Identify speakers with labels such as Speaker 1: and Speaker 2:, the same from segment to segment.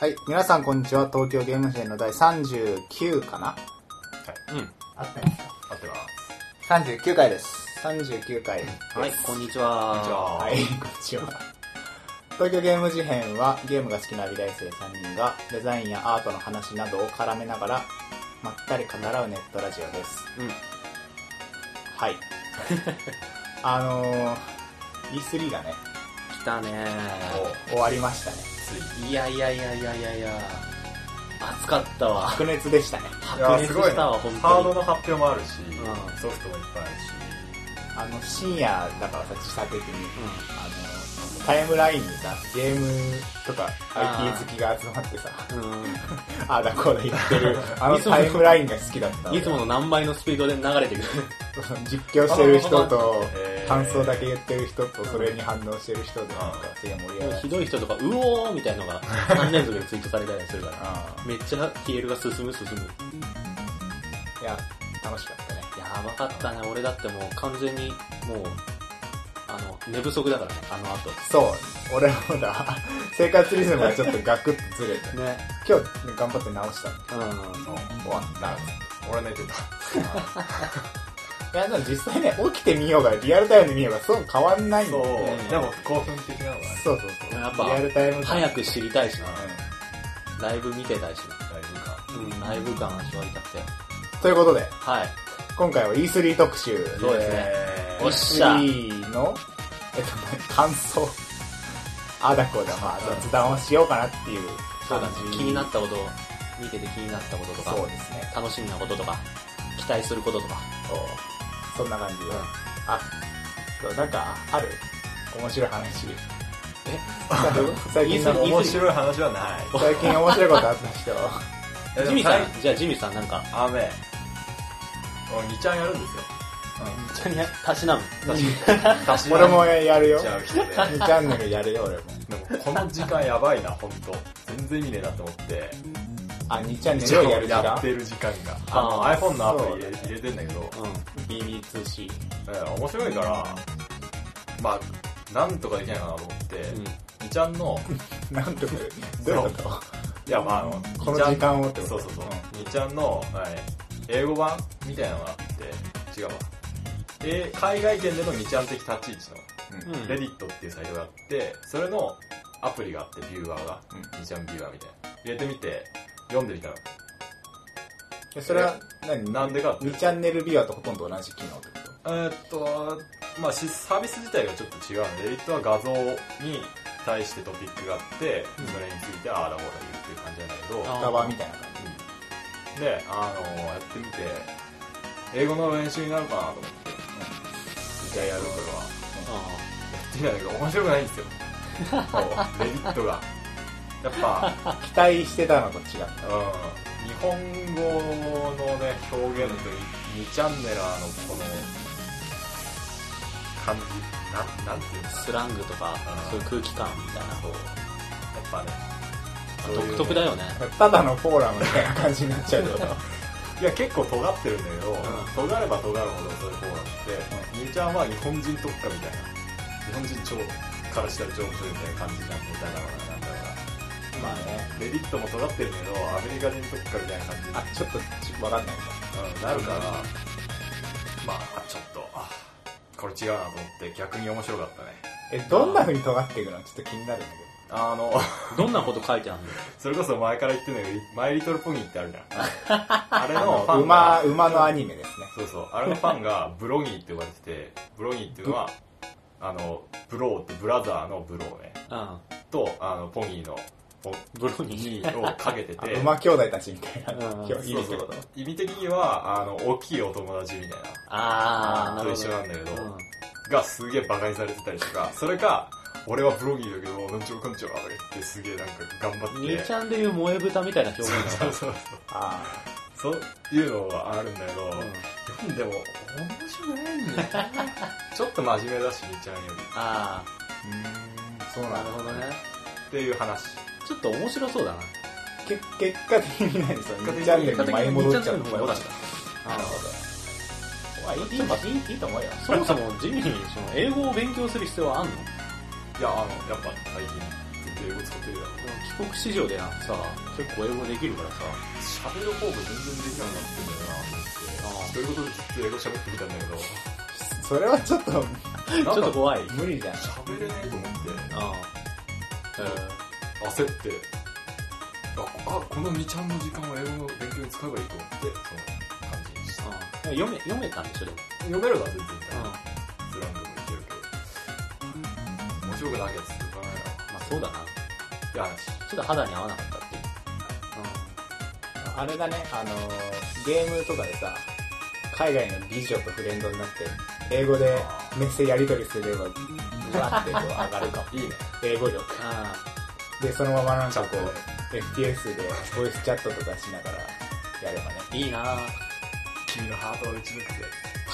Speaker 1: はい、皆さんこんにちは。東京ゲーム事変の第39かな
Speaker 2: うん。
Speaker 1: あったんですか
Speaker 2: あってます。
Speaker 1: ?39 回です。39回です。
Speaker 3: はい、こんにちは。
Speaker 2: こん
Speaker 1: はい、こんにちは。東京ゲーム事変はゲームが好きな美大生3人がデザインやアートの話などを絡めながらまったり語らうネットラジオです。
Speaker 3: うん。
Speaker 1: はい。あのー、E3 がね、
Speaker 3: 来たね
Speaker 1: 終わりましたね。
Speaker 2: つい
Speaker 3: いやいやいやいやいやいや。暑かったわ。
Speaker 1: 白熱でしたね。
Speaker 2: いや
Speaker 3: 白
Speaker 2: ー
Speaker 3: 熱
Speaker 2: すごい
Speaker 3: し
Speaker 2: ね
Speaker 3: たわ、本
Speaker 2: ハー
Speaker 3: 当
Speaker 2: ド
Speaker 3: に。
Speaker 2: の発表もあるし、
Speaker 3: ん
Speaker 2: ソフトもいっぱいある
Speaker 1: あの、深夜だからさ、時差的に。あのタイムラインにさゲームとか
Speaker 3: あー
Speaker 1: IT 好きが集まってさ
Speaker 3: うん。
Speaker 1: ああだこうだ言ってるあの
Speaker 3: いつもの
Speaker 1: タイムラインが好きだった
Speaker 3: うん。
Speaker 1: 俺
Speaker 3: いつもの何倍のスピードで流れてくる。
Speaker 1: 実況してる人と
Speaker 2: へー
Speaker 1: 感想だけ言ってる人とそれに反応してる人でなんか
Speaker 2: う
Speaker 1: すげえ盛り上がる
Speaker 3: ひどい人とか、うおーみたいなのが3連続でツイートされたりするから。
Speaker 1: あ
Speaker 3: めっちゃ TL が進む進
Speaker 1: ー
Speaker 3: む。
Speaker 1: いや楽しかったね
Speaker 3: やばかったね、俺だってもう完全に、もう、あの、寝不足だからね、あの後。
Speaker 1: そう俺もだ生活リズムがちょっとガクッとずれて
Speaker 3: ね。
Speaker 1: 今日頑張って直したの
Speaker 3: うん。
Speaker 2: し、
Speaker 1: 終わった
Speaker 2: うん俺は寝てた。
Speaker 1: いやでも実際ね起きてみようがリアルタイムで見ようがそう変わんないんだ
Speaker 2: そう
Speaker 1: よ、
Speaker 3: うん
Speaker 2: でも興奮的なのがね
Speaker 1: そうそうそう
Speaker 3: やっぱ
Speaker 1: リアルタイム感
Speaker 3: 早く知りたいしな。
Speaker 1: うん
Speaker 3: ライブ見てたいしな。
Speaker 2: だいぶか。
Speaker 3: うん、ライブ感味わいたくて。
Speaker 1: ということで、
Speaker 3: はい。
Speaker 1: 今回は E3 特集。
Speaker 3: そうですね
Speaker 2: えー
Speaker 3: おっしゃ
Speaker 1: E3 の、えっと、何感想。あだこうだ、まあ、雑談をしようかなっていう
Speaker 3: そう
Speaker 1: 感
Speaker 3: だね
Speaker 1: じ。
Speaker 3: 気になったこと、見てて気になったこととか
Speaker 1: そ、うですね。
Speaker 3: 楽しみなこととか、期待することとか。
Speaker 1: そうそんな感じで。
Speaker 3: うん
Speaker 1: あ、そうなんか、ある面白い話。
Speaker 3: え
Speaker 1: 最近の、
Speaker 2: 面白い話はない。
Speaker 1: 最近面白いことあった 人。
Speaker 2: えで
Speaker 3: ジ
Speaker 2: も
Speaker 3: ミさ
Speaker 2: 最
Speaker 3: ん、じゃあジミさんなんか、
Speaker 2: あめ。俺、2ちゃんやるんですよ。
Speaker 3: めっちゃにたしなむ。
Speaker 2: 私
Speaker 1: 俺もやるよ。
Speaker 2: ちゃう人で。
Speaker 1: 2チャンネルやるよ、俺も。
Speaker 2: でも、この時間やばいな、ほんと。全然意味ねえなと思って。
Speaker 1: あ、2チャンネルをやる時
Speaker 2: や
Speaker 1: 間
Speaker 2: ってる時間が。
Speaker 3: あ
Speaker 2: あの、iPhone のアプリ
Speaker 1: そうだね
Speaker 2: 入れ入れてんだけど、
Speaker 3: う
Speaker 1: BB2C。
Speaker 2: うん面白いから、まあ、なんとかできないかなと思って、
Speaker 3: ん。うん。
Speaker 2: 2ちゃんの、
Speaker 1: なんとか、どういうこと
Speaker 2: いや、まあ、あの、
Speaker 1: この
Speaker 2: 2ちゃん
Speaker 1: 時間をってこと
Speaker 2: そうそうそう。二ちゃんの、はい英語版みたいなのがあって、違うわ。えー海外圏での二ちゃん的立ち位置
Speaker 1: うん
Speaker 3: うん
Speaker 2: の、レディットっていうサイトがあって、それのアプリがあって、ビューワーが
Speaker 1: うん、
Speaker 2: 二ちゃんビューワーみたいな。入れてみて、読んでみたの。
Speaker 1: えそれは何
Speaker 2: なんでかっていう
Speaker 1: 2
Speaker 2: と
Speaker 1: チャンネルビューアーとほとんど同じ機能ってこ
Speaker 2: えーっと、まあしサービス自体がちょっと違うので、レディットは画像に対してトピックがあって、
Speaker 3: うん
Speaker 2: それについてああだこうだ言うっていう感じなんだけど、
Speaker 1: と
Speaker 3: あ
Speaker 1: カバーみたいな感
Speaker 2: で、あのやってみて、英語の練習になるかなと思って、じゃあやるこれは。
Speaker 3: あ
Speaker 2: やってみたんだけど、面白くないんですよ。メリットが。やっぱ、うん
Speaker 1: じ期待してたのと違った、
Speaker 2: 日本語のね、表現の時に、2チャンネラーのこの、感じ、なん、なんていうのか
Speaker 3: ースラングとか
Speaker 2: あ、ー
Speaker 3: そういう空気感みたいな
Speaker 2: な。そう。やっぱね、そういう
Speaker 3: 独特だよね。
Speaker 1: ただのフォーラムみたいな感じになっちゃうけど
Speaker 2: いや、結構尖ってるんだけど、尖れば尖るほどそういう方なんで、兄ちゃんは日本人特化みたいな、日本人超からしたら超面白いみたいな感じじゃん、だからなんだから。
Speaker 1: まあね
Speaker 2: レディットも尖ってるけど、アメリカ人特化みたいな感じに
Speaker 1: あちょっとち分かんない
Speaker 2: うんなるから、まあ、ちょっと、あこれ違うなと思って、逆に面白かったね。
Speaker 1: えどんな風に尖っていくのちょっと気になるんだ
Speaker 2: あの、
Speaker 3: どんなこと書いてあるの
Speaker 2: それこそ前から言ってんだけど、マイリトルポニーってあるじ ゃん。あれ
Speaker 1: け
Speaker 2: の
Speaker 1: ど
Speaker 2: フ
Speaker 1: あ
Speaker 2: ァ
Speaker 1: の
Speaker 2: ン
Speaker 1: 馬
Speaker 2: が
Speaker 1: 馬のアニメですね
Speaker 2: そうそう、あれのファンがブロギーって呼ばれてて、ブロギーっていうのは、あの、ブローってブラザーのブローね、
Speaker 3: う
Speaker 2: と、あの、ポニーのポ
Speaker 3: ん。ブロニ
Speaker 2: ニーをかけて
Speaker 1: あ
Speaker 2: て、
Speaker 1: 馬兄弟たちみたいな、
Speaker 3: うん
Speaker 1: 意味っ
Speaker 2: そ
Speaker 1: て
Speaker 2: うそ
Speaker 1: こ
Speaker 2: う
Speaker 1: と
Speaker 2: 意味的には、あの、大きいお友達みたい
Speaker 3: あー、
Speaker 2: な、
Speaker 3: な
Speaker 2: と
Speaker 3: る
Speaker 2: 一
Speaker 3: ほ
Speaker 2: 緒
Speaker 3: ど。
Speaker 2: なんだけど、
Speaker 3: うん
Speaker 2: がすげえ馬鹿にされてたりとか、それか、俺はブロギーだけど、なんちょこんちょとか言ってすげえなんか頑張って。
Speaker 3: 兄ちゃんでいう萌え豚みたいな表現
Speaker 2: そ
Speaker 3: だ
Speaker 2: う
Speaker 3: な
Speaker 2: そう
Speaker 1: あ
Speaker 2: そう。そういうのはあるんだけど、
Speaker 3: うん
Speaker 2: でも、面白くないん だよね。ちょっと真面目だし、兄ちゃんより。
Speaker 3: あ
Speaker 1: ーうーんそう
Speaker 3: ー、
Speaker 1: な
Speaker 3: な
Speaker 1: の
Speaker 3: るほどね。
Speaker 2: っていう話。
Speaker 3: ちょっと面白そうだな。
Speaker 1: け結果的に何その
Speaker 2: 結果的
Speaker 1: 2
Speaker 2: に
Speaker 1: チャンネルに前戻っちゃう
Speaker 3: 結果的に二チャンネルの方が良かっ
Speaker 1: なるほどまあいいいいいいと思うよ
Speaker 3: そもそもジミー、その英語を勉強する必要はあんの
Speaker 2: いや、あの、やっぱ最近ずっって英語使ってるやろ
Speaker 3: 帰国子女でなさ、結構英語できるからさ、
Speaker 2: 喋る方が全然できなくなってんだよな
Speaker 3: あ
Speaker 2: ということでちょっと英語喋ってみたんだけど
Speaker 1: それはちょっと
Speaker 3: ちょっと怖い。うん。
Speaker 1: 無理じゃん
Speaker 2: 喋れねえと思って
Speaker 3: う
Speaker 2: 焦ってああこの2ちゃんの時間を英語の勉強に使えばいいと思ってその感じにした
Speaker 3: ん。読め、読めたんでしょ、でも。
Speaker 2: 読めるな全然みたいな
Speaker 3: ま
Speaker 2: スラングもいけるけど面白くなきゃ続かないな
Speaker 3: あそうだな。
Speaker 2: って話
Speaker 3: ちょっと肌に合わなかったっていう。
Speaker 1: あれだねあのーゲームとかでさ海外の美女とフレンドになって英語でメッセージやり取りすればブワってこう上がるかも
Speaker 2: いいね
Speaker 1: 英語力
Speaker 3: あ
Speaker 1: でそのままなんかこ
Speaker 2: チャッ
Speaker 1: う FPS でボイスチャットとかしながらやればね
Speaker 3: あ、いいなぁ
Speaker 2: 君のハートを打ち抜くぜ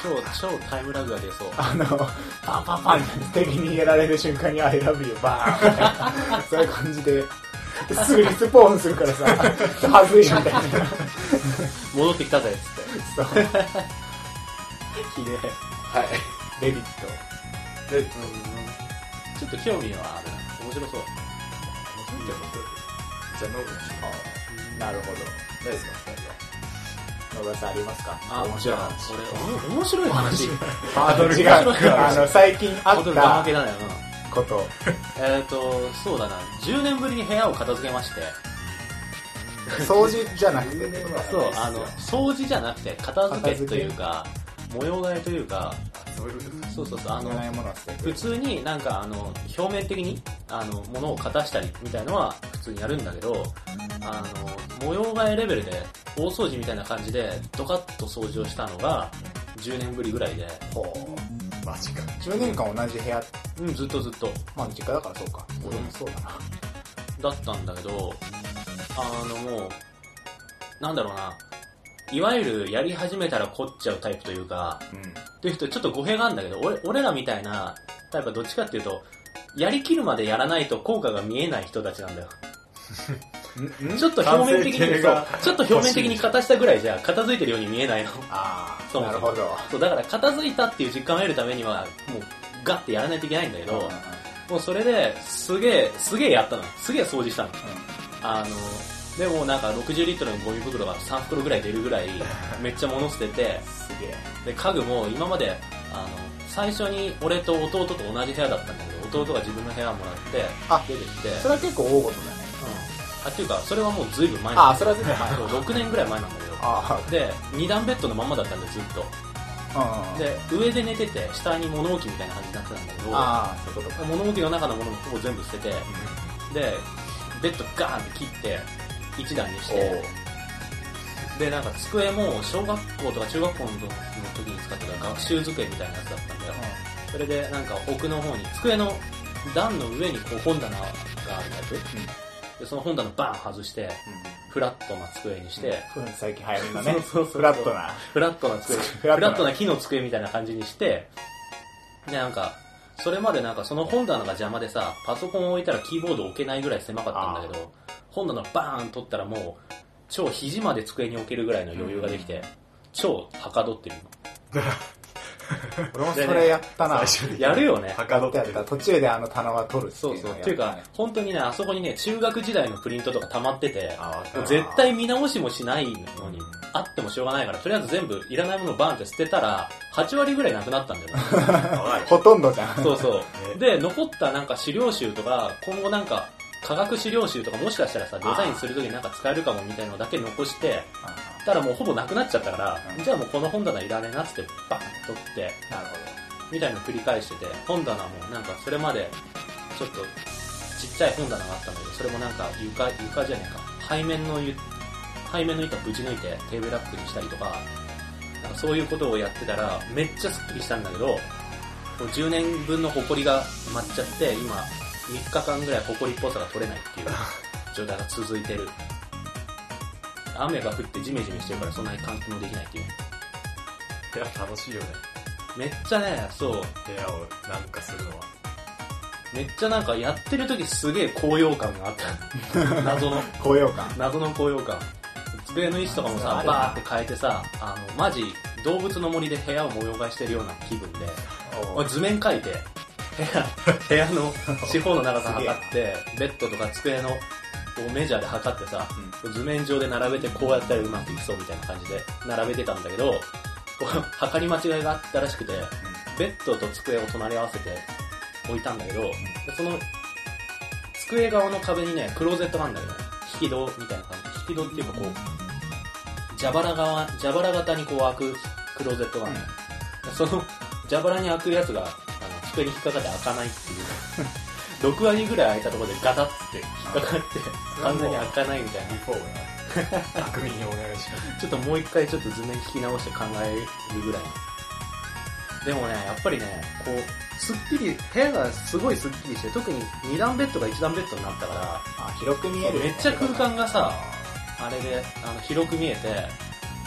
Speaker 3: 超、超タイムラグが出そう。
Speaker 1: あのパンパンパンって敵にやられる瞬間に「I love you」バーンそういう感じですぐリスポーンするからさはずいみたいな
Speaker 3: 戻ってきたぜ、つっ
Speaker 1: そう
Speaker 3: て。ひでえ。
Speaker 2: はい
Speaker 1: レディット
Speaker 2: で
Speaker 3: ちょっと興味はあるな。面白そう。
Speaker 2: じゃあノブにしよ
Speaker 1: なるほど
Speaker 2: うないですか二人は
Speaker 1: 野村さんありますか
Speaker 3: 俺、お面白い話。
Speaker 1: ハード ル
Speaker 3: 面白い
Speaker 1: が、あ
Speaker 3: 話
Speaker 1: の、最近あ
Speaker 3: ハードルが
Speaker 1: っ
Speaker 3: 負けだよな。
Speaker 1: たこと。
Speaker 3: えっと、そうだな。10年ぶりに部屋を片付けまして。
Speaker 1: 掃除じゃなくてね。
Speaker 3: そう、あの、掃除じゃなくて、片付けというか、模様替えというか、
Speaker 2: そういうこと
Speaker 3: そうそうそう、あ
Speaker 1: あの、
Speaker 3: の
Speaker 1: い、らないものは捨てて
Speaker 3: 普通になんかあの、表面的に、あの、物を片したりみたいのは普通にやるんだけど、あの、模様替えレベルで、大掃除みたいな感じで、ドカッと掃除をしたのが、10年ぶりぐらいで、
Speaker 1: ほ
Speaker 2: マジか
Speaker 1: う10年間同じ部屋、
Speaker 3: うん、ずっとずっと、
Speaker 1: まあ実家だからそうか。
Speaker 3: うん
Speaker 1: 俺もそうだな。
Speaker 3: だったんだけど、あのもう、なんだろうな、いわゆるやり始めたら凝っちゃうタイプというか、
Speaker 1: うん。
Speaker 3: という人ちょっと語弊があるんだけど、俺俺らみたいなタイプはどっちかっていうと、やりきるまでやらないと効果が見えない人たちなんだよ。ちょっと表面的
Speaker 2: 完成
Speaker 3: に、
Speaker 2: 形
Speaker 3: そ
Speaker 2: が
Speaker 3: う、ちょっと表面的に片したぐらいじゃ片付いてるように見えないの。
Speaker 1: ああ、
Speaker 3: そう
Speaker 1: なるほど。
Speaker 3: そう、だから片付いたっていう実感を得るためには、もうガッてやらないといけないんだけど、もうそれですげえ、すげえやったの。すげえ掃除したの。あの、でもなんか60リットルのゴミ袋が3袋ぐらい出るぐらい、 めっちゃ物捨てて、
Speaker 1: すげえ。
Speaker 3: で家具も今まであの最初に俺と弟と同じ部屋だったんだけど弟が自分の部屋もらって
Speaker 1: あ
Speaker 3: 出てきて
Speaker 1: それは結構大事だね。
Speaker 3: あっていうかそれはもうずいぶん前
Speaker 1: あ
Speaker 3: な
Speaker 1: あ、
Speaker 3: ん
Speaker 1: そ
Speaker 3: だ
Speaker 1: れは全然前。
Speaker 3: けど6年ぐらい前なんだけど
Speaker 1: あ
Speaker 3: で2段ベッドのまんまだったんでずっと
Speaker 1: あ、うん。
Speaker 3: で上で寝てて下に物置みたいな感じになってたんだけど
Speaker 1: ああ、そういうことか。
Speaker 3: 物置の中のものもほぼ全部捨ててでベッドガーンって切って1段にし
Speaker 1: お
Speaker 3: てでなんか机も小学校とか中学校の時に使ってた学習机みたいなやつだったんだよそれでなんか奥の方に机の段の上にこう本棚があるやつ、でその本棚バーン外してフラットな机にして、
Speaker 1: うん。うん。最近流行りのね。
Speaker 3: そうそうそう
Speaker 1: フラットな。
Speaker 3: フラットな机
Speaker 1: フ
Speaker 3: フ
Speaker 1: ラットな
Speaker 3: ラットな木の机みたいな感じにしてでなんかそれまでなんかその本棚が邪魔でさパソコンを置いたらキーボード置けないぐらい狭かったんだけど本棚バーン取ったらもう超肘まで机に置けるぐらいの余裕ができて、超はかどってる
Speaker 1: 俺もそれやったな。
Speaker 2: 最初に
Speaker 3: やるよね
Speaker 2: はかどっ
Speaker 1: やってた途中であの棚は取るって
Speaker 3: そう
Speaker 1: いう
Speaker 3: そ
Speaker 1: のを
Speaker 3: う。っ
Speaker 1: やった
Speaker 3: ていうか、本当にね、あそこにね、中学時代のプリントとか溜まってて、
Speaker 2: あわか
Speaker 3: も
Speaker 2: る
Speaker 3: う絶対見直しもしないのに、あってもしょうがないから、とりあえず全部いらないものバーンって捨てたら、8割ぐらいなくなったんだよね。
Speaker 2: はい
Speaker 1: ほとんどじゃん。
Speaker 3: そうそう。で、残ったなんか資料集とか、今後なんか、科学資料集とかもしかしたらさ、デザインするときになんか使えるかもみたいなのだけ残して、たらもうほぼなくなっちゃったから
Speaker 1: うん、
Speaker 3: じゃあもうこの本棚いらねえなっつって、バン取って、
Speaker 1: なるほど。
Speaker 3: みたいの繰り返してて、本棚もなんかそれまで、ちょっとちっちゃい本棚があったんだけど、それもなんか床、床じゃねえか、背面のゆ、背面の板ぶち抜いてテーブルラックにしたりとか、なんかそういうことをやってたら、めっちゃスッキリしたんだけど、もう10年分の埃が舞っちゃって、今、3日間ぐらい埃っぽさが取れないっていう状態が続いてる。雨が降ってジメジメしてるからそんなに換気もできないっていう。
Speaker 2: 部屋楽しいよね
Speaker 3: めっちゃね、そう、
Speaker 2: 部屋をなんかするのは
Speaker 3: めっちゃなんかやってる時すげえ高揚感があった。謎の、
Speaker 1: 高揚感。
Speaker 3: 謎の高揚感。机の位置とかも
Speaker 1: あ
Speaker 3: さ
Speaker 1: そ、れある
Speaker 3: バーって変えてさ、あの、マジ動物の森で部屋を模様替えしてるような気分で、
Speaker 1: お
Speaker 3: 俺図面描いて、 部屋、部屋の四方の長さ測って、ベッドとか机のこうメジャーで測ってさ、図面上で並べてこうやったらうまくいきそうみたいな感じで並べてたんだけど、こう測り間違いがあったらしくて、ベッドと机を隣り合わせて置いたんだけど、その机側の壁にね、クローゼットがあるんだけどね、引き戸みたいな感じ。引き戸っていうかこう、蛇腹側、蛇腹型にこう開くクローゼットがあるのよその蛇腹に開くやつが、あの、机に引っかかって開かないっていう。6割ぐらい開いたところでガタッつって引っかかって、完全に開かないみたいな。
Speaker 2: フォーが悪人にお願いします
Speaker 3: ちょっともう一回ちょっと図面聞き直して考えるぐらい。でもね、やっぱりね、こう、すっきり、部屋がすごいすっきりして、特に2段ベッドが1段ベッドになったか
Speaker 1: あ、広く見え
Speaker 3: ら、
Speaker 1: る。
Speaker 3: めっちゃ空間がさ、あれで、あの、広く見えて、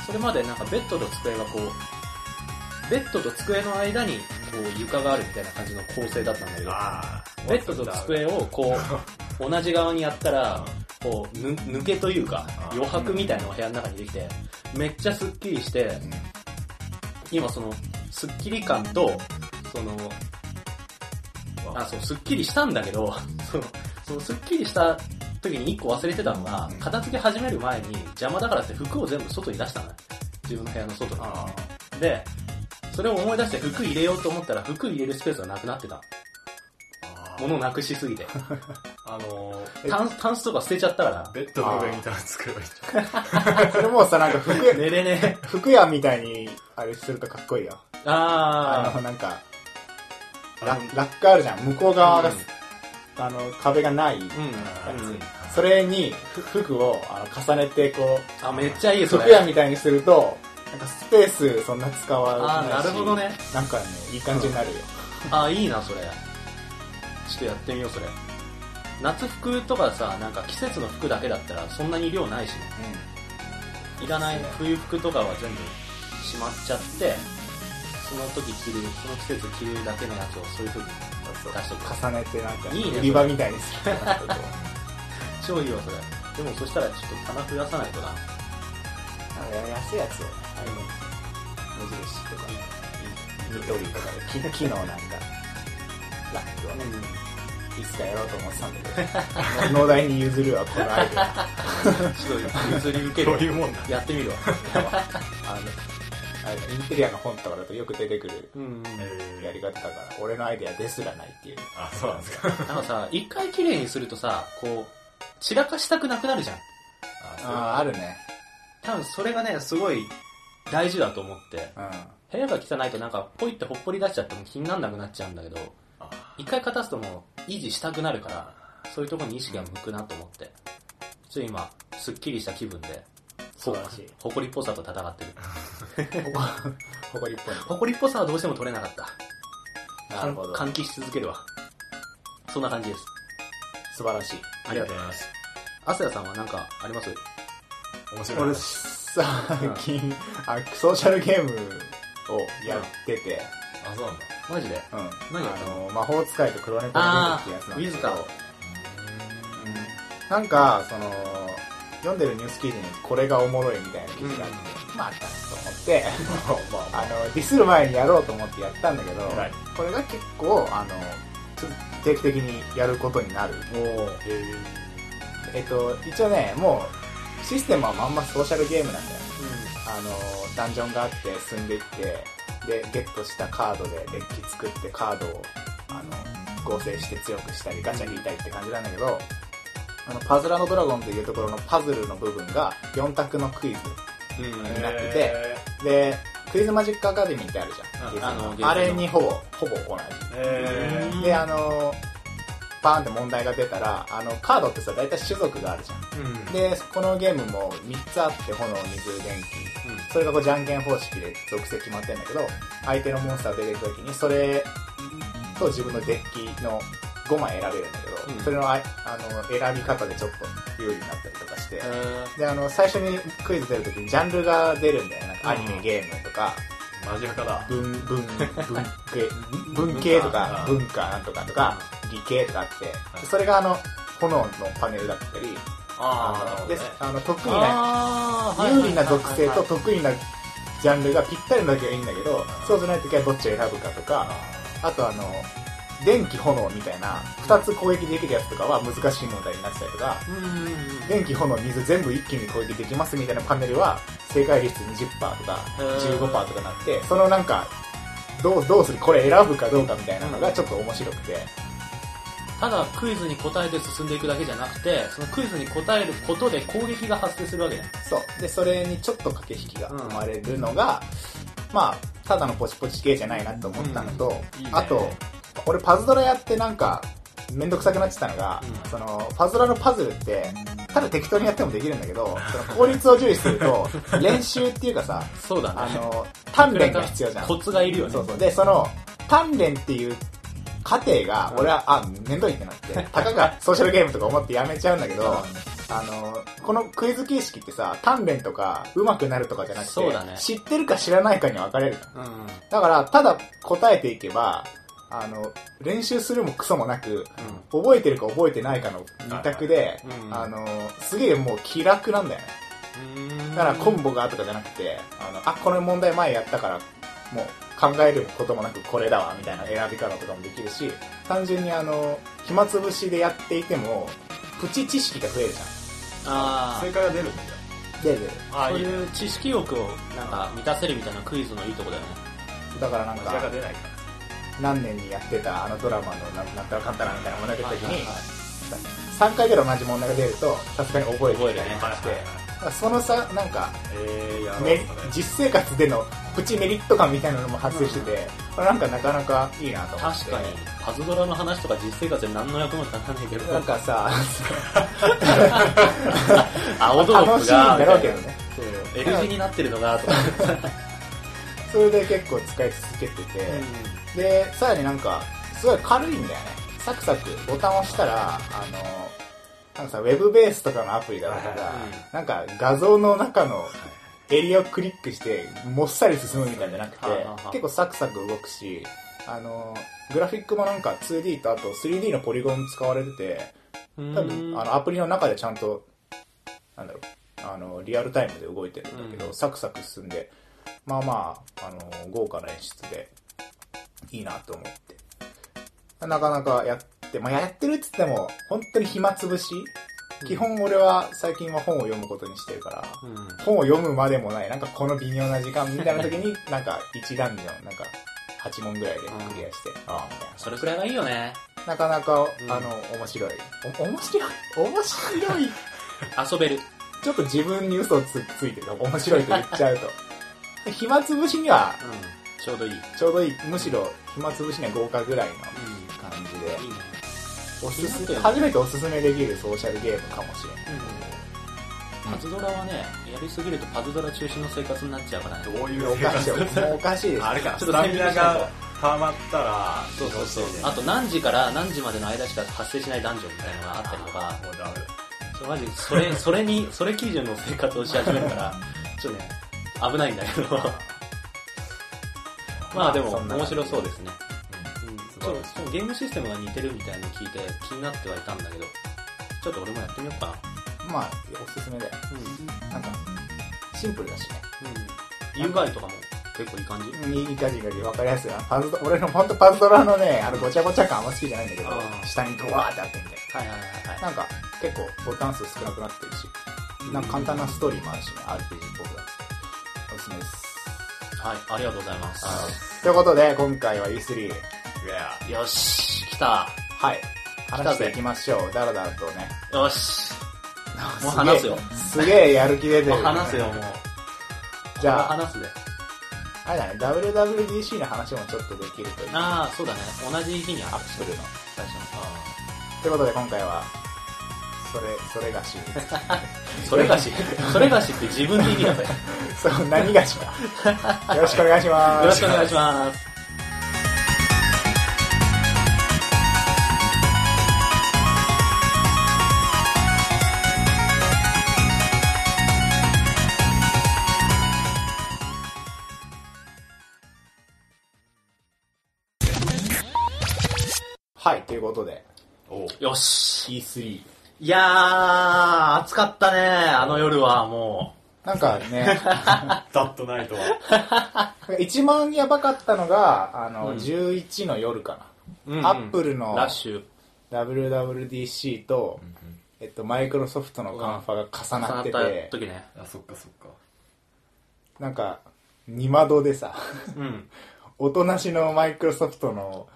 Speaker 3: それまでなんかベッドと机がこう、ベッドと机の間にこう床があるみたいな感じの構成だったんだけど、
Speaker 2: ああ
Speaker 3: ベッドと机をこう、同じ側にやったら、こう、ぬ抜けというか、
Speaker 2: うん
Speaker 3: 余白みたいなのが部屋の中にできて、めっちゃスッキリして、今その、スッキリ感と、その、あ、そう、スッキリしたんだけど、 その、そのスッキリした時に一個忘れてたのが
Speaker 2: うん、
Speaker 3: 片付け始める前に邪魔だからって服を全部外に出したのよ。自分の部屋の外に。
Speaker 2: あ
Speaker 3: で、それを思い出して服入れようと思ったら、服入れるスペースがなくなってた。
Speaker 2: あ
Speaker 3: 物なくしす ぎて。
Speaker 2: あのー
Speaker 3: タンス、タンスとか捨てちゃっ たから、
Speaker 2: ベッドの上に立つくらい
Speaker 1: それもさ、なんか服 屋、
Speaker 3: 寝れねえ。
Speaker 1: 服屋みたいに、あれするとかっこいいよ。あ
Speaker 3: あ
Speaker 1: の、なんか、ラ
Speaker 2: あの
Speaker 1: ラックあるじゃん。向こう側が、
Speaker 3: うん
Speaker 1: あの、壁がない。
Speaker 3: あ、うん。うん。
Speaker 1: それに、ふ服をあの重ねて、こ、
Speaker 3: あ、めっちゃいいうそ
Speaker 1: 服屋
Speaker 3: れ。
Speaker 1: みたいにすると、なんかスペースそんな使わ
Speaker 3: あ
Speaker 1: ないし。
Speaker 3: ー、なるほど。ね。
Speaker 1: なんかね、いい感じになるよ。
Speaker 3: あー、いいな、それ。ちょっとやってみよう、それ。夏服とかさ、なんか季節の服だけだったらそんなに量ないしね。いらない冬服とかは全部しまっちゃって、その時着る、その季節着るだけのやつをそういう風に出しとく。
Speaker 1: 重ねて、なんか、
Speaker 3: いいね
Speaker 1: 売り場みたいに する。
Speaker 3: 超いいわ、それ。でもそしたらちょっと棚増やさないとな。
Speaker 1: あれ安いやつを、あれね無印とか、ニトリとかで、き木のなんか、ラックをね、いつかやろうと思ってたんだけ ど、農大に譲るわ、このアイデア。
Speaker 3: ちょっと譲り受け
Speaker 2: そう い
Speaker 3: る。
Speaker 2: うもんだ
Speaker 3: やってみるわ。
Speaker 1: あの、あれインテリアの本とかだとよく出てくる
Speaker 3: うん。
Speaker 1: やり方だから、俺のアイデアですらないっていう。
Speaker 2: あそうなんですか
Speaker 3: なんかさ、一回綺麗にするとさ、こう、散らかしたくなくなるじゃん。
Speaker 1: ああ、あるね。
Speaker 3: 多分それがね、すごい大事だと思って。
Speaker 1: うん。
Speaker 3: 部屋が汚いとなんか、ポイってほっぽり出しちゃっても気になんなくなっちゃうんだけど、一回片すともう維持したくなるから、そういうとこに意識が向くなと思って。ちょっと今、すっきりした気分で、
Speaker 1: 素晴らしい。
Speaker 3: ほこりっぽさと戦ってる。
Speaker 1: ほこりっぽいね。
Speaker 3: ほこりっぽさはどうしても取れなかった。
Speaker 1: なるほど。
Speaker 3: 換気し続けるわ。そんな感じです。
Speaker 1: 素晴らしい。
Speaker 3: ありがとうございます。
Speaker 2: す
Speaker 3: アスヤさんはなんかあります
Speaker 2: 面白い
Speaker 1: 俺、
Speaker 2: 話
Speaker 1: 最近、あ、ソーシャルゲームをやってて、
Speaker 2: あそうなんだ
Speaker 3: マジで
Speaker 1: うん。
Speaker 3: 何やっ
Speaker 1: あ
Speaker 3: たの
Speaker 1: の、魔法使いと黒猫の
Speaker 3: あ
Speaker 1: ゲームってやつな
Speaker 3: ー、
Speaker 1: ん
Speaker 3: ウ
Speaker 1: だけ
Speaker 3: ィズ
Speaker 1: ど
Speaker 3: か。
Speaker 1: なんか、その、読んでるニュース記事にこれがおもろいみたいな記事があって、まあ、あったなと思って、
Speaker 2: まあまあ
Speaker 1: あの、ディスる前にやろうと思ってやったんだけど、
Speaker 2: 偉い
Speaker 1: これが結構、あの、つ定期的にやることになる。
Speaker 2: おー
Speaker 1: えっと、一応ね、もう、システムはまんまソーシャルゲームなんだよ。あの、ダンジョンがあって進んでいって、で、ゲットしたカードでデッキ作ってカードを、あの、合成して強くしたり、ガチャ引いたりって感じなんだけど、あの、パズラのドラゴンというところのパズルの部分が4択のクイズ
Speaker 3: うん。うん。
Speaker 1: になってて、
Speaker 2: え
Speaker 1: で、クイズマジックアカデミーってあるじゃん。
Speaker 3: あ
Speaker 1: ゲーセン
Speaker 3: あのゲーセンの
Speaker 1: あれにほぼ、ほぼ同
Speaker 2: ーえ
Speaker 1: じ。
Speaker 3: うん
Speaker 1: で、あのー、バーンって問題が出たら、あの、カードってさ、大体種族があるじゃ
Speaker 3: うん。
Speaker 1: ん。で、このゲームも3つあって、炎、水、電気。それがこう、じゃんけん方式で属性決まってんだけど、相手のモンスター出てくるときに、それと自分のデッキの5枚選べるんだけど、
Speaker 3: うん
Speaker 1: それのあい、あの、選び方でちょっと有利になったりとかして、
Speaker 3: えー
Speaker 1: で、あの、最初にクイズ出るときにジャンルが出るんだよ。なんかアニメ、ゲームとか、
Speaker 2: ーマジアカだ
Speaker 1: 文、文、文系、文系とか、
Speaker 2: 文
Speaker 1: 文化なんとかとか、理系とかあって、でそれがあの、炎のパネルだったり、あの、で、あの、得意な、
Speaker 3: あーはいはいはいはい
Speaker 1: 有利な属性と得意なジャンルがぴったりの時はいいんだけど、そうじゃない時はどっちを選ぶかとか、あとあの、電気炎みたいな2つ攻撃できるやつとかは難しい問題になってたりとか
Speaker 3: うんうんうん
Speaker 1: 電気炎水全部一気に攻撃できますみたいなパネルは正解率20%とか
Speaker 3: へー
Speaker 1: 15%とかなってそのなんかどうどうするこれ選ぶかどうかみたいなのがちょっと面白くて
Speaker 3: ただクイズに答えて進んでいくだけじゃなくてそのクイズに答えることで攻撃が発生するわけだ
Speaker 1: そうでそれにちょっと駆け引きが生まれるのが、まあただのポチポチ系じゃないなと思ったのと、
Speaker 3: うんいいね
Speaker 1: あと俺パズドラやってなんかめんどくさくなってたのが、
Speaker 3: うん
Speaker 1: そのパズドラのパズルってただ適当にやってもできるんだけどその効率を重視する と練習っていうかさ
Speaker 3: そうだ
Speaker 1: あ
Speaker 3: ね
Speaker 1: の鍛錬が必要じゃん
Speaker 3: コツがいるよね
Speaker 1: そうそうでその鍛錬っていう過程が俺は、あめんどいってなってたかがソーシャルゲームとか思ってやめちゃうんだけど、あのこのクイズ形式ってさ鍛錬とか上手くなるとかじゃなくて
Speaker 3: そうだね
Speaker 1: 知ってるか知らないかに分かれる
Speaker 3: うんうん
Speaker 1: だからただ答えていけばあの練習するもクソもなく覚えてるか覚えてないかの二択で、
Speaker 3: うん
Speaker 1: あのすげえもう気楽なんだよねだからコンボがとかじゃなくてあのあこの問題前やったからもう考えることもなくこれだわみたいな選び方とかもできるし単純にあの暇つぶしでやっていてもプチ知識が増えるじゃん
Speaker 3: あ
Speaker 2: 正解が出るんだよ
Speaker 1: でで
Speaker 3: あ
Speaker 2: あ
Speaker 3: そう
Speaker 2: ね
Speaker 3: いう知識欲をなんか満たせるみたいなクイズのいいとこだよね
Speaker 1: だからなん
Speaker 2: 間違いが
Speaker 1: か
Speaker 2: 出ないか
Speaker 1: 何年にやってたあのドラマのななんたらかんたらみたいな問題が出た時
Speaker 3: はい
Speaker 1: に
Speaker 3: はいはい
Speaker 1: 3回ぐらい同じ問題が出るとさすがに覚えてきたりと
Speaker 2: ら
Speaker 1: かして
Speaker 2: はいはい
Speaker 1: だからそのさなんか
Speaker 2: えー、やろう
Speaker 1: め
Speaker 2: それ
Speaker 1: 実生活でのプチメリット感みたいなのも発生しててこれなんかなかなかいいなと思って
Speaker 3: 確かにパズドラの話とか実生活で何の役にも立た ないけど
Speaker 1: なんかさ
Speaker 3: 青ドロップが
Speaker 1: 楽しいんだろうけどね
Speaker 3: そう L 字になってるのがとか、
Speaker 1: それで結構使い続けてて、でさらになんかすごい軽いんだよねサクサクボタンを押したらあのなんかさウェブベースとかのアプリだと
Speaker 2: はい
Speaker 1: か、
Speaker 2: は
Speaker 1: なんか画像の中のエリアをクリックしてもっさり進むみたいじゃなくて
Speaker 3: はいはいはい
Speaker 1: 結構サクサク動くしあのグラフィックもなんか 2D とあと 3D のポリゴン使われてて
Speaker 3: うん
Speaker 1: 多分あのアプリの中でちゃんとなんだろうあのリアルタイムで動いてるんだけど、
Speaker 3: うん
Speaker 1: サクサク進んでまあまあ、あの豪華な演出でいいなと思ってなかなかやって、まあ、やってるっつっても本当に暇つぶし、
Speaker 3: うん
Speaker 1: 基本俺は最近は本を読むことにしてるから
Speaker 3: うん
Speaker 1: 本を読むまでもないなんかこの微妙な時間みたいな時 になんか1ダンジョンなんか8問ぐらいでクリアして、ああみたいな
Speaker 3: それくらいがいいよね
Speaker 1: なかなか、
Speaker 3: うん
Speaker 1: あの、面白い。お面白い面白い
Speaker 3: 遊べる
Speaker 1: ちょっと自分に嘘をつついてるの面白いと言っちゃう と。暇つぶしには
Speaker 3: ちょうどいい、
Speaker 1: ちょうどいい。むしろ暇つぶしには豪華ぐらいの感じで。
Speaker 3: いいね
Speaker 1: おすす
Speaker 3: 暇だよね
Speaker 1: 初めておすすめできるソーシャルゲームかもしれない。
Speaker 3: パズドラはねやりすぎるとパズドラ中心の生活になっちゃうからね
Speaker 2: どういう
Speaker 1: おかしい。も うおかしいです。
Speaker 2: あれか
Speaker 3: ち
Speaker 2: ス
Speaker 3: ょっと
Speaker 2: タ
Speaker 3: 線
Speaker 2: ミ
Speaker 3: 引き
Speaker 2: ナ
Speaker 3: しないと
Speaker 2: が溜まったら
Speaker 3: そうそうそう
Speaker 2: どしてね
Speaker 3: あと何時から何時までの間しか発生しないダンジョンみたいなのがあったりとか
Speaker 2: もうダメだ
Speaker 3: ちょマジそれそれにそれ基準の生活をし始めるからちょっとね危ないんだけどまあでも
Speaker 1: そんな感
Speaker 3: 面
Speaker 1: じ
Speaker 3: 白そうですねうん
Speaker 2: 素
Speaker 3: そ
Speaker 2: 晴
Speaker 3: う
Speaker 2: らしい
Speaker 3: でもゲームシステムが似てるみたいなの聞いて気になってはいたんだけどちょっと俺もやってみようかな
Speaker 1: まあ、おすすめだよ。
Speaker 3: う
Speaker 1: なんか、シンプルだしね。
Speaker 3: ん UI とかも結構いい感じ
Speaker 1: うんいい感じが分かりやすいな。パズド俺のほんとパズドラのね、あのごちゃごちゃ感あんま好きじゃないんだけど
Speaker 3: あー、
Speaker 1: 下にドワーってあってみたいな。
Speaker 3: はいはいはいは
Speaker 1: なんか結構ボタン数少なくなってるし、
Speaker 3: い
Speaker 1: なんか簡単なストーリーもあるしね、RPG っぽくだおすすめです。
Speaker 3: はいありがとうございます
Speaker 1: ということで、今回は E3、
Speaker 2: いや
Speaker 3: よし来た
Speaker 1: はい、話していきましょう。だらだらとね。
Speaker 3: よしもう話すよ
Speaker 1: すげえすげえやる気出てる、
Speaker 3: もう話すよもう
Speaker 1: じゃあ、
Speaker 3: 話すで
Speaker 1: あれだね、WWDC の話もちょっとできるという。ア
Speaker 3: ああそうだね同じ日にアップ
Speaker 1: ップルの。
Speaker 3: 最初
Speaker 1: ということで、今回は、それ、それがし。
Speaker 3: のそ れがしそれがしって自分で言いなさいよ
Speaker 1: そう、何がしか。よろしくお願いします。
Speaker 3: ろしくお願いします
Speaker 1: はい、ということで、
Speaker 2: おう
Speaker 3: よし
Speaker 1: E3。
Speaker 3: いやー暑かったねあの夜はも
Speaker 1: なんかね、
Speaker 2: ダットナイトは
Speaker 1: 一番やばかったのが、あの、
Speaker 3: うん
Speaker 1: 11の夜か
Speaker 3: うんうん
Speaker 1: アップルの
Speaker 3: ラッシュ
Speaker 1: WWDC と、えっと、マイクロソフトのカンファ
Speaker 3: 重
Speaker 1: が重
Speaker 3: な
Speaker 1: なっ
Speaker 3: ってた
Speaker 1: て、
Speaker 3: 時ね
Speaker 2: あそっかそっか
Speaker 1: なんか、二窓でさ、
Speaker 3: うん
Speaker 1: おとなしのマイクロソフトの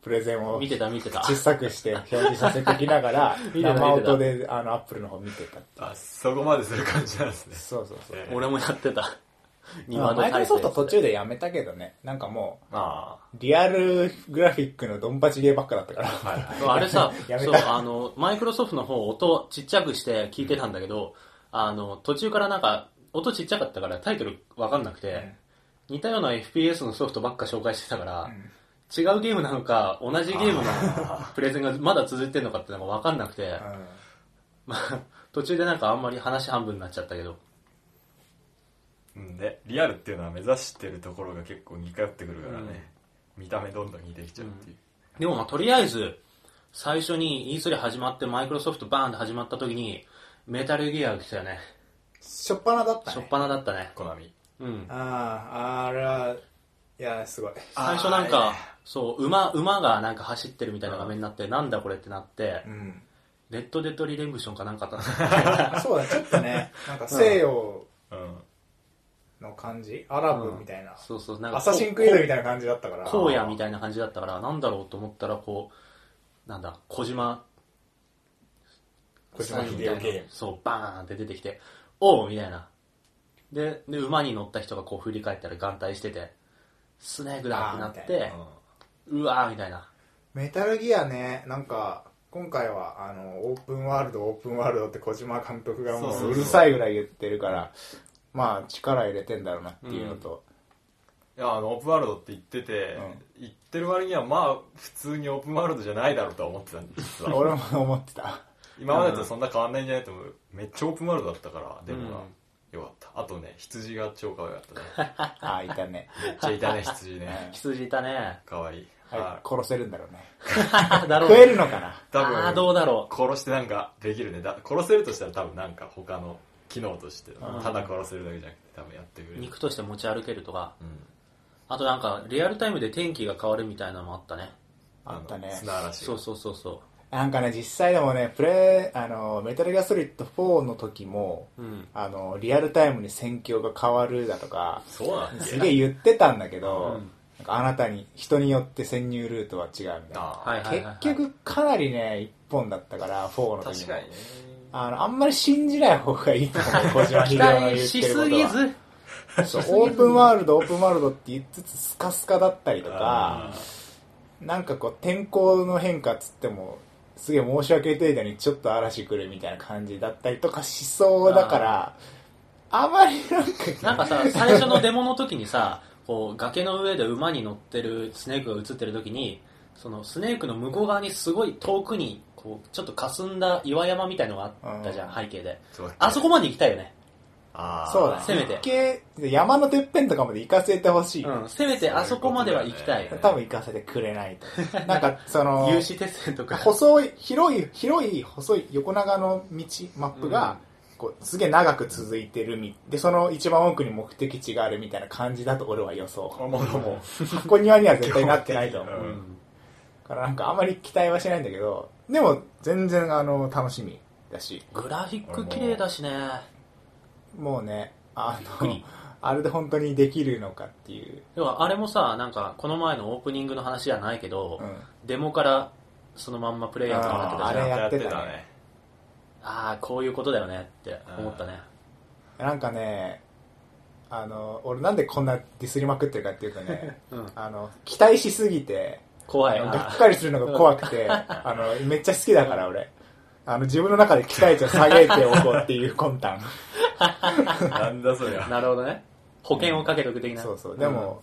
Speaker 1: プレゼンを
Speaker 3: 見てた見てた
Speaker 1: 小さくして表示させてきながら、
Speaker 3: 見てた
Speaker 1: 生音であのアップルの方見てた。
Speaker 2: あそこまでする感じなんですね
Speaker 1: そうそうそう。
Speaker 3: 俺もやってた
Speaker 1: まあマイクロソフト途
Speaker 3: で
Speaker 1: 中でやめたけどね、なんかも
Speaker 2: あ
Speaker 1: う、リアルグラフィックのドンパチゲーばっかだったから。
Speaker 2: あはい
Speaker 3: あれさ
Speaker 1: や、め
Speaker 3: そ
Speaker 1: た
Speaker 3: う、あの、マイクロソフトの方、音ちっちゃくして聞いてたんだけど、あの、途中からなんか、音ちっちゃかったからタイトルわかんなくて、似たような FPS のソフトばっか紹介してたから、違うゲームなのか、同じゲームの プレゼンがまだ続いてんのかってのがわかんなくて、
Speaker 1: うん
Speaker 3: まあ、途中でなんかあんまり話半分になっちゃったけど、
Speaker 2: うんねリアルっていうのは目指してるところが結構似通ってくるからね、見た目どんどん似てきちゃうっていう、
Speaker 3: でもまあとりあえず、最初に E3 始まって、マイクロソフトバーンって始まった時に、メタルギアが来たよね。
Speaker 1: しょっぱなだった
Speaker 3: 初っ
Speaker 1: ね。
Speaker 3: 端だったね。
Speaker 2: コナミ
Speaker 3: うん。
Speaker 1: ああ、あれは、いや、すごい。
Speaker 3: 最初なんか
Speaker 2: あー、
Speaker 3: そう、馬、馬がなんか走ってるみたいな画面になって、なんだこれってなって
Speaker 1: う、ん。
Speaker 3: レッドデッドリデンプションかなんかだった
Speaker 1: そうだ、ちょっとね、なんか西洋
Speaker 2: うん
Speaker 1: の感じ、アラブみたいな、
Speaker 3: そうそう、なんか、
Speaker 1: アサシンクイードみたいな感じだったから。
Speaker 3: こう荒野みたいな感じだったから、なんだろうと思ったら、こう、なんだ、小島
Speaker 1: 小島
Speaker 3: み
Speaker 1: 秀
Speaker 3: た
Speaker 1: 夫ゲ
Speaker 3: い
Speaker 1: ー
Speaker 3: な、そう、バーンって出てきて、おうみたいな。で、で、馬に乗った人がこう振り返ったら眼帯してて、スネークだってなって、うわーみた いな。
Speaker 1: メタルギアね、なんか、今回は、あの、オープンワールド、オープンワールドって小島監督がも
Speaker 2: そうそう
Speaker 1: う
Speaker 2: そう
Speaker 1: うるさいぐらい言ってるから、まあ、力入れてんだろうなっていうのと、
Speaker 2: いやあのオープンワールドって言ってて、言ってる割にはまあ普通にオープンワールドじゃないだろうとは思ってたんです よ
Speaker 1: 俺も思ってた。
Speaker 2: 今までとそんな変わんないんじゃないと思うめっちゃオープンワールドだったからでもな、
Speaker 3: うん
Speaker 2: よかったあとね羊が超可愛かったね
Speaker 1: ああ、いたね。
Speaker 2: めっちゃいたね羊 ね
Speaker 3: 羊いたね。
Speaker 2: 可愛い
Speaker 1: は
Speaker 2: はい
Speaker 1: い、殺せるんだろうね。
Speaker 3: だろう
Speaker 1: 食えるのかな
Speaker 2: 多
Speaker 3: あーどう
Speaker 2: 分
Speaker 3: だろう。
Speaker 2: 殺してなんかできるねだ殺せるとしたら多分なんか他の機能としてただ殺せるだけじゃなくて多分やってくれる
Speaker 3: 肉として持ち歩けるとか、
Speaker 2: うん
Speaker 3: あとなんかリアルタイムで天気が変わるみたいなのもあったね
Speaker 1: あった
Speaker 2: の
Speaker 1: ね。
Speaker 2: 砂嵐
Speaker 3: そうそうそうそ
Speaker 1: なんかね、実際でもね、プレイ、あの、メタルギアソリッド4の時も、
Speaker 3: ううん
Speaker 1: あの、リアルタイムに戦況が変わるだとか、
Speaker 2: そうなんだ
Speaker 1: すげえ言ってたんだけど、
Speaker 3: うん
Speaker 1: なんかあなたに、人によって潜入ルー トは違うみたいな。
Speaker 2: あー
Speaker 3: はいはいはい、はい、
Speaker 1: 結局かなりね、一本だったから、4の時も。
Speaker 2: 確かにね
Speaker 1: あの、あんまり信じない方がいいと思う、小島
Speaker 3: 期
Speaker 1: 秀夫の言ってることは
Speaker 3: 待しすぎず
Speaker 1: そうオープンワールド、オープンワールドって言いつつスカスカだったりとか、
Speaker 2: あー
Speaker 1: なんかこう天候の変化っつってもすげえ申し訳程度にちょっと嵐来るみたいな感じだったりとかしそうだからあまりなんか
Speaker 3: なんかさ最初のデモの時にさこう崖の上で馬に乗ってるスネークが映ってる時にそのスネークの向こう側にすごい遠くにこうちょっと霞んだ岩山みたいのがあったじゃん
Speaker 1: う
Speaker 3: 背景で
Speaker 2: そうだっけ
Speaker 3: あそこまで行きたいよね
Speaker 2: あー
Speaker 1: そうだね
Speaker 3: せめて
Speaker 1: 一見山のてっぺんとかまで行かせてほしい、
Speaker 3: うんせめてあそこまでは行きた
Speaker 2: そう
Speaker 3: い
Speaker 2: いうことだ
Speaker 1: 多分行かせてくれないとなんかその
Speaker 3: 有刺鉄線とか
Speaker 1: 細い広い広い細い横長の道マップが、こうすげえ長く続いてるみでその一番奥に目的地があるみたいな感じだと俺は予想
Speaker 2: あもうどうも
Speaker 1: 箱庭には絶対なってないと思う
Speaker 2: う
Speaker 3: うんん
Speaker 1: からなんかあまり期待はしないんだけどでも全然あの楽しみだし
Speaker 3: グラフィック綺麗だしね
Speaker 1: もうねあ
Speaker 3: く
Speaker 1: の
Speaker 3: り
Speaker 1: あれで本当にできるのかっていう、
Speaker 3: でもあれもさなんかこの前のオープニングの話じゃないけど、
Speaker 1: うん、
Speaker 3: デモからそのまんまプレイヤーとかになってた
Speaker 1: あ
Speaker 3: じゃん
Speaker 1: れ
Speaker 3: あ
Speaker 1: やってたね
Speaker 3: あーこういうことだよねって思ったね
Speaker 1: なんかねあの俺なんでこんなディスりまくってるかっていうと ね
Speaker 3: うん
Speaker 1: あの期待しすぎて
Speaker 3: 怖い
Speaker 1: あのが
Speaker 3: あ
Speaker 1: っかりするのが怖く てあのめっちゃ好きだから俺あの自分の中で期待値を下げておこうっていう魂胆
Speaker 2: なんだそりゃ
Speaker 3: ーなるほどね保険をかけとく的な、
Speaker 1: そうそうでも、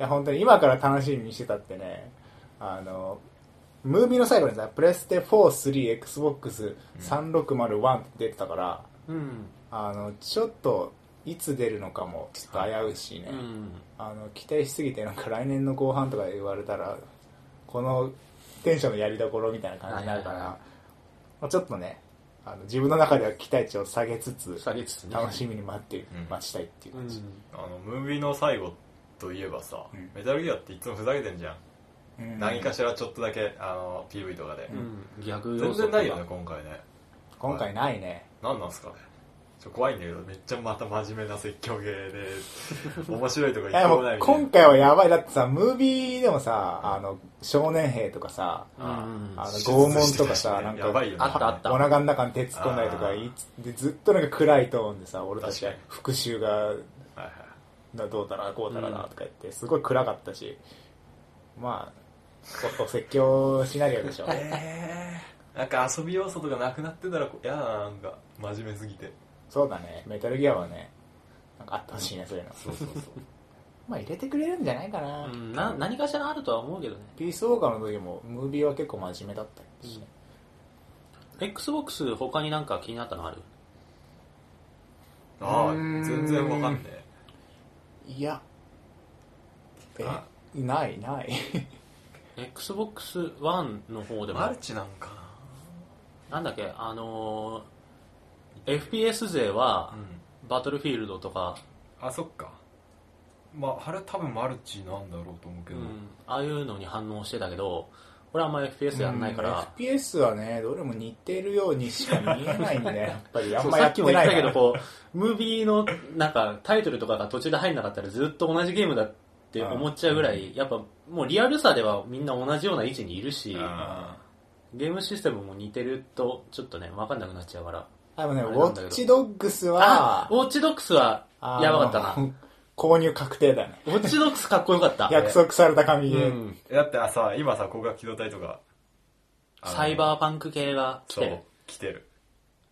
Speaker 1: いや本当に今から楽しみにしてたってねあのムービーの最後にさプレステ 43XBOX3601 って出てたから、
Speaker 3: うん、うん
Speaker 1: あのちょっといつ出るのかもちょっと危ういしね、
Speaker 3: うん
Speaker 1: あの期待しすぎてなんか来年の後半とか言われたらこのテンションのやりどころみたいな感じになるから、
Speaker 3: はいはいは
Speaker 1: まあちょっとねあの自分の中では期待値を下げつつ
Speaker 3: 下げつつね
Speaker 1: 楽しみに待って
Speaker 2: うん
Speaker 1: 待ちたいっていう
Speaker 3: うん
Speaker 1: 感じ、
Speaker 2: あのムービーの最後といえばさ、
Speaker 1: うん
Speaker 2: メタルギアっていつもふざけてんじゃん
Speaker 1: うん
Speaker 2: 何かしらちょっとだけあの PV とかで、
Speaker 3: うん、ギャグ
Speaker 2: 全
Speaker 3: 要素
Speaker 2: 然
Speaker 3: とか
Speaker 2: ないよね今回ね
Speaker 1: 今回ないね。
Speaker 2: 何なんすかねちょ怖いんだけどめっちゃまた真面目な説教芸 で面白いとか
Speaker 1: い
Speaker 2: 一
Speaker 1: や、
Speaker 2: 個
Speaker 1: も
Speaker 2: もな
Speaker 1: う
Speaker 2: いみたいな
Speaker 1: 今回はやばい。だってさ、ムービーでもさ、あの、少年兵とかさ、
Speaker 3: うんうん
Speaker 1: あの 拷問とかさなんか
Speaker 2: やばいよね
Speaker 3: あったあった
Speaker 1: お腹の中に手突っ込んだりと
Speaker 2: あ
Speaker 1: か、
Speaker 2: ー
Speaker 1: いつでずっとなんか暗いトーンでさ、俺たち
Speaker 2: 確かに
Speaker 1: 復讐が
Speaker 2: はいはい
Speaker 1: などうだな、こうだな、とか言って、すごい暗かったし、まあ、 おお説教シナリオでしょ。
Speaker 2: えー、なんか遊び要素とかなくなってたらやだななんか真面目すぎて
Speaker 1: そうだね、メタルギアはね、なんかあってほしいね、そういうの。
Speaker 2: そうそうそう
Speaker 1: まあ入れてくれるんじゃないかな。
Speaker 3: うんな何かしらあるとは思うけどね
Speaker 1: ピースウォーカーの時も、ムービーは結構真面目だったりして。
Speaker 3: XBOX 他になんか気になったのある
Speaker 2: ああ
Speaker 1: うーん
Speaker 2: 全然わかんねえ
Speaker 1: いや、え
Speaker 2: あ、
Speaker 1: ない、ない。
Speaker 3: XBOX1 の方でも
Speaker 2: マルチなんか
Speaker 3: なんだっけあのー FPS 勢は
Speaker 2: なうん
Speaker 3: バトルフィールドとか、
Speaker 2: あそっかまああれ多分マルチなんだろうと思うけ
Speaker 3: う
Speaker 2: ど、
Speaker 3: ん、ああいうのに反応してたけど俺あんま FPS やんないから、
Speaker 1: うん FPS はね、どれも似てるようにしか見えないん で、やっぱり。あん
Speaker 3: そう
Speaker 1: ま
Speaker 3: さ
Speaker 1: や
Speaker 3: っ
Speaker 1: って
Speaker 3: きも言
Speaker 1: な
Speaker 3: っ
Speaker 1: い
Speaker 3: た
Speaker 1: から
Speaker 3: けど、こう、ムービーの、なんか、タイトルとかが途中で入んなかったらずっと同じゲームだって思っちゃうぐらい、やっぱ、もうリアルさではみんな同じような位置にいるし、
Speaker 2: あ
Speaker 3: ゲームシステムも似てると、ちょっとね、わかんなくなっちゃうから。
Speaker 1: あのね、
Speaker 3: あ
Speaker 1: ウ
Speaker 3: れな
Speaker 1: ォ
Speaker 3: んだけど
Speaker 1: ッチドッグス
Speaker 3: あ
Speaker 1: は、
Speaker 3: ウォッチドックスは、
Speaker 1: あの
Speaker 3: やばかったな。。
Speaker 1: 購入確定だね。
Speaker 3: ウォッチドックスかっこよかった。
Speaker 1: 約束された紙
Speaker 3: う
Speaker 1: で。
Speaker 3: ん。
Speaker 2: ーだってあさ今さ光学機動隊とかあの
Speaker 3: サイバーパンク系が来て
Speaker 2: そ
Speaker 3: る
Speaker 2: う。来てる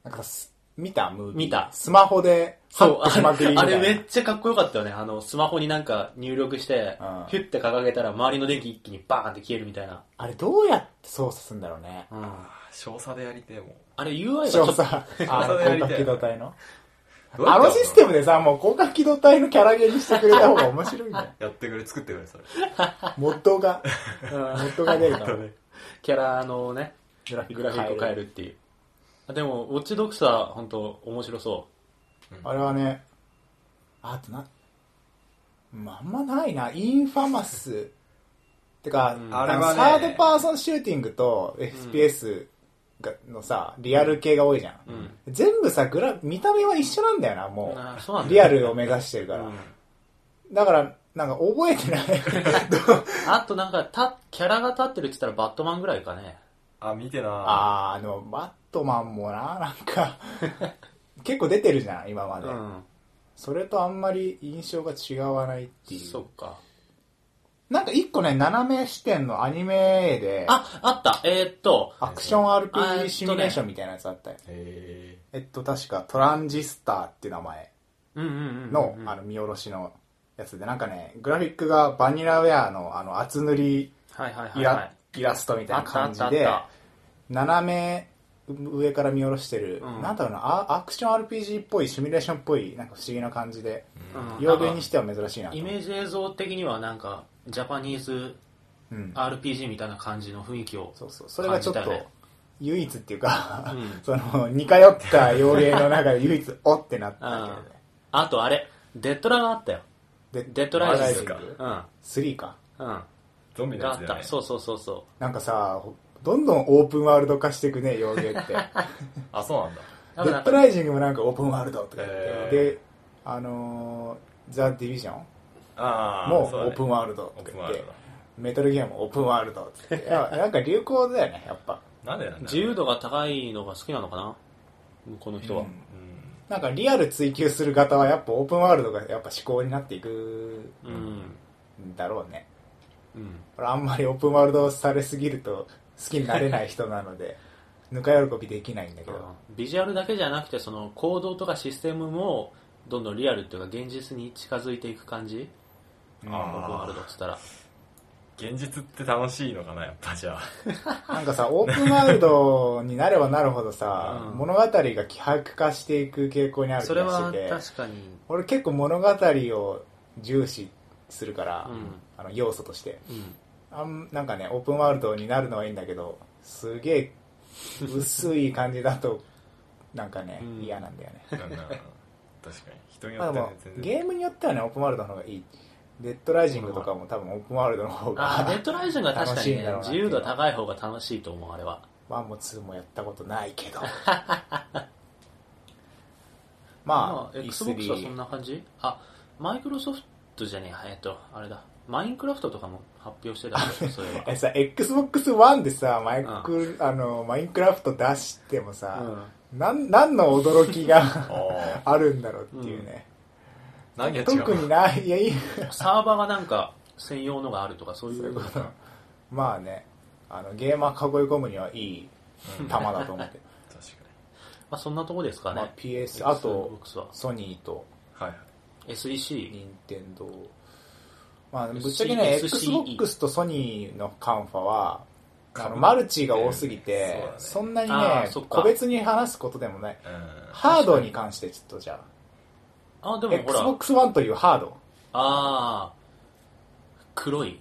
Speaker 1: なんかす、見たムービー。
Speaker 3: 見た
Speaker 1: スマホで、
Speaker 3: そう、
Speaker 1: ハックしまくりみ
Speaker 3: あ
Speaker 1: たい
Speaker 3: れ
Speaker 1: な
Speaker 3: あれめっちゃかっこよかったよね。あの、スマホになんか入力して
Speaker 1: うん、
Speaker 3: ヒュッて掲げたら周りの電気一気にバーンって消えるみたいな。
Speaker 1: あれどうやって操作するんだろうね。
Speaker 3: うん。
Speaker 2: 少佐でやりてえもん
Speaker 3: あれ UI がちょ
Speaker 1: 調
Speaker 3: っと、
Speaker 1: 査、あ の、
Speaker 2: それ
Speaker 1: 広
Speaker 2: やりたい
Speaker 1: 角機動隊の。
Speaker 2: どうや
Speaker 1: あ
Speaker 2: ってやる
Speaker 1: のシステムでさ、もう広角機動隊のキャラゲーにしてくれた方が面白いんだよ。
Speaker 2: やってくれ作ってくれそれ
Speaker 1: モッド が、モッドが出るから。
Speaker 3: キャラのね、
Speaker 1: グラフィ
Speaker 3: グラフィックを変えるっていう。あでも、ウォッチドックスは本当面白そ
Speaker 1: あれはね、あとな、まあ、あんまないな。インファマス。てか、
Speaker 3: ん
Speaker 1: あ
Speaker 2: あれ
Speaker 1: の
Speaker 2: はね
Speaker 1: サードパーソンシューティングと FPS が、のさ、リアル系が多いじゃん。
Speaker 3: ん
Speaker 1: 全部さ、グラ、見た目は一緒なんだよな、
Speaker 3: う。
Speaker 1: も
Speaker 3: あそうな
Speaker 1: う。
Speaker 3: んだ
Speaker 1: リ
Speaker 3: よ
Speaker 1: アルを目指してるから。だから、なんか覚えて ない。どう
Speaker 3: あとなんか、た、キャラが立ってるって言ったらバットマンぐらいかね。
Speaker 2: あ見てな
Speaker 1: あー、でも、バットマンもな、なん か、結構出てるじゃん、今まで。
Speaker 3: うん。
Speaker 1: それとあんまり印象が違わないっていう。
Speaker 3: そっか。
Speaker 1: なんか一個ね、斜め視点のアニメで、
Speaker 3: あ、あったえーっと、
Speaker 1: アクション
Speaker 3: あえっと
Speaker 1: RPG
Speaker 3: ね
Speaker 1: シミュレーションみたいなやつあったよ。
Speaker 2: へ
Speaker 1: えっと、確かトランジスターっていう名前
Speaker 3: うんうんうんうん。
Speaker 1: の、あの、見下ろしのやつで、なんかね、グラフィックがバニラウェアの、あの、厚塗り
Speaker 3: はいはいは
Speaker 1: イ
Speaker 3: い、
Speaker 1: ラ,、
Speaker 3: はい。
Speaker 1: イラストみたいな感じ
Speaker 3: あったあっ
Speaker 1: で
Speaker 3: たあっ、
Speaker 1: 斜め上から見下ろしてる、
Speaker 3: うん
Speaker 1: なんだろうなア、アクション RPG っぽい、シミュレーションっぽい、なんか不思議な感じで、
Speaker 3: うん
Speaker 1: 洋芸にしては珍しいなと
Speaker 3: イ
Speaker 1: 思う
Speaker 3: メージ映像的にはなんか、ジャパニーズ
Speaker 1: うん、
Speaker 3: RPG みたいな感じの雰囲気を。
Speaker 1: そうそう。それがちょっ
Speaker 3: 感じたね
Speaker 1: と、唯一っていうか、
Speaker 3: うん
Speaker 1: その、似通った妖芸の中で唯一、おってなったんだけどね。
Speaker 3: あとあれ、デッドラがあったよ。
Speaker 1: で
Speaker 3: デッドライジン
Speaker 2: マジ
Speaker 3: グ。うん。
Speaker 1: 3か。
Speaker 3: うん。
Speaker 2: ゾンビの
Speaker 3: が
Speaker 2: や
Speaker 3: あ
Speaker 2: つ
Speaker 3: っ
Speaker 2: だね
Speaker 3: た。そうそうそうそう。
Speaker 1: なんかさ、ほどんどんオープンワールド化していくね、妖芸って。
Speaker 2: あそうなんだ
Speaker 1: デッドライジングもなんかオープンワールドとか言って、
Speaker 2: へー
Speaker 1: で、あのーザ・ディビジョン
Speaker 2: ああ
Speaker 1: もオープン
Speaker 2: ワ
Speaker 1: ワールド
Speaker 2: ーオ
Speaker 1: と
Speaker 2: ープ
Speaker 1: か
Speaker 2: ン
Speaker 1: 言
Speaker 2: ワ
Speaker 1: っ
Speaker 2: ール
Speaker 1: て
Speaker 2: ドだ、
Speaker 1: メタルギアもオープンワールドって言って、いやなんか流行だよね、やっぱ。
Speaker 2: なんでなんだろう
Speaker 3: 自由度が高いのが好きなのかなこの人は。
Speaker 1: うん
Speaker 2: うん
Speaker 1: なんかリアル追求する方はやっぱオープンワールドがやっぱ思考になっていく
Speaker 3: うん。うん。
Speaker 1: んだろうね。これあんまりオープンワールドされすぎると好きになれない人なので ぬか喜びできないんだけど、
Speaker 3: ビジュアルだけじゃなくて、その行動とかシステムも、どんどんリアルっていうか現実に近づいていく感じオープンワールドっつったら。
Speaker 2: 現実って楽しいのかなやっぱじゃあ
Speaker 1: なんかさオープンワールドになればなるほどさ、
Speaker 3: うん
Speaker 1: 物語が希薄化していく傾向にある気
Speaker 3: それ
Speaker 1: がし
Speaker 3: は
Speaker 1: てて
Speaker 3: 確かに、
Speaker 1: 俺結構物語を重視するから、
Speaker 3: うん
Speaker 1: あの要素として
Speaker 3: うん。
Speaker 1: あんなんかねオープンワールドになるのはいいんだけどすげえ薄い感じだとなんかね、
Speaker 3: うん
Speaker 1: 嫌なんだよね
Speaker 2: うんうん確かに人によ
Speaker 1: まあ
Speaker 2: っ
Speaker 1: で
Speaker 2: てね
Speaker 1: も
Speaker 2: 全然
Speaker 1: ゲームによってはねオープンワールドの方がいいデッドライジングとかも多分オープンワールドの方が
Speaker 3: ああ、デッドライジングは確かにね、
Speaker 1: 楽し
Speaker 3: 自
Speaker 1: いんだろうな
Speaker 3: 由度高い方が楽しいと思う、あれは。
Speaker 1: ワンもツーもやったことない けどまあ、。
Speaker 3: まあ、Xbox はそんな感じあ、マイクロソフトじゃねえ、えっと、あれだ。マインクラフトとかも発表してたん でしょ、そういえば
Speaker 1: えさ XBOX1 でさマイク、あのマインクラフト出しても
Speaker 3: う
Speaker 1: さ、
Speaker 3: ん
Speaker 1: なん、何の驚き が
Speaker 2: あ
Speaker 1: あるんだろうっていうね、
Speaker 2: 何が違う
Speaker 1: 特にないいやいい
Speaker 3: サーバーがなんか専用のがあるとかそういうことかな
Speaker 1: まあねあのゲーマー囲い込むにはいい球だと思って、
Speaker 2: 確か
Speaker 3: まあそんなとこですかね、
Speaker 1: まあ、PS あと
Speaker 3: Xbox は
Speaker 1: ソニーと
Speaker 2: にはいはい
Speaker 3: SEC
Speaker 1: 任天堂まあぶっ
Speaker 3: SE
Speaker 1: ちゃけね
Speaker 3: SE
Speaker 1: XBOX とソニーのカンファはあのマルチが多すぎ
Speaker 2: そう
Speaker 1: て
Speaker 2: だね
Speaker 1: そんなに
Speaker 3: あ
Speaker 1: ね
Speaker 3: ーそっか
Speaker 1: 個別に話すことでもない
Speaker 2: うん
Speaker 1: ハードに関してちょっとじゃ
Speaker 3: あ
Speaker 1: あ
Speaker 3: でもほら
Speaker 1: XBOX1 というハー ド
Speaker 3: ああ黒い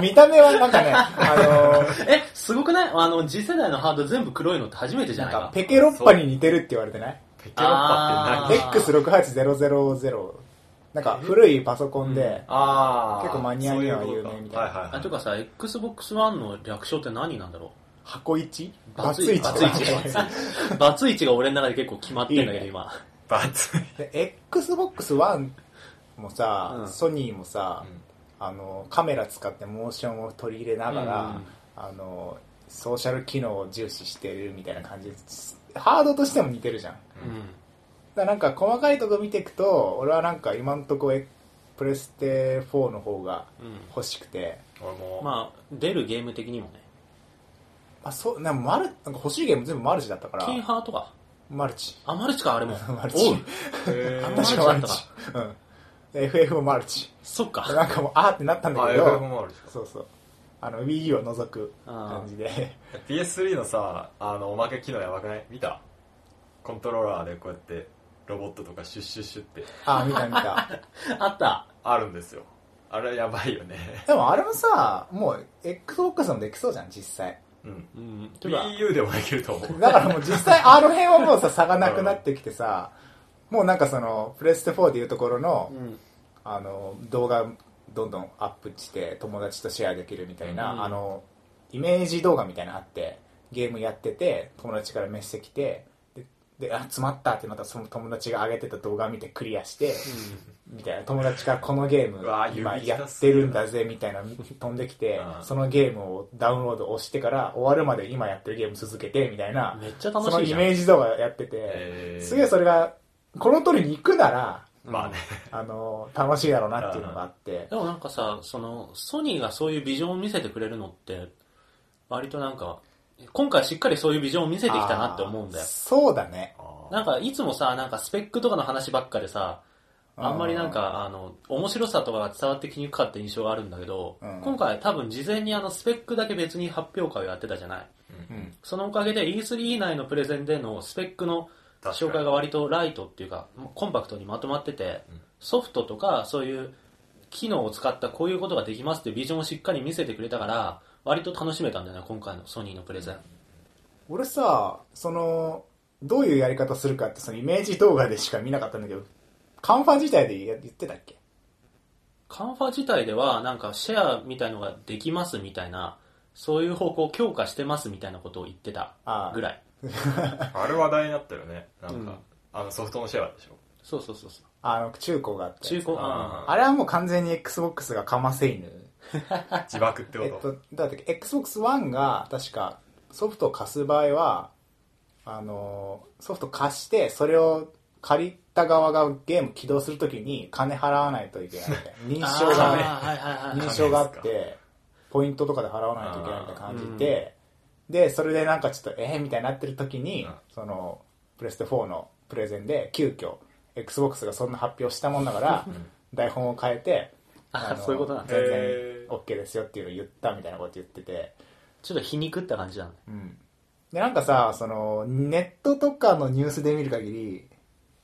Speaker 1: 見た目はなん かねあの
Speaker 3: えすごくないあの次世代のハード全部黒いのって初めてじゃ
Speaker 1: なん
Speaker 3: ないか
Speaker 1: かペケロッパに似てるって言われてない
Speaker 2: ペケロッパ
Speaker 3: あ
Speaker 2: っ
Speaker 3: ー
Speaker 2: て何
Speaker 1: X68000 なんか古いパソコンで
Speaker 2: あー
Speaker 1: 結構マニアには
Speaker 2: そううこと
Speaker 1: 有名みたいな
Speaker 2: はいはいは
Speaker 3: あとかさ XBOX1 の略称って何なんだろ
Speaker 1: 箱一
Speaker 3: う
Speaker 1: バツイチ
Speaker 3: バツイチバツイチが俺の中で結構決まってんだけど
Speaker 1: いいね
Speaker 3: 今
Speaker 2: バツイ
Speaker 1: で XBOX1 もさ、
Speaker 3: うん
Speaker 1: ソニーもさ、あのカメラ使ってモーションを取り入れながら、
Speaker 3: うん
Speaker 1: あのソーシャル機能を重視してるみたいな感じですハードとしても似てるじゃんだか
Speaker 3: うん
Speaker 1: らなんか細かいとこ見ていくと俺はなんか今んとこえプレステ4の方が
Speaker 3: うん
Speaker 1: 欲しくて、
Speaker 2: 俺も、
Speaker 3: まあ出るゲーム的にもね
Speaker 1: あそうなんかマルなんか欲しいゲーム全部マルチだったから
Speaker 3: キンハーとか
Speaker 1: マルチ
Speaker 3: あマルチかあれも
Speaker 1: マルチ
Speaker 3: おう
Speaker 2: へ
Speaker 3: あん
Speaker 2: ー
Speaker 3: まり
Speaker 1: 確かマルチ、 うん、で FF もマルチ
Speaker 3: そっか
Speaker 1: なんかもうあーってなったんだ
Speaker 2: あ
Speaker 1: け
Speaker 2: 英
Speaker 1: ど
Speaker 2: 語もあるでしょ
Speaker 1: そうそう。あの、Wii U を除く
Speaker 3: あー
Speaker 1: 感じで。
Speaker 2: PS3 のさあのおまけ機能やばくない見たコントローラーでこうやってロボットとかシュッシュッシュって
Speaker 1: あ、見た見た。
Speaker 3: あった
Speaker 2: あるんですよあれやばいよね
Speaker 1: でもあれもさ、もう Xbox もできそうじゃん、実際。
Speaker 2: うん
Speaker 3: うんてか
Speaker 2: Wii U でもできると思う
Speaker 1: だからもう実際あの辺はもうさ、差がなくなってきてさ、もうなんかその、プレステ4でいうところの、
Speaker 3: うん
Speaker 1: あの、動画どんどんアップして友達とシェアできるみたいな、
Speaker 3: うん
Speaker 1: あの、イメージ動画みたいなのあって、ゲームやってて、友達からメッセ来て、で、であ、詰まったってまたその友達が上げてた動画見てクリアして、みたいな友達からこのゲーム
Speaker 2: うわ
Speaker 1: 今
Speaker 2: 指
Speaker 1: や
Speaker 2: さ
Speaker 1: っ
Speaker 2: す
Speaker 1: てるんだぜみたいなの飛んできて
Speaker 2: うん
Speaker 1: そのゲームをダウンロード押してから終わるまで今やってるゲーム続けてみたいな
Speaker 3: めっちゃ
Speaker 1: そ
Speaker 3: 楽
Speaker 1: の
Speaker 3: しいじ
Speaker 1: イ
Speaker 3: ゃ
Speaker 1: メ
Speaker 3: ん
Speaker 1: ージ動画やって
Speaker 2: へ
Speaker 1: て
Speaker 2: ー
Speaker 1: すげえそれがこの通りに行くなら
Speaker 2: まあね
Speaker 1: あの楽しいだろうなっていうのがあって
Speaker 3: でもなんかさそのソニーがそういうビジョンを見せてくれるのって割となんか今回しっかりそういうビジョンを見せてきたなって思うんだ
Speaker 1: あ
Speaker 3: よ
Speaker 1: ーそうだね
Speaker 3: なんかいつもさなんかスペックとかの話ばっかでさあんまりなんかあの面白さとかが伝わってきにくかった印象があるんだけど、
Speaker 1: うん
Speaker 3: 今回多分事前にあのスペックだけ別に発表会をやってたじゃない
Speaker 1: うん
Speaker 3: そのおかげで E3 以内のプレゼンでのスペックの
Speaker 2: 確かに
Speaker 3: 紹介が割とライトっていうかコンパクトにまとまってて、ソフトとかそういう機能を使ったこういうことができますっていうビジョンをしっかり見せてくれたから割と楽しめたんだよね今回のソニーのプレゼン、
Speaker 1: 俺さそのどういうやり方するかってそのイメージ動画でしか見なかったんだけどカンファ自体で言ってたっけ
Speaker 3: カンファ自体ではなんかシェアみたいのができますみたいなそういう方向を強化してますみたいなことを言ってた
Speaker 1: あー
Speaker 3: ぐらい
Speaker 2: あれ話題になったよねなんか、
Speaker 3: うん
Speaker 2: あのソフトのシェアでしょ
Speaker 3: そうそうそうそう
Speaker 1: あの中古があって
Speaker 3: 中古
Speaker 2: あ
Speaker 3: あ
Speaker 1: あれはもう完全に XBOX がかませ犬。
Speaker 2: 自爆って
Speaker 1: え
Speaker 2: こ
Speaker 1: っ
Speaker 2: と、
Speaker 1: と、だって Xbox One が確かソフトを貸す場合は、あのー、ソフト貸して、それを借りた側がゲーム起動するときに金払わないといけないみたい な。認証
Speaker 3: あー
Speaker 1: が、
Speaker 3: はいはいはい
Speaker 1: 認
Speaker 3: はい
Speaker 1: 証があって、ポイントとかで払わないといけないみたいな感じで、で、それでなんかちょっと、えー、みたいになってるときに
Speaker 2: うん、
Speaker 1: その、プレステ4のプレゼンで、急遽、Xbox がそんな発表したもんだ から、台本を変えて、
Speaker 3: あ
Speaker 1: の
Speaker 3: そういうことなんだ
Speaker 1: 全然
Speaker 2: へー
Speaker 1: OK ですよっていうのを言ったみたいなこと言ってて、
Speaker 3: ちょっと皮肉った感じなの
Speaker 1: うん。で、なんかさ、その、ネットとかのニュースで見る限り、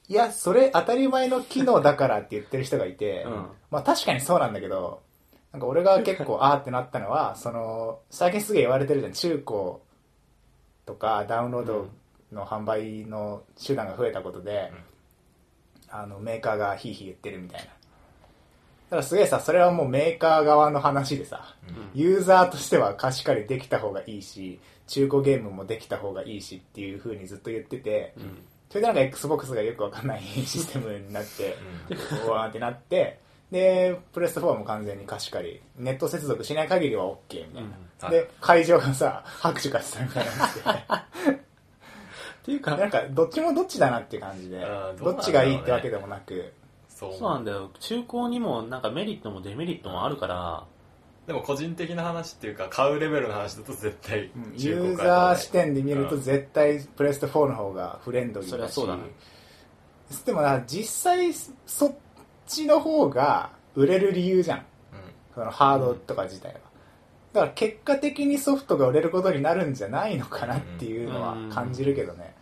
Speaker 1: いや、それ当たり前の機能だからって言ってる人がいて、
Speaker 3: うん
Speaker 1: まあ確かにそうなんだけど、なんか俺が 結構あーってなったのは、その、最近すげえ言われてるじゃん、中古とかダウンロードの販売の手段が増えたことで、あの、メーカーがヒーヒー言ってるみたいな。ただすげえさ、それはもうメーカー側の話でさ、ユーザーとしては貸し借りできた方がいいし、中古ゲームもできた方がいいしっていう風にずっと言ってて、それでなんか Xbox がよくわかんないシステムになって、うわーってなって、で、プレステ4も完全に貸し借り、ネット接続しない限りは OK みたいな。
Speaker 2: うんは
Speaker 1: で、会場がさ、拍手がしたみたいになって
Speaker 3: ていう
Speaker 1: なん
Speaker 3: か、
Speaker 1: かどっちもどっちだなっていう感じで、
Speaker 2: うんど
Speaker 1: ど
Speaker 2: うなんだろうね
Speaker 1: っちがいいってわけでもなく、
Speaker 2: そう
Speaker 3: そうなんだよ。中古にもなんかメリットもデメリットもあるから、
Speaker 2: でも個人的な話っていうか買うレベルの話だと絶対
Speaker 1: うん
Speaker 2: 中
Speaker 1: ユ
Speaker 2: 古
Speaker 1: ー
Speaker 2: 買いた
Speaker 1: ザ
Speaker 2: 方が
Speaker 1: ー視点で見ると絶対プレステ4の方がフレンドリーだし
Speaker 3: そりゃそうだな
Speaker 1: でもな実際そっちの方が売れる理由じゃんそのハードとか自体は、だから結果的にソフトが売れることになるんじゃないのかなっていうのは感じるけどね、
Speaker 2: うん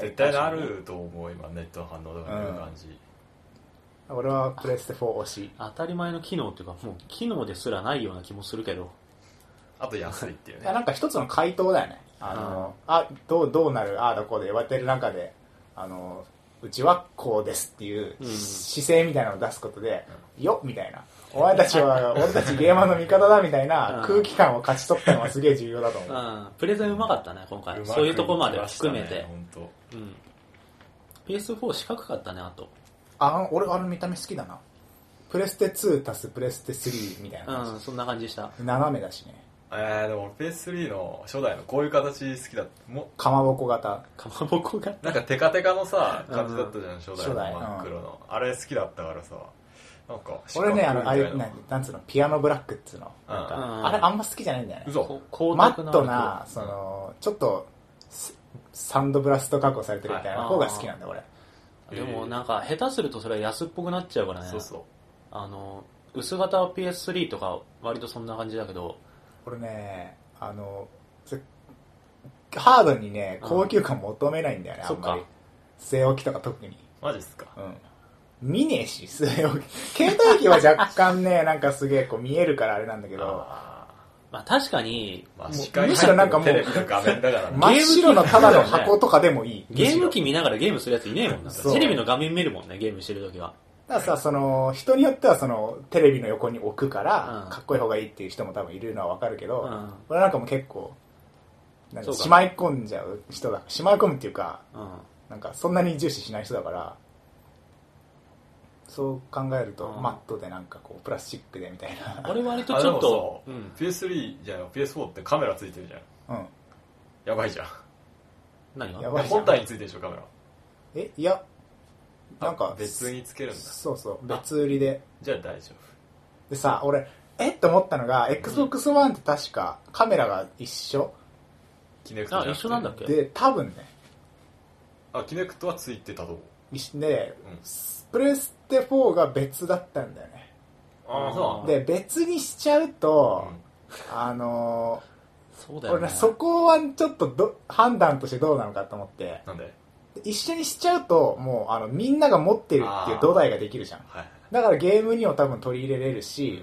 Speaker 2: 絶対なると思う今ネットの反応とか見る感じ、
Speaker 1: 俺はプレステ4推し
Speaker 3: 当たり前の機能っていうか、もう機能ですらないような気もするけど、
Speaker 2: あと安いっていう
Speaker 1: い
Speaker 2: ね
Speaker 1: やなんか一つの回答だよねあの、あどうどうなるああだこうで言われてる中であのうちはこうですっていう
Speaker 3: うん
Speaker 1: 姿勢みたいなのを出すことで、よっみたいなお前たちは俺たちゲーマーの味方だみたいな
Speaker 3: うん
Speaker 1: 空気感を勝ち取ったのはすげえ重要だと思う、
Speaker 3: うん、プレゼンうまかったね、今回。
Speaker 2: まく
Speaker 3: そういうとこまで
Speaker 2: いきした
Speaker 3: 含
Speaker 2: ね
Speaker 3: めて。
Speaker 2: 本当
Speaker 3: うん、PS4 四角かったね、あと。
Speaker 1: あの俺あの見た目好きだなプレステ2足すプレステ3みたいな
Speaker 3: う
Speaker 1: 感
Speaker 3: ん、そんな感じした。
Speaker 1: じ、斜めだしね
Speaker 2: えー、でも PS3 の初代のこういう形好きだったも
Speaker 1: かまぼこ型
Speaker 3: かまぼこが。
Speaker 2: なんかテカテカのさ感じだったじゃん初代
Speaker 1: 初
Speaker 2: の
Speaker 1: 代
Speaker 2: 真っ黒の、あれ好きだったからさなんか
Speaker 1: 俺ねあのあれ
Speaker 2: 四角みた
Speaker 1: ない
Speaker 2: なん
Speaker 1: つうのピアノブラックっつうのなんか、
Speaker 3: うん
Speaker 1: あれあんま好きじゃないんだよね
Speaker 2: 嘘
Speaker 3: こう
Speaker 1: マ
Speaker 3: 光
Speaker 1: ット
Speaker 3: 沢の
Speaker 1: な、その、ちょっと、スサンドブラスト加工されてるみたいな
Speaker 3: はい
Speaker 1: 方が好きなんだ、俺。
Speaker 3: あるでもなんか、下手するとそれは安っぽくなっちゃうからね。
Speaker 2: そうそう
Speaker 3: あの、薄型は PS3 とか、割とそんな感じだけど、
Speaker 1: 俺ね、あの、そハードにね、
Speaker 3: うん
Speaker 1: 高級感求めないんだよね、あ
Speaker 3: そ
Speaker 1: ん
Speaker 3: っ
Speaker 1: ま
Speaker 3: か
Speaker 1: り。据え置きとか特に。
Speaker 2: マジっすか
Speaker 1: うん。見ねえし、据え置き。携帯機は若干ね、 なんかすげえこう見えるからあれなんだけど、
Speaker 2: あ
Speaker 3: まあ確かに、
Speaker 2: ーまあ
Speaker 1: もう
Speaker 2: 視界
Speaker 1: むしろなんかもう
Speaker 2: テレビの画面だか らね、
Speaker 1: 真っ白のただの箱とかでもいい。
Speaker 3: ゲーム
Speaker 1: むしろ
Speaker 3: 機見ながらゲームするやついねえもんな。
Speaker 1: そう
Speaker 3: テレビの画面見るもんね、ゲームしてるときは。
Speaker 1: たださ、その、人によってはその、テレビの横に置くから、
Speaker 3: うん
Speaker 1: かっこいい方がいいっていう人も多分いるのはわかるけど、
Speaker 3: うん
Speaker 1: 俺なんかもう結構、なんか
Speaker 3: そうか
Speaker 1: しまい込んじゃう人だ。しまい込むっていうか、
Speaker 3: うん。
Speaker 1: なんかそんなに重視しない人だから、そう考えると、
Speaker 3: うん
Speaker 1: マットでなんかこう、プラスチックでみたいな。
Speaker 3: 俺割と
Speaker 2: あ
Speaker 3: ち
Speaker 2: で
Speaker 3: ょ
Speaker 2: も
Speaker 3: っと、
Speaker 2: さ
Speaker 3: うん
Speaker 2: PS3 じゃない PS4 ってカメラついてるじゃ ん
Speaker 1: うん。
Speaker 2: やばいじゃん
Speaker 3: 何
Speaker 1: や
Speaker 3: が
Speaker 1: ばいじゃん
Speaker 2: 本体についてるでしょカメラ
Speaker 1: え、いや、なんか、
Speaker 2: 別につけるんだ
Speaker 1: そうそう、別売りで。
Speaker 2: じゃあ大丈
Speaker 1: でさ、俺、えって思ったのが、Xbox One って確かカメラが一緒
Speaker 2: 夫キネクト
Speaker 3: あ、一緒なんだっけ
Speaker 1: で、多分ね、
Speaker 2: あキネクトはついてたと思う
Speaker 1: で、
Speaker 2: うん
Speaker 1: プレステ4が別だったんだよね
Speaker 2: あ
Speaker 3: ー
Speaker 2: あそうなんだ
Speaker 1: で別にしちゃうと、あの
Speaker 3: そう
Speaker 1: ー
Speaker 3: だよ
Speaker 1: 俺
Speaker 3: ね。
Speaker 1: ねそこはちょっとど判断としてどうなのかと思って
Speaker 2: なんで
Speaker 1: 一緒にしちゃうともうあのみんなが持ってるっていう土台ができるじゃん
Speaker 2: はい
Speaker 1: だからゲームにも多分取り入れれるし、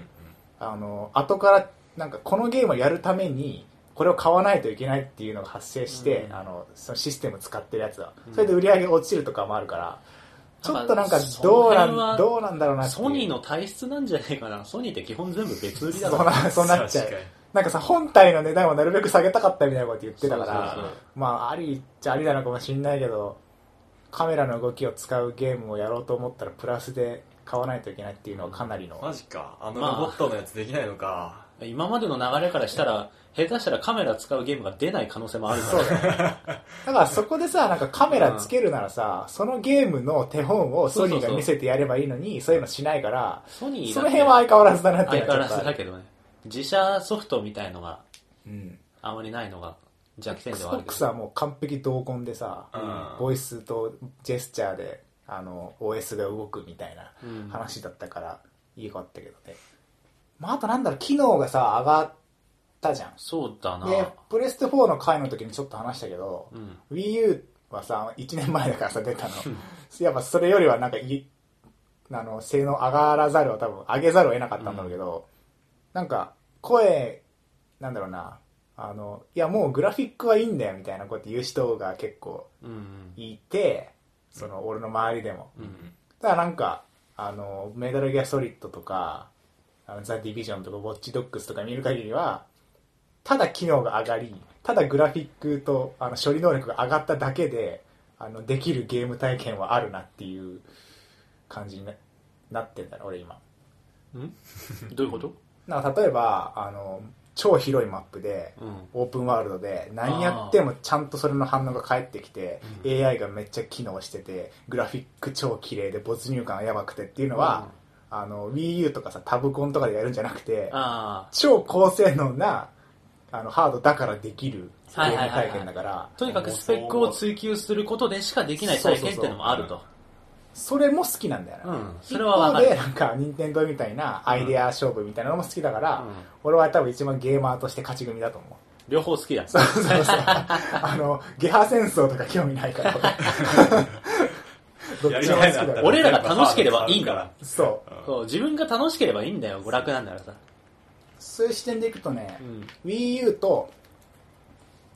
Speaker 1: あの後からなんかこのゲームをやるためにこれを買わないといけないっていうのが発生して、
Speaker 3: うん
Speaker 1: あのそのシステム使ってるやつは、
Speaker 3: うん
Speaker 1: それで売り上げ落ちるとかもあるからちょっとなんか
Speaker 3: なんか
Speaker 1: どうな
Speaker 3: その辺は
Speaker 1: んどうなんだろうなっていう
Speaker 3: ソニーの体質なんじゃねえかな。ソニーって基本全部別売りだ
Speaker 1: そう
Speaker 3: から。
Speaker 1: なそうなっちゃう
Speaker 2: 確かに
Speaker 1: なんかさ本体の値段をなるべく下げたかったみたいなこと言ってたから
Speaker 3: そうそうそう
Speaker 1: まあありっちゃありなのかもしんないけどカメラの動きを使うゲームをやろうと思ったらプラスで買わないといけないっていうのはかなりの
Speaker 2: マジかあの
Speaker 3: まあ
Speaker 2: ロボットのやつできないのか、
Speaker 3: 今までの流れからしたら、下手したらカメラ使うゲームが出ない可能性もあるか
Speaker 1: そう だよねだからそこでさなんかカメラつけるならさそのゲームの手本をソニーが見せてやればいいのにそういうのしないから
Speaker 3: ら。ソニーだって
Speaker 1: その辺は相変わらずだなって
Speaker 3: 相
Speaker 1: いう
Speaker 3: 変
Speaker 1: の
Speaker 3: わ
Speaker 1: は
Speaker 3: ら
Speaker 1: ちょっ
Speaker 3: ず
Speaker 1: とあ
Speaker 3: だ
Speaker 1: る
Speaker 3: けどね。自社ソフトみたいのが
Speaker 1: うん
Speaker 3: あまりないのが弱点ではあるけ
Speaker 1: Xbox は
Speaker 3: ど。
Speaker 1: もう完璧同梱でさ、
Speaker 2: うん
Speaker 1: ボイスとジェスチャーであの OS が動くみたいな
Speaker 3: うん
Speaker 1: 話だったから、いいかったけどね、まあ、あとなんだろう機能がさ上がったじゃん
Speaker 3: そうだな。
Speaker 1: でプレステ4の回の時にちょっと話したけど、
Speaker 3: うん
Speaker 1: WiiU はさ1年前だからさ出たの やっぱそれよりはなんかいあの性能上がらざるを多分上げざるを得なかったんだろうけど、なんか声なんだろうなあのいやもうグラフィックはいいんだよみたいなこと言う人が結構
Speaker 3: うん。
Speaker 1: いてその俺の周りでも
Speaker 3: うん。
Speaker 1: ただなんかあのメタルギアソリッドとかあのザ・ディビジョンとかウォッチドッグスとか見る限りはただ機能が上がりただグラフィックとあの処理能力が上がっただけであのできるゲーム体験はあるなっていう感じにななってんだろ俺今
Speaker 3: ん どういうこと
Speaker 1: なんか例えばあの超広いマップで
Speaker 3: うん
Speaker 1: オープンワールドで何やってもちゃんとそれの反応が返ってきて AI がめっちゃ機能しててグラフィック超綺麗で没入感やばくてっていうのは、あの WiiU とかさタブコンとかでやるんじゃなくて
Speaker 3: ああ
Speaker 1: 超高性能なあのハードだからできるゲーム体験だから、
Speaker 3: とにかくスペックを追求することでしかできない体験っていうのもあると
Speaker 1: それも好きなんだよね、
Speaker 3: うんそれはわ
Speaker 1: 一方
Speaker 3: かる
Speaker 1: でなんか任天堂みたいなアイデア勝負みたいなのも好きだから、
Speaker 3: うん
Speaker 1: 俺は多分一番ゲーマーとして勝ち組だと思う
Speaker 3: 両方好きだ
Speaker 1: そうそうそう。あの、ゲハ戦争とか興味ないから。 俺どっちも好き
Speaker 2: やりたいな
Speaker 1: だよ。
Speaker 3: 俺らが楽しければいいんだから
Speaker 1: そう。
Speaker 3: そう自分が楽しければいいんだよ娯楽なんだからさ
Speaker 1: そういう視点でいくとね
Speaker 3: う、ん
Speaker 1: Wii U と、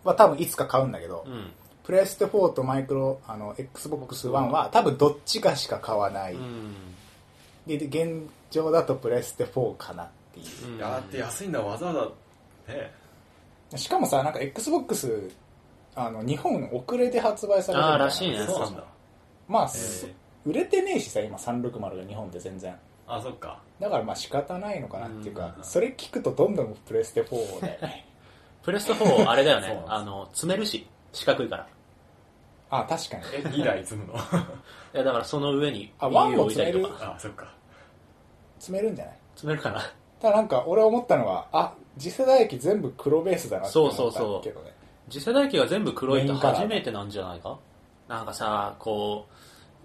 Speaker 1: は多分いつか買うんだけど、
Speaker 3: うん
Speaker 1: プレステ4とマイクロ、あの、Xbox One は多分どっちかしか買わない。
Speaker 3: うん
Speaker 1: で、で現状だとプレステ4かなっていうう。
Speaker 3: ん
Speaker 2: だって安いんだわざわざね
Speaker 1: しかもさ、なんか Xbox、あの、日本遅れて発売されてる
Speaker 3: あ
Speaker 1: か
Speaker 3: あらしいね
Speaker 2: そうなんだ
Speaker 1: まあ、
Speaker 2: へえ
Speaker 1: 売れてねえしさ、今360が日本で全然。
Speaker 2: あそっか
Speaker 1: だからまあ仕方ないのかなっていうか、
Speaker 2: うん
Speaker 1: それ聞くとどんどんプレステ4で、
Speaker 3: プレステ4あれだよ
Speaker 2: そうな
Speaker 3: ね
Speaker 2: んです
Speaker 3: あの詰めるし四角いから
Speaker 1: あ確かに
Speaker 2: え2台積むの
Speaker 3: いやだからその上に
Speaker 1: あワン
Speaker 3: EU
Speaker 1: も
Speaker 3: 置いたりとか
Speaker 2: あそっか
Speaker 1: 詰めるんじゃない
Speaker 3: 詰めるかな
Speaker 1: ただなんか俺思ったのはあ次世代機全部黒ベースだなって思ったけどね
Speaker 3: そうそう次世代機が全部黒いって
Speaker 1: メインカラー
Speaker 3: 初めてなんじゃないかなんかさこう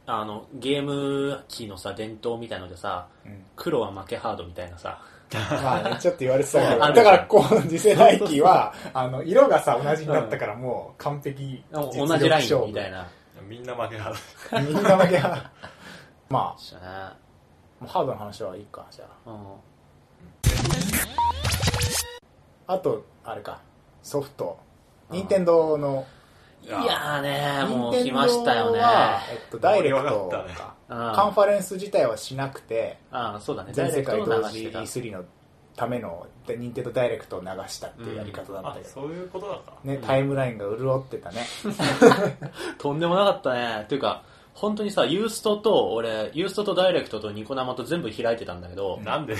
Speaker 3: あのゲーム機のさ伝統みたいのでさ
Speaker 1: うん
Speaker 3: 黒は負けハードみたいなさ
Speaker 1: まあね、ちょっと言われてたけど、
Speaker 3: そう
Speaker 1: だ
Speaker 3: ある
Speaker 1: からこう、次世代機は、あの、色がさ、同じになったからもう完璧
Speaker 3: 同じラインみたい
Speaker 1: な。
Speaker 3: な
Speaker 2: みんな負けは
Speaker 1: みんな負け は。ま
Speaker 3: そうだね
Speaker 1: あ、もうハードの話はいいか、じゃ
Speaker 3: うん
Speaker 1: あ。あと、あれか、ソフト。任天堂の
Speaker 3: いやーねもう
Speaker 1: 任
Speaker 3: 来
Speaker 1: 天堂
Speaker 3: ましたよね
Speaker 1: はえっと、ダイレク
Speaker 2: 盛り
Speaker 1: ト
Speaker 2: 上がった
Speaker 1: か。
Speaker 3: うん
Speaker 1: カンファレンス自体はしなくて、
Speaker 3: ああそうだね
Speaker 1: 全世界
Speaker 3: ダイレ
Speaker 1: 同
Speaker 3: クトを
Speaker 1: 時
Speaker 3: 流してた
Speaker 1: E3 のための、で任天堂ダイレクトを流したっていうやり方だった
Speaker 2: あ
Speaker 1: けど、
Speaker 2: そういうことだか
Speaker 1: ね、タイムラインが潤って たね。
Speaker 3: とんでもなかったねっていうか本当にさユーストと俺ユーストとダイレクトとニコ生と全部開いてたんだけど、
Speaker 2: なんで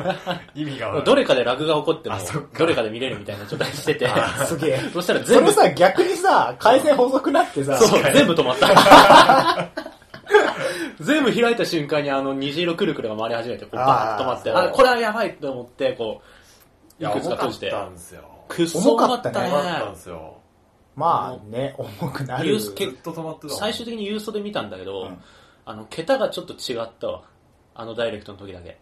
Speaker 2: 意味がわか
Speaker 3: ど
Speaker 2: んない
Speaker 3: れかでラグが起こっても
Speaker 2: あそっか
Speaker 3: どれかで見れるみたいな状態にしてて
Speaker 1: すげえ。
Speaker 3: そしたら
Speaker 1: そ
Speaker 3: 全部
Speaker 1: れさ、逆にさ、回線細くなってさ、
Speaker 3: そう、全部止まった。全部開いた瞬間にあの虹色くるくるが回り始めて、こうバーッと止まって、
Speaker 1: あー
Speaker 3: あ、これはやばいと思って、こう、い
Speaker 2: いや
Speaker 3: くつか
Speaker 2: 重か
Speaker 3: 閉
Speaker 2: っ
Speaker 3: じて。
Speaker 2: たんですよ
Speaker 3: くっそ
Speaker 1: 重かったね
Speaker 2: 重
Speaker 3: 重
Speaker 2: かった
Speaker 3: か
Speaker 2: ん
Speaker 3: っ
Speaker 2: ですよ
Speaker 1: まあね、重くな
Speaker 3: ユ
Speaker 1: る
Speaker 3: ー。ス
Speaker 2: ず
Speaker 3: ケ
Speaker 2: っと止まってた
Speaker 3: た
Speaker 2: もん
Speaker 3: 最終的にユーストで見たんだけど、
Speaker 1: うん
Speaker 3: あの、桁がちょっと違ったわ。あのダイレクトの時だけ。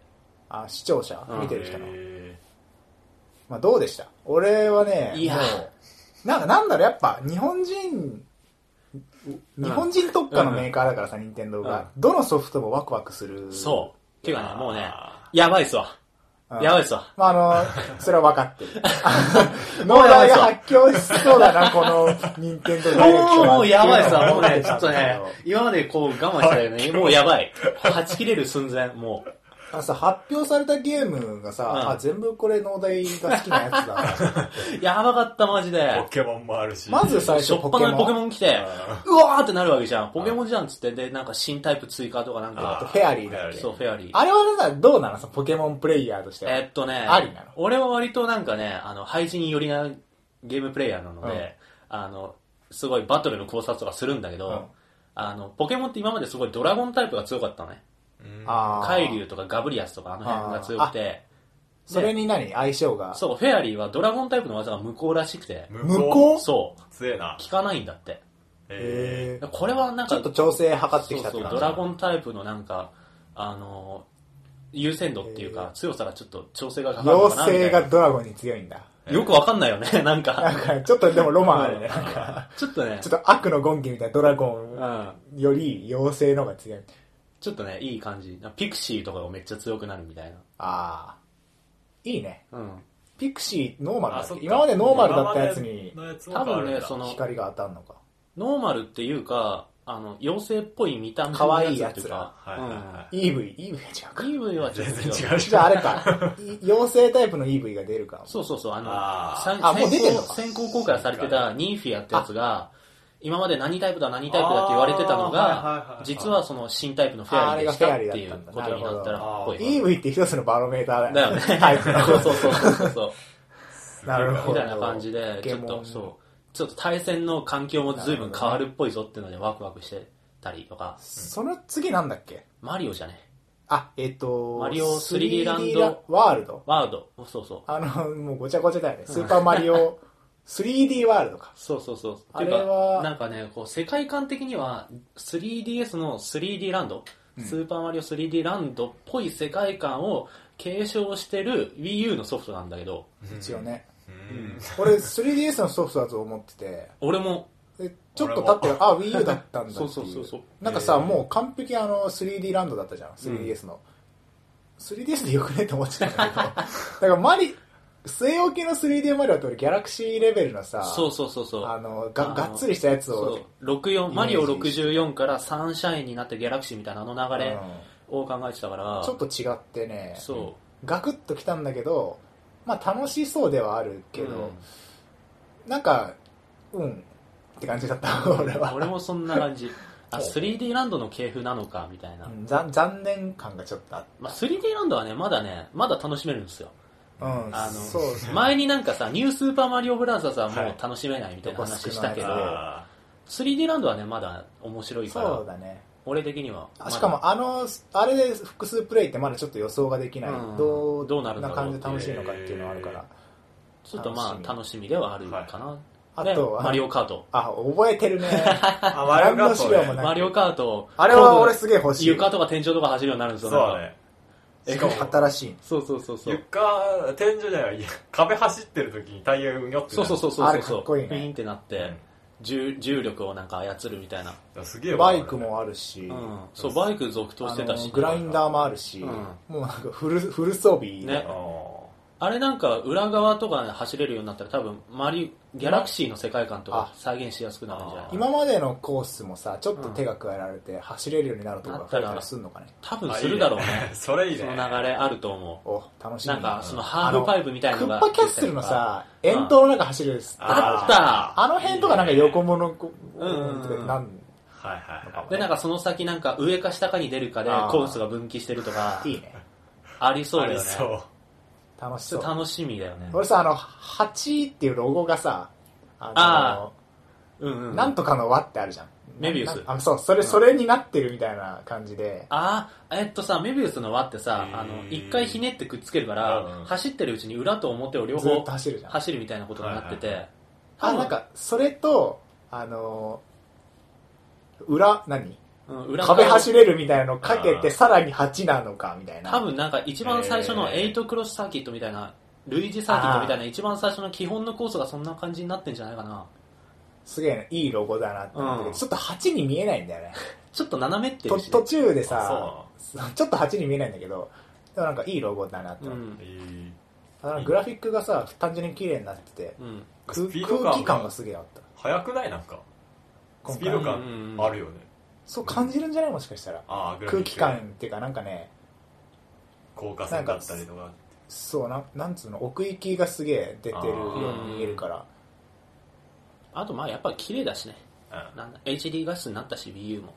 Speaker 1: あ、視聴者
Speaker 3: うん
Speaker 1: 見てる人の。
Speaker 2: へ
Speaker 1: まあどうでした俺はね、
Speaker 3: いや
Speaker 1: もう、なんかなんだろう、やっぱ日本人、日本人特化のメーカーだからさ、任天堂が。どのソフトもワクワクする。
Speaker 3: そう。っていうかね、もうね
Speaker 2: あ、
Speaker 3: やばいっすわ。
Speaker 1: うん
Speaker 3: やばいっすわ。
Speaker 1: まあ、 あの、それは分かってる。脳内が発狂しそうだな、この任天堂ダイレクトは、
Speaker 3: もうやばいっすわ、もうね、ちょっとね今までこう我慢してたけどね、もうやばい。はち切れる寸前、もう。
Speaker 1: あさ、発表されたゲームがさ、
Speaker 3: うん
Speaker 1: あ、全部これ脳大が好きなやつ だな。
Speaker 3: やばかった、マジ
Speaker 2: ー
Speaker 3: で
Speaker 2: ポ。ケモンもあるし
Speaker 1: まず最
Speaker 3: し
Speaker 1: 初
Speaker 3: ょ
Speaker 1: ポ
Speaker 3: っぱ
Speaker 1: ケ
Speaker 3: な
Speaker 1: モン。
Speaker 3: ポケモン来て、うわーってなるわけじゃん。ポケモンじゃんっつって、で、なんか新タイプ追加とかなん
Speaker 1: と
Speaker 3: か、
Speaker 1: フェアリーだっけ
Speaker 2: フェアリー
Speaker 3: そう、フェアリー。
Speaker 1: あれはさ、どうなのさ、ポケモンプレイヤーとしては。
Speaker 3: えっとね、
Speaker 1: ありなの
Speaker 3: 俺は割となんかね、あの、配置に寄りなゲームプレイヤーなので、あの、すごいバトルの考察とかするんだけど、
Speaker 1: うん
Speaker 3: あの、ポケモンって今まですごいドラゴンタイプが強かったのね。
Speaker 2: うん
Speaker 1: あー
Speaker 3: カイリュウとかガブリアスとかあの辺が強くて、
Speaker 1: それに何相性が。
Speaker 3: そう、フェアリーはドラゴンタイプの技が無効らしくて、
Speaker 1: 向こう
Speaker 3: そう、
Speaker 2: 強えな
Speaker 3: 効かないんだって。
Speaker 1: へ
Speaker 2: へ
Speaker 1: ー
Speaker 3: これはなん
Speaker 1: ち
Speaker 3: か、
Speaker 1: ょっと調整測ってきたって
Speaker 3: そう
Speaker 1: 感
Speaker 3: そう
Speaker 1: じ。
Speaker 3: ドラゴンタイプのなんかあの優先度っていう
Speaker 1: へ
Speaker 3: か
Speaker 1: ー
Speaker 3: 強さがちょっと調整がかかるのかなみ
Speaker 1: 妖
Speaker 3: た
Speaker 1: 精
Speaker 3: いな
Speaker 1: がドラゴンに強いんだ。
Speaker 3: よくわかんないよね なん
Speaker 1: なん
Speaker 3: か
Speaker 1: か、ちょっとでもロマンあるね。なんか、
Speaker 3: ちょっとね
Speaker 1: ちょっと悪のゴンギみたいなドラゴン
Speaker 3: うん、
Speaker 1: より妖精の方が強い。
Speaker 3: ちょっとねいい感じピクシーとかがめっちゃ強くなるみたい
Speaker 1: ああ。いいね。
Speaker 3: な、うん、
Speaker 1: ピクシーノーマルだっ
Speaker 2: あそっ
Speaker 1: け
Speaker 2: か
Speaker 1: 今までノーマルだったやつに
Speaker 2: 今までのやつも
Speaker 3: 多
Speaker 2: 変わ
Speaker 3: 分
Speaker 2: るん
Speaker 3: ね
Speaker 2: だ
Speaker 3: その
Speaker 1: 光が当たんのか。
Speaker 3: ノーマルっていうかあの、妖精っぽい見た目
Speaker 1: 可
Speaker 3: の
Speaker 1: 愛い
Speaker 3: や
Speaker 1: や
Speaker 3: つ
Speaker 1: つ。
Speaker 3: っていうから
Speaker 2: はいはいは
Speaker 1: EV、EV が違うか
Speaker 3: うん。。EV はちょっ
Speaker 2: 全
Speaker 3: と違う
Speaker 2: 然違う
Speaker 1: じゃああれか、い妖精タイプの EV が出るか。
Speaker 3: そうそうそう、あの、
Speaker 2: あー
Speaker 3: さ
Speaker 1: あもう出てんのか
Speaker 3: 先行先行公開されてたニーフィアってやつが、今まで何タイプだ何タイプだって言われてたの
Speaker 2: あーはいはいはいは
Speaker 3: が
Speaker 2: い、
Speaker 3: 実はその新タイプのフェアリーでしたっていうことになったらっぽい。
Speaker 1: EV って一つのバロメーター
Speaker 3: だ
Speaker 1: だ
Speaker 3: よ
Speaker 1: よ
Speaker 3: ね
Speaker 1: ね。タイプ。の
Speaker 3: そうそうそうそうそ
Speaker 1: なる
Speaker 3: う。
Speaker 1: ほ
Speaker 3: み
Speaker 1: ど。
Speaker 3: たいな感じで、ちょっ
Speaker 1: ポケモ
Speaker 3: と
Speaker 1: ン
Speaker 3: そう。ちょっと対戦の環境も随分変わるっぽいぞっていうのでワクワクしてたりとか、
Speaker 1: その次なんだっけ
Speaker 3: マリオじゃね。
Speaker 1: あ、えっと、
Speaker 3: マリオ 3D ランド
Speaker 1: 3D ワールド。
Speaker 3: ワールド。そうそう。
Speaker 1: あの、もうごちゃごちゃだよね。スーパーマリオ 3D ワールドか。
Speaker 3: そうそうそう。
Speaker 1: あれ
Speaker 3: っていうか
Speaker 1: は
Speaker 3: なんかね、こう、世界観的には、3DS の 3D ランド、スーパーマリオ 3D ランドっぽい世界観を継承してる Wii U のソフトなんだけど、
Speaker 1: 一応ね。
Speaker 2: い。うん
Speaker 1: 俺 3DS のソフトだと思ってて、
Speaker 3: 俺も、
Speaker 1: でちょっと経って、あ、Wii U だったんだっていう。
Speaker 3: そうそうそうそう
Speaker 1: なんかさ、もう完璧あの 3D ランドだったじゃん、3DS の。3DS でよくねって思っちゃったんだけど。だ からマリ、据え置きの 3D マリオって俺ギャラクシーレベルのさ、
Speaker 3: そうそうそうそう。
Speaker 1: あのが
Speaker 3: あの
Speaker 1: がっつりしたやつ
Speaker 3: そ
Speaker 1: を
Speaker 3: う64マリオ
Speaker 1: イメージして
Speaker 3: 64からサンシャインになってギャラクシーみたいなあの流れを考えてたから、
Speaker 1: ちょっと違ってね、
Speaker 3: そ
Speaker 1: ガクッときたんだけど、まあ楽しそうではある
Speaker 3: う。
Speaker 1: けど、
Speaker 3: う
Speaker 1: なんか、うん、って感じだった、
Speaker 3: ん
Speaker 1: 俺は。
Speaker 3: 俺もそん な感じ。あ、3D ランドの系譜なのか、みたいな。
Speaker 1: うん残残念感がちょっとあっ
Speaker 3: まあ、3D ランドはね、まだね、まだ楽しめるんですよ。
Speaker 1: た。うん、
Speaker 3: あの
Speaker 1: そうですね。
Speaker 3: 前になんかさ、ニュースーパーマリオブラザーズはも
Speaker 2: は
Speaker 3: う
Speaker 2: い
Speaker 3: 楽しめないみたいな話したけど、
Speaker 1: どこ少ない
Speaker 2: あ
Speaker 3: 3D ランドはね、まだ面白い
Speaker 1: そ
Speaker 3: か
Speaker 1: う
Speaker 3: ら、
Speaker 1: だね。
Speaker 3: 俺的には。
Speaker 1: あしかもあの、あれで複数プレイってまだちょっと予想ができない。
Speaker 3: うん
Speaker 1: どう
Speaker 3: どうなるんだ
Speaker 1: な
Speaker 3: ろう
Speaker 1: 感じで楽しいのかっていうのはあるか
Speaker 2: へー
Speaker 1: ら。
Speaker 3: ちょっとまあ、楽しみではあるかな。
Speaker 1: あ
Speaker 3: で
Speaker 1: と、
Speaker 3: マリ
Speaker 1: オ。
Speaker 3: オカート。
Speaker 1: あ、覚えて るね。
Speaker 2: ーあ、マリオカー
Speaker 1: 何
Speaker 2: ト
Speaker 1: の資料もな
Speaker 2: ね
Speaker 1: い
Speaker 3: マリオカート。
Speaker 1: あれは俺すげえ欲しい。
Speaker 3: 床とか天井とか走るようになるんです
Speaker 2: そ
Speaker 3: よ、
Speaker 2: う
Speaker 3: な
Speaker 2: だ
Speaker 3: んか
Speaker 2: ね。
Speaker 1: しかも新しい。
Speaker 3: そうそうそうそう。
Speaker 2: 床、天井じゃない、いや壁走ってる時にタイヤがうにょってな
Speaker 3: そう
Speaker 2: る
Speaker 3: そうそう
Speaker 1: あ
Speaker 3: そう
Speaker 1: れ
Speaker 3: そ
Speaker 1: か
Speaker 3: う。
Speaker 1: っこいいね
Speaker 3: ピーンってなって、
Speaker 2: うん
Speaker 3: 重重力をなんか操るみたいな。
Speaker 2: すげえわ
Speaker 1: バイクもあるし、
Speaker 3: うん。そう、バイク続投
Speaker 1: あ
Speaker 3: してたし
Speaker 1: の、グラインダーもあるし、
Speaker 3: うん
Speaker 1: もうなんかフルフル装備だよ
Speaker 2: あ
Speaker 3: ね
Speaker 2: ー
Speaker 3: あれなんか裏側とか走れるようになったら多分マリギャラクシーの世界観とか
Speaker 1: あ
Speaker 3: 再現しやすくなるんじゃない
Speaker 1: 今までのコースもさ、ちょっと手が加えられて走れるようになるとこが増えたりするのかね。
Speaker 3: 多分するだろうね
Speaker 2: あいいね それいい
Speaker 3: その
Speaker 2: ね。
Speaker 3: 流れあると思
Speaker 1: お、楽
Speaker 3: う
Speaker 1: しみ
Speaker 3: な
Speaker 1: だ
Speaker 3: んかそのハーフパイプみたいな
Speaker 1: ク
Speaker 3: のが
Speaker 1: ッパキャッスルのさ、遠投の中走るスタイル
Speaker 3: あった
Speaker 1: あの辺とかなんか横物こう、
Speaker 3: うんうんうん
Speaker 1: なん
Speaker 2: はいはいはい。
Speaker 3: でなんかその先なんか上か下かに出るかで
Speaker 1: あー
Speaker 3: コースが分岐してるとか
Speaker 1: いいね。
Speaker 3: ありそうだよね
Speaker 2: ありそう。
Speaker 1: 楽し
Speaker 3: ち
Speaker 1: そ
Speaker 3: ょっと
Speaker 1: う。
Speaker 3: 楽しみだよね
Speaker 1: 俺さ、あの、8っていうロゴがさ、あの
Speaker 3: あうんうん
Speaker 1: なんとかの輪ってあるじゃん。
Speaker 3: メビウス
Speaker 1: なあそう、それ、それになってるみたいな感じで、
Speaker 3: ああえっとさメビウスの輪ってさ
Speaker 2: うん
Speaker 3: あの一回ひねってくっつけるから、
Speaker 2: うんうん
Speaker 3: 走ってるうちに裏と表を両
Speaker 1: ずっ
Speaker 3: 方
Speaker 1: と走るじゃん。
Speaker 3: 走るみたいなことになってて、
Speaker 2: はい
Speaker 1: あ、なんか、それと、あのー裏、何
Speaker 3: うん、裏側
Speaker 1: 壁走れるみたいなのかけ
Speaker 2: あー
Speaker 1: て、さらに8なのか、みたいな。
Speaker 3: 多分なんか一番最初の
Speaker 2: え
Speaker 3: エ
Speaker 2: ー
Speaker 3: イトクロスサーキットみたいな、類似サーキットみたいな一番最初の基本のコースがそんな感じになってんじゃないかな。
Speaker 1: すげえね、いいロゴだなって思ったけど、
Speaker 3: うん
Speaker 1: ちょっと8に見えないんだよね。
Speaker 3: ちょっと斜めって
Speaker 1: と
Speaker 3: るし、
Speaker 1: 途
Speaker 3: ね。
Speaker 1: 中で
Speaker 2: あ
Speaker 1: さ、 ちょっと8に見えないんだけど、でもなんかいいロゴだなって
Speaker 3: う
Speaker 1: 思って、
Speaker 3: ん。
Speaker 2: いい
Speaker 1: ただグラフィックがさ、単純に綺麗になってて、
Speaker 3: うん。
Speaker 1: 空
Speaker 2: スピード感が
Speaker 1: 空気感がすげえあった。
Speaker 2: 早くないなんか。
Speaker 1: 今回
Speaker 2: スピード
Speaker 3: うん
Speaker 2: 感あるよね。
Speaker 1: そう感じるんじゃないもしかしたら。
Speaker 2: ああ、グラフ
Speaker 1: 空
Speaker 2: ィック
Speaker 1: 気感っていうか、なんかね、
Speaker 2: 高架線だったりとか。
Speaker 1: そう、なんなんつうの、奥行きがすげえ出てるように見えるから。
Speaker 3: あとまあやっぱ綺麗だしね。
Speaker 2: うん
Speaker 3: なんだ HD 画質になったし、BU も。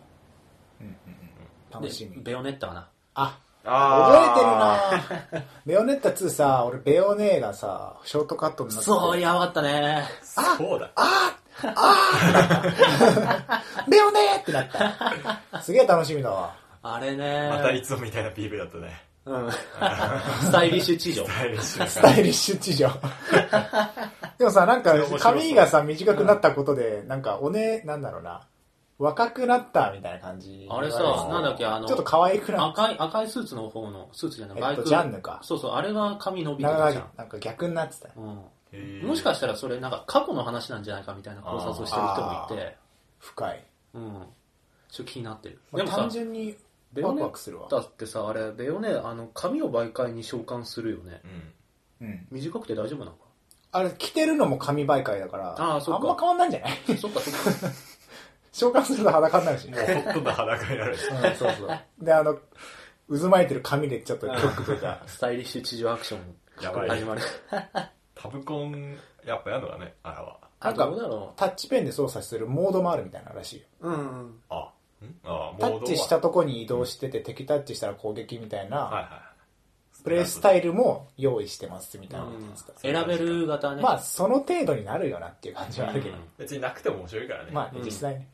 Speaker 1: うんうんうん
Speaker 3: で
Speaker 1: 楽しみ。
Speaker 3: ベヨネッタかな。
Speaker 1: あ、
Speaker 2: あ
Speaker 1: 覚えてるなぁベオネッタ2さ、俺ベオネーがさ、ショートカットになってて。
Speaker 3: そう、やばかったね。
Speaker 2: ーそうだ。
Speaker 1: ベオネーってなった。すげえ楽しみだわ。
Speaker 3: あれね。
Speaker 2: またいつもみたいな PV だったね。
Speaker 3: うん。 スタイリッシュ地上。
Speaker 2: 大変瞬
Speaker 1: ス
Speaker 2: 間。
Speaker 1: タイリッシュ地 上。でもさ、なんか
Speaker 2: それ面白そう
Speaker 1: 髪がさ、短くなったことで、なんかおね、なんだろうな、若くなったみたいな感じ。
Speaker 3: あれさ、
Speaker 2: そう
Speaker 3: なんだっけ、あの、
Speaker 1: ちょっと可愛くなっ
Speaker 3: 赤い、赤いスーツの方の、スーツじゃない、
Speaker 1: えっと
Speaker 3: バイク。
Speaker 1: ジャンヌか
Speaker 3: そうそう、あれが髪伸びて
Speaker 1: た。
Speaker 3: た
Speaker 1: 長
Speaker 3: じゃ
Speaker 1: い
Speaker 3: ん。
Speaker 1: なんか逆になってた。
Speaker 3: うん。
Speaker 2: へー
Speaker 3: もしかしたらそれなんか過去の話なんじゃないかみたいな考察をしてる人もいて、
Speaker 1: 深い。
Speaker 3: うん。ちょっと気になってる。
Speaker 1: ま
Speaker 3: で
Speaker 1: あ
Speaker 3: も
Speaker 1: 単
Speaker 3: さ、
Speaker 1: 純に
Speaker 3: ベ
Speaker 1: ワ
Speaker 3: ヨ
Speaker 1: ク
Speaker 3: ネ
Speaker 1: ワクするわ
Speaker 3: ッ。タってさ、あれ、ベヨネ、あの、髪を媒介に召喚するよね。
Speaker 2: うん。
Speaker 1: うん。
Speaker 3: 短くて大丈夫なのか
Speaker 1: あれ、着てるのも紙媒介だから、
Speaker 3: あーそっか
Speaker 1: んま変わんないんじゃない
Speaker 3: そっかそっか。
Speaker 1: 召喚すると裸になる し。
Speaker 2: もうほとんど裸になるし
Speaker 1: うん、そうそう。で、あの、渦巻いてる紙でちょっとチョックとか、
Speaker 3: スタイリッシュ地上アクション
Speaker 2: やばいね
Speaker 3: 始まる。
Speaker 2: タブコンやっぱやんのかねあれは
Speaker 3: あ、
Speaker 1: なんか
Speaker 3: どうだろ
Speaker 1: タッチペンで操作するモードもあるみたいならしいよ。
Speaker 3: う。うん。
Speaker 2: あんあモー
Speaker 1: タ
Speaker 2: ドは
Speaker 1: ッチしたとこに移動してて、敵タッチしたら攻撃みたい
Speaker 2: はい
Speaker 1: な、
Speaker 2: はい
Speaker 1: プレイスタイルも用意してますみたいなこと言ってた
Speaker 3: 選べる型ね。
Speaker 1: まあ、その程度になるよなっていう感じはあるけど
Speaker 3: うん。
Speaker 2: 別になくても面白いからね
Speaker 1: まあね、
Speaker 3: うん
Speaker 1: 実際ね。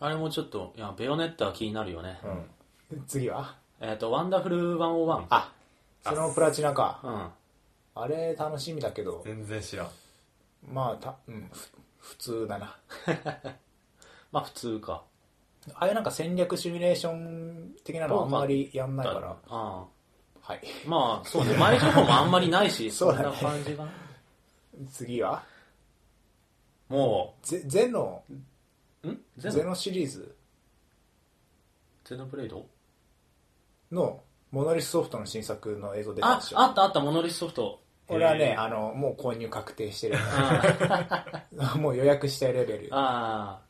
Speaker 3: あれもちょっと、いや、ベヨネッタは気になるよね。
Speaker 1: うん次は
Speaker 3: えっ、と、ワンダフル101。
Speaker 1: あ、それもプラチナか。
Speaker 3: うん。
Speaker 1: あれ楽しみだけど、
Speaker 2: 全然知らん
Speaker 1: まあ、た、うん、ふ普通だな。
Speaker 3: まあ、普通か。
Speaker 1: ああいうなんか戦略シミュレーション的なのはあんまりやんないから、
Speaker 3: あ
Speaker 1: はい。
Speaker 3: あまあ、そうね。前情報もあんまりないし、
Speaker 1: そ
Speaker 3: そ
Speaker 1: うんだね
Speaker 3: な感じがな。
Speaker 1: 次は
Speaker 3: も
Speaker 1: ゼゼノ、
Speaker 3: う、んゼ
Speaker 1: ゼ
Speaker 3: ノ
Speaker 1: ノシリーズ
Speaker 3: ゼノブレイド
Speaker 1: のモノリスソフトの新作の映像出た
Speaker 3: あ
Speaker 1: でし、ょ。
Speaker 3: あったあった、モノリスソフト。
Speaker 1: 俺は
Speaker 2: へ
Speaker 1: ね、
Speaker 2: ー
Speaker 1: あの、もう購入確定してる。
Speaker 3: あ ー
Speaker 1: もう予約したいレベル。
Speaker 3: あ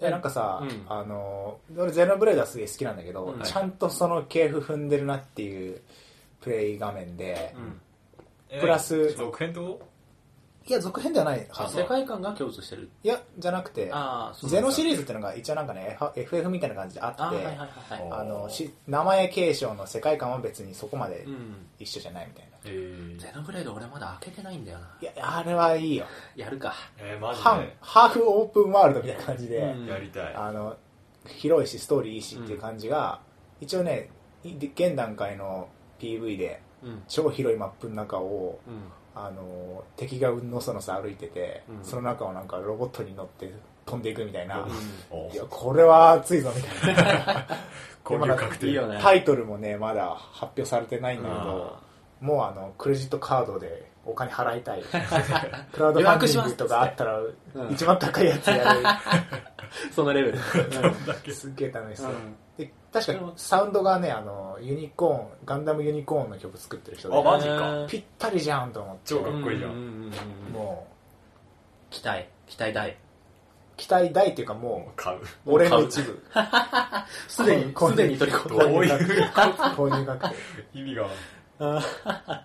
Speaker 1: えなんかさ、
Speaker 3: うん
Speaker 1: あの俺ゼノブレードはすげえ好きなんだけど、
Speaker 3: うん
Speaker 1: ちゃんとその系譜踏んでるなっていうプレイ画面で、
Speaker 3: ー、うん。
Speaker 2: え
Speaker 1: プラス
Speaker 2: 続編ってこ
Speaker 1: いや続編ではないは
Speaker 3: あ
Speaker 1: ず
Speaker 3: 世界観が共通してる。
Speaker 1: いやじゃなくて
Speaker 3: ああ、そうな
Speaker 1: ゼ
Speaker 3: んだ
Speaker 1: ノシリーズってのが一応なんかね F- FF みたいな感じであって
Speaker 3: あーはいはいはいはい。
Speaker 1: あのし名前継承の世界観は別にそこまで
Speaker 3: うん。
Speaker 1: 一緒じゃないみたいな、
Speaker 2: とえー
Speaker 3: ゼノブレード俺まだ開けてないんだよな。
Speaker 1: いやあれはいいよ
Speaker 3: やるか。
Speaker 2: えーマ
Speaker 1: 半ハーフオープンワールドみたいな感じで、
Speaker 3: うん
Speaker 2: ジでやりたい
Speaker 1: あの広いしストーリーいいしっていう感じが、一応ねい現段階の PV で
Speaker 3: うん。
Speaker 1: 超広いマップの中を
Speaker 3: うん。
Speaker 1: あの敵がうんのそのさ歩いてて、
Speaker 3: うん
Speaker 1: その中をなんかロボットに乗って飛んでいくみたいな、
Speaker 2: お
Speaker 1: いやこれは熱いぞみたいな
Speaker 2: 購入確定
Speaker 3: いいよね。
Speaker 1: タ
Speaker 3: イ
Speaker 1: イトルもねまだ発表されてないんだけど、もうあのクレジットカードでお金払い たいクラウドファンディングとかあったら
Speaker 3: うん
Speaker 1: 一番高いやつや る、
Speaker 3: そのレベル。
Speaker 1: すっげえ楽しそう、
Speaker 3: うん
Speaker 1: で確かサウンドがねあのユニコーンガンダムユニコーンの曲作ってる人で
Speaker 2: あマジか
Speaker 1: ぴったりじゃんと思って
Speaker 2: 超かっこいいじゃん
Speaker 3: うんうんうんうん
Speaker 1: も
Speaker 3: 期待、期待大。
Speaker 1: う期待大っていうかも
Speaker 2: 買う
Speaker 1: う 俺の一部
Speaker 3: すでに、
Speaker 1: こん
Speaker 3: すでに取り込
Speaker 2: ど
Speaker 3: んだ。
Speaker 2: ういう
Speaker 1: 購入確定
Speaker 2: 意味が
Speaker 1: あ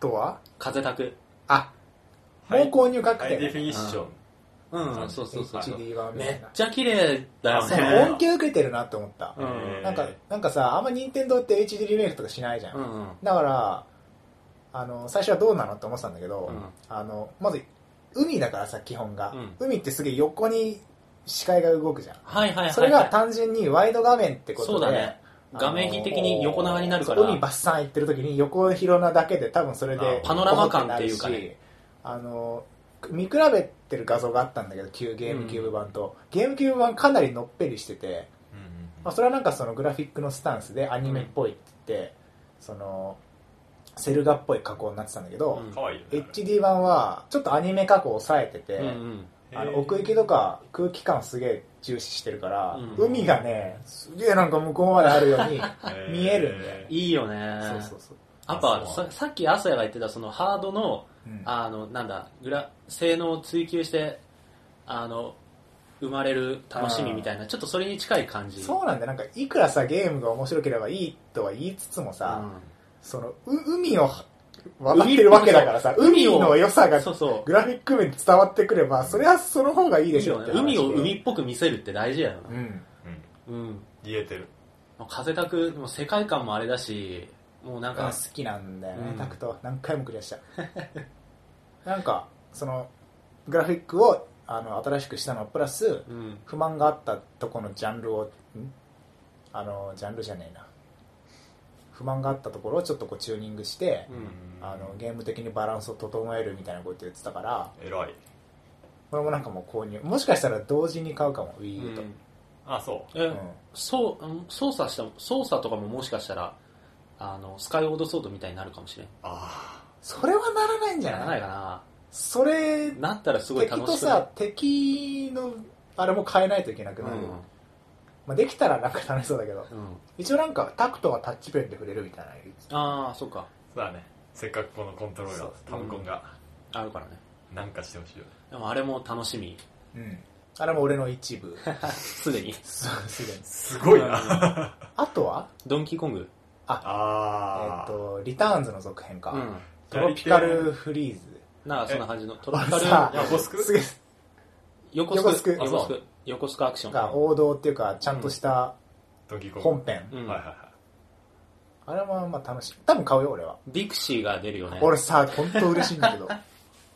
Speaker 1: とは
Speaker 3: 風たく。
Speaker 1: あもう購入確
Speaker 2: ハイディフ
Speaker 1: 定
Speaker 2: ィニッション
Speaker 3: うん、そうそうそうそう。
Speaker 1: HD 版みた
Speaker 3: めっ
Speaker 1: いな
Speaker 3: ちゃ綺麗だよ
Speaker 1: そう
Speaker 3: ね。
Speaker 1: 恩恵受けてるなって思った
Speaker 3: うん
Speaker 2: えー
Speaker 1: なんかなんかさあんま任天堂って HD リメイクとかしないじゃ
Speaker 3: うんんうん。
Speaker 1: だからあの最初はどうなのって思ってたんだけど、
Speaker 3: うん
Speaker 1: あのまず海だからさ基本が、
Speaker 3: う
Speaker 1: 海ってすげえ横に視界が動くじゃん、
Speaker 3: はいはいはいはい。
Speaker 1: それが単純にワイド画面ってことで
Speaker 3: そうだね。画面比的に横長になるから。
Speaker 1: そう海バッサン行ってる時に横広なだけで多分それで
Speaker 2: あパ
Speaker 3: ノラマ感っていうか
Speaker 1: ゴホ
Speaker 3: ね
Speaker 1: なるしあの見比べてる画像があったんだけど旧ゲームキューブ版と、ゲームキューブ版かなりのっぺりしてて、
Speaker 2: うんうんうん
Speaker 1: まあ、それはなんかそのグラフィックのスタンスでアニメっぽいって言って、そのセル画っぽい加工になってたんだけど、
Speaker 2: 可愛いよね
Speaker 1: HD 版はちょっとアニメ加工を抑えてて、
Speaker 3: うんうん。
Speaker 1: あ
Speaker 2: へ
Speaker 1: の
Speaker 2: ー
Speaker 1: 奥行きとか空気感をすげえ重視してるから、
Speaker 3: うん
Speaker 1: 海がねすげえなんか向こうまであるよ うに
Speaker 2: へー
Speaker 1: 見えるんだよ
Speaker 3: いいよね。
Speaker 1: そうそうそう、
Speaker 3: やっぱ
Speaker 2: そう
Speaker 3: ささっき朝やが言ってたそのハードの
Speaker 1: うん
Speaker 3: あのなんだグラ性能を追求してあの生まれる楽しみみたいなちょっとそれに近い感じ
Speaker 1: そうなんだよなんかいくらさゲームが面白ければいいとは言いつつもさ、そのう海を分かってるわけだからさ海
Speaker 3: 海を
Speaker 1: の良さ
Speaker 3: う
Speaker 1: が
Speaker 3: ん、そうそう
Speaker 1: グラフィック面で伝わってくればそれはその方がいいで
Speaker 3: いい
Speaker 1: しょ
Speaker 3: よ
Speaker 1: って
Speaker 3: ね
Speaker 1: 話で
Speaker 3: 海を海っぽく見せるって大事やよな
Speaker 1: うん
Speaker 2: うん
Speaker 3: うん
Speaker 2: 言えてる
Speaker 3: 風たくもう世界観もあれだしもうなん
Speaker 1: が
Speaker 3: か
Speaker 1: 好きなんだよね、
Speaker 3: うん
Speaker 1: タクト何回もクリアした なんかそのグラフィックをあの新しくしたのプラス
Speaker 3: うん
Speaker 1: 不満があったとこのジャンルをんあのジャンルじゃねえな不満があったところをちょっとこうチューニングして、
Speaker 3: うん
Speaker 1: あのゲーム的にバランスを整えるみたいなこと言ってたから
Speaker 2: 偉い
Speaker 1: これもなんかもう購入もしかしたら同時に買うかも WiiU と、
Speaker 3: うん
Speaker 2: あそう
Speaker 3: え
Speaker 1: うん
Speaker 3: そううん操作した操作とかももしかしたらあのスカイオードソードみたいになるかもしれん
Speaker 2: あ
Speaker 1: それはならないんじゃ
Speaker 3: な
Speaker 1: ない
Speaker 3: らないかな
Speaker 1: それ
Speaker 3: なったらすごい
Speaker 1: 敵
Speaker 3: 楽
Speaker 1: と
Speaker 3: しくなる
Speaker 1: さ敵のあれも変えないといけなくなる、まあ、できたらなんか楽しそうだけど
Speaker 3: うんうん、
Speaker 1: 一応なんかタクトはタッチペンで触れるみたいなの言ってた
Speaker 3: ああそうか
Speaker 2: そうだねせっかくこのコントローラータブコンが
Speaker 3: あるからね
Speaker 2: なんかしてほしいよね
Speaker 3: でもあれも楽しみ
Speaker 1: うんあれも俺の一部。
Speaker 3: すでに。
Speaker 1: そうすで に。
Speaker 2: すごいな。
Speaker 1: あとは
Speaker 3: ドンキーコング
Speaker 1: え
Speaker 2: あ
Speaker 1: っ
Speaker 2: ー。
Speaker 1: と、リターンズの続編か。
Speaker 3: うん。
Speaker 1: トロピカルフリーズ。
Speaker 3: なんかそんな感じの、トロ
Speaker 1: あれ
Speaker 3: ピカル、
Speaker 1: さ
Speaker 2: 横須賀
Speaker 1: すげえ
Speaker 3: 横
Speaker 1: 横
Speaker 3: 須
Speaker 1: 須賀
Speaker 3: 賀、横須賀、横須賀アクション。
Speaker 1: が王道っていうか、ちゃんとした
Speaker 2: ドンキーコング
Speaker 1: 本編。
Speaker 3: うん
Speaker 2: はいはいは
Speaker 1: あれはまあ楽しい。多分買うよ、俺は。
Speaker 3: ディクシーが出るよね。
Speaker 1: 俺さ、本当嬉しいんだけど。
Speaker 2: い。
Speaker 1: 俺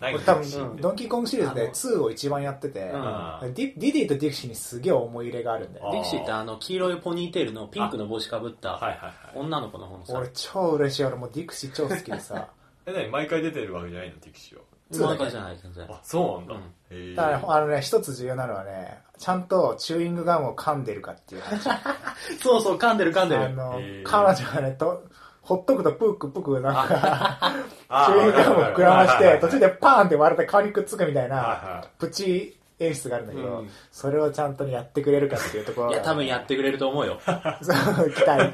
Speaker 2: 何
Speaker 1: 多
Speaker 2: が欲しい
Speaker 1: 分、ドンキーコングシリーズで2を一番やってて、
Speaker 3: うん
Speaker 2: うん
Speaker 1: ディディディとディクシーにすげえ思い入れがあるんだよ
Speaker 2: あ
Speaker 1: ね。
Speaker 3: ディクシーってあの、黄色いポニーテールのピンクの帽子かぶっ
Speaker 2: はい
Speaker 3: た
Speaker 2: はいはい。
Speaker 3: 女の子の方のさ、
Speaker 1: 俺超嬉しい。俺もうディクシー超好きでさ。
Speaker 2: え、何毎回出てるわけじゃないの、ティキシは。
Speaker 1: そうだ
Speaker 3: な
Speaker 1: ね
Speaker 3: んかじゃない、全然。
Speaker 2: あ、そうなんだ。
Speaker 3: うん
Speaker 2: へー
Speaker 1: だからね、あのね、一つ重要なのはね、ちゃんとチューイングガムを噛んでるかっていう話。あ
Speaker 3: そうそう、噛んでる噛んでる。
Speaker 1: の
Speaker 2: へー、
Speaker 1: 彼女がね、と、ほっとくとプークプークなんか、
Speaker 2: あ
Speaker 1: チューイングガムを膨らまし
Speaker 2: はいはい
Speaker 1: て
Speaker 2: はい、
Speaker 1: 途中でパーンって割れて顔にくっつくみたい
Speaker 2: はいは
Speaker 1: な、プチ演出があるんだけ
Speaker 3: う
Speaker 1: ど
Speaker 3: ん、
Speaker 1: それをちゃんとやってくれるかっていうところ
Speaker 3: い
Speaker 1: が
Speaker 3: や、多分やってくれると思うよ。っ
Speaker 1: そう、期待。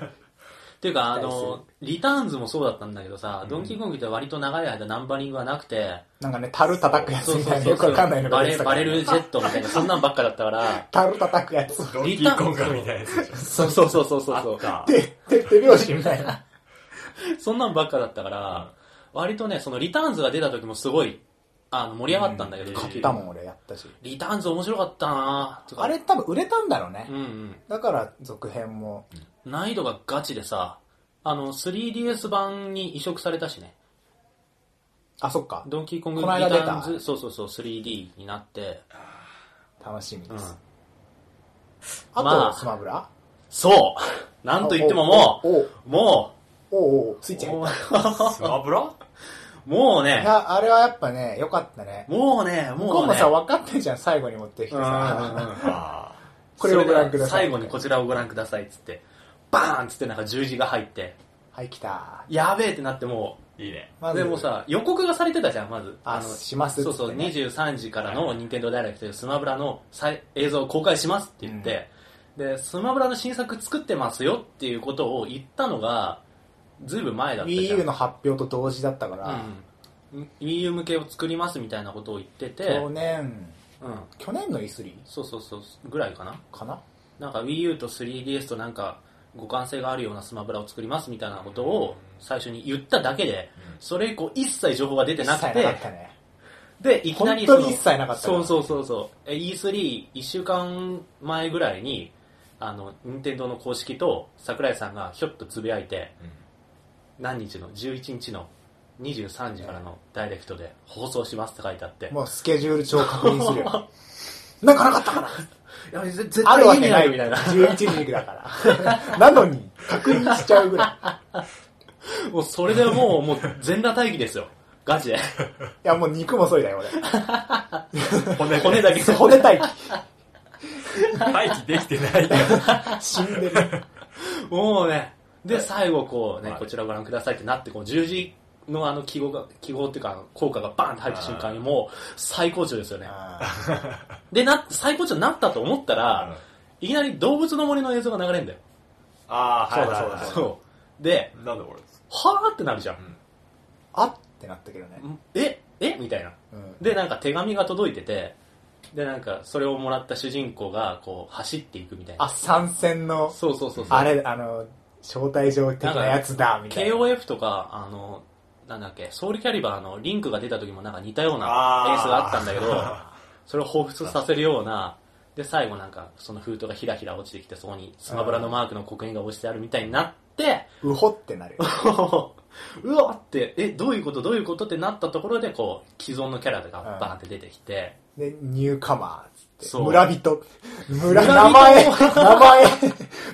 Speaker 3: ていうか、あ
Speaker 1: 期
Speaker 3: の
Speaker 1: 待、
Speaker 3: リターンズもそうだったんだけどさ、ドンキーコングって割と長い間ナンバリングがなくて、
Speaker 1: なんかね、樽叩くやつ
Speaker 3: そう
Speaker 1: み
Speaker 3: そ
Speaker 1: た
Speaker 3: う
Speaker 1: いな、
Speaker 3: そう
Speaker 1: よく
Speaker 3: そう、
Speaker 1: わかんないの
Speaker 3: バ
Speaker 1: が出
Speaker 3: レ
Speaker 1: てた
Speaker 3: バ
Speaker 1: から
Speaker 3: レルジェットみたいな、そんなんばっかだったから、
Speaker 1: 樽叩くやつ。
Speaker 2: ドンキーコングみたいなやつでしょ。
Speaker 3: そうそうそうそうそう。
Speaker 2: か
Speaker 1: で、で、手拍子みたいな。
Speaker 3: そんなんばっかだったから、割とね、そのリターンズが出た時もすごい、あの、盛り上がったんだけど、
Speaker 2: うん
Speaker 1: 買ったもん、俺やったし。
Speaker 3: リターンズ面白かったなとか
Speaker 1: あれ多分売れたんだろうね
Speaker 3: う。ん
Speaker 1: だから続編も。
Speaker 3: うん。難易度がガチでさ、あの、3DS 版に移植されたしね、
Speaker 1: あ、そっか。
Speaker 3: ドンキーコングリ
Speaker 1: こ
Speaker 3: タ
Speaker 1: の間出た
Speaker 3: ーンズ、そうそうそう、3D になって、
Speaker 1: 楽しみ
Speaker 3: う
Speaker 1: で
Speaker 3: ん。
Speaker 1: す。
Speaker 3: ま
Speaker 1: あ
Speaker 3: あ
Speaker 1: と、スマブラ
Speaker 3: そうなんと言ってもも
Speaker 1: おう
Speaker 3: う、も
Speaker 1: おうおう、スイッチ入っ
Speaker 2: スマブラ
Speaker 3: う、もう
Speaker 1: た。い
Speaker 3: ね、
Speaker 1: や、あれはやっぱね、良かったね。
Speaker 3: もうね、
Speaker 1: 向
Speaker 3: も
Speaker 1: こ
Speaker 3: う
Speaker 1: う
Speaker 3: ね
Speaker 1: も。さ、分かってんじゃん、最後に持ってきて
Speaker 3: うんうん
Speaker 1: さ。
Speaker 3: うん
Speaker 2: あ
Speaker 1: これをご覧ください
Speaker 3: それでは最後にこちらをご覧くださいっつって、バーンっつってなんか十字が入って、
Speaker 1: はい、来た。
Speaker 3: やべえってなっても
Speaker 2: ーいいね。
Speaker 1: ま
Speaker 3: う、
Speaker 1: ず
Speaker 3: でもさ、予告がされてたじゃん、まず。
Speaker 1: あしますっつ
Speaker 3: そ
Speaker 1: っ
Speaker 3: う
Speaker 1: てね
Speaker 3: そう、23時からの任天堂ダイレクトでスマブラの再映像を公開しますって言って、で、スマブラの新作作ってますよっていうことを言ったのが、ずいぶん前だったじゃん。
Speaker 1: Wii U の発表と同時だったから、
Speaker 3: うん。Wii U 向けを作りますみたいなことを言ってて、
Speaker 1: 去年、
Speaker 3: うん。
Speaker 1: 去年の E3
Speaker 3: そうそうそう、ぐらいかな。
Speaker 1: かな
Speaker 3: なんか Wii U と 3DS となんか互換性があるようなスマブラを作りますみたいなことを最初に言っただけで、それ以降一切情報が出てなく
Speaker 1: 一切なか
Speaker 3: て
Speaker 1: っ、たね。
Speaker 3: で、いきなり
Speaker 1: 本当に一切なかったから
Speaker 3: そうそうそうそう。え E3、1週間前ぐらいに、あの、任天堂の公式と桜井さんがひょっとつぶやいて、何日の、11日の23時からのダイレクトで放送しますって書いてあって、
Speaker 1: もうスケジュール帳確認するよ。なんかなかったかない
Speaker 3: やぜ絶
Speaker 1: あるわけ
Speaker 3: 家にあ
Speaker 1: ない
Speaker 3: る
Speaker 1: み
Speaker 3: み
Speaker 1: た
Speaker 3: た
Speaker 1: い
Speaker 3: い
Speaker 1: な。
Speaker 3: な。
Speaker 1: 11時だから。 なのに、確認しちゃうぐらい。
Speaker 3: もうそれでもう、もう全裸待機ですよ。ガチで。
Speaker 1: いや、もう肉もそいだよ、
Speaker 2: うん骨、
Speaker 3: 骨だけ。
Speaker 1: 俺。骨待機。
Speaker 2: 待機できてない から。
Speaker 1: 死んでる。
Speaker 3: もうね、で、最後こうね、
Speaker 2: はい
Speaker 3: こちらご覧くださいってなって、こう十字のあの記号が、記号っていうかあの、効果がバーンって入った瞬間にもう最高潮ですよね。
Speaker 1: あ
Speaker 3: で、な、最高潮になったと思ったら、いきなり動物の森の映像が流れるんだよ。
Speaker 2: ああ、はいはいはい。
Speaker 3: そう。で、
Speaker 2: なんだこれ。
Speaker 3: はーってなるじゃん。
Speaker 1: あってなったけどね。
Speaker 3: ええみたいな。
Speaker 1: うん
Speaker 3: で、なんか手紙が届いてて、で、なんかそれをもらった主人公がこう走っていくみたいな。
Speaker 1: あ、参戦の、
Speaker 3: そうそうそうそう。
Speaker 1: あれ、あの、招待状的なやつだ、みたいな。
Speaker 3: KOF とか、あの、なんだっけ、ソウルキャリバーのリンクが出た時もなんか似たような
Speaker 2: あー
Speaker 3: 演出があったんだけど、 それを彷彿させるような、で、最後なんか、その封筒がひらひら落ちてきて、そこにスマブラのマークの刻印が押してあるみたいにな って、
Speaker 1: うほってなるよ。
Speaker 3: うわって、え、どういうことどういうことってなったところで、こう、既存のキャラがバーンって出てきて、
Speaker 1: で、ニューカマーっつって。
Speaker 3: そう
Speaker 1: 村人。村、
Speaker 3: 人
Speaker 1: 名前、名前、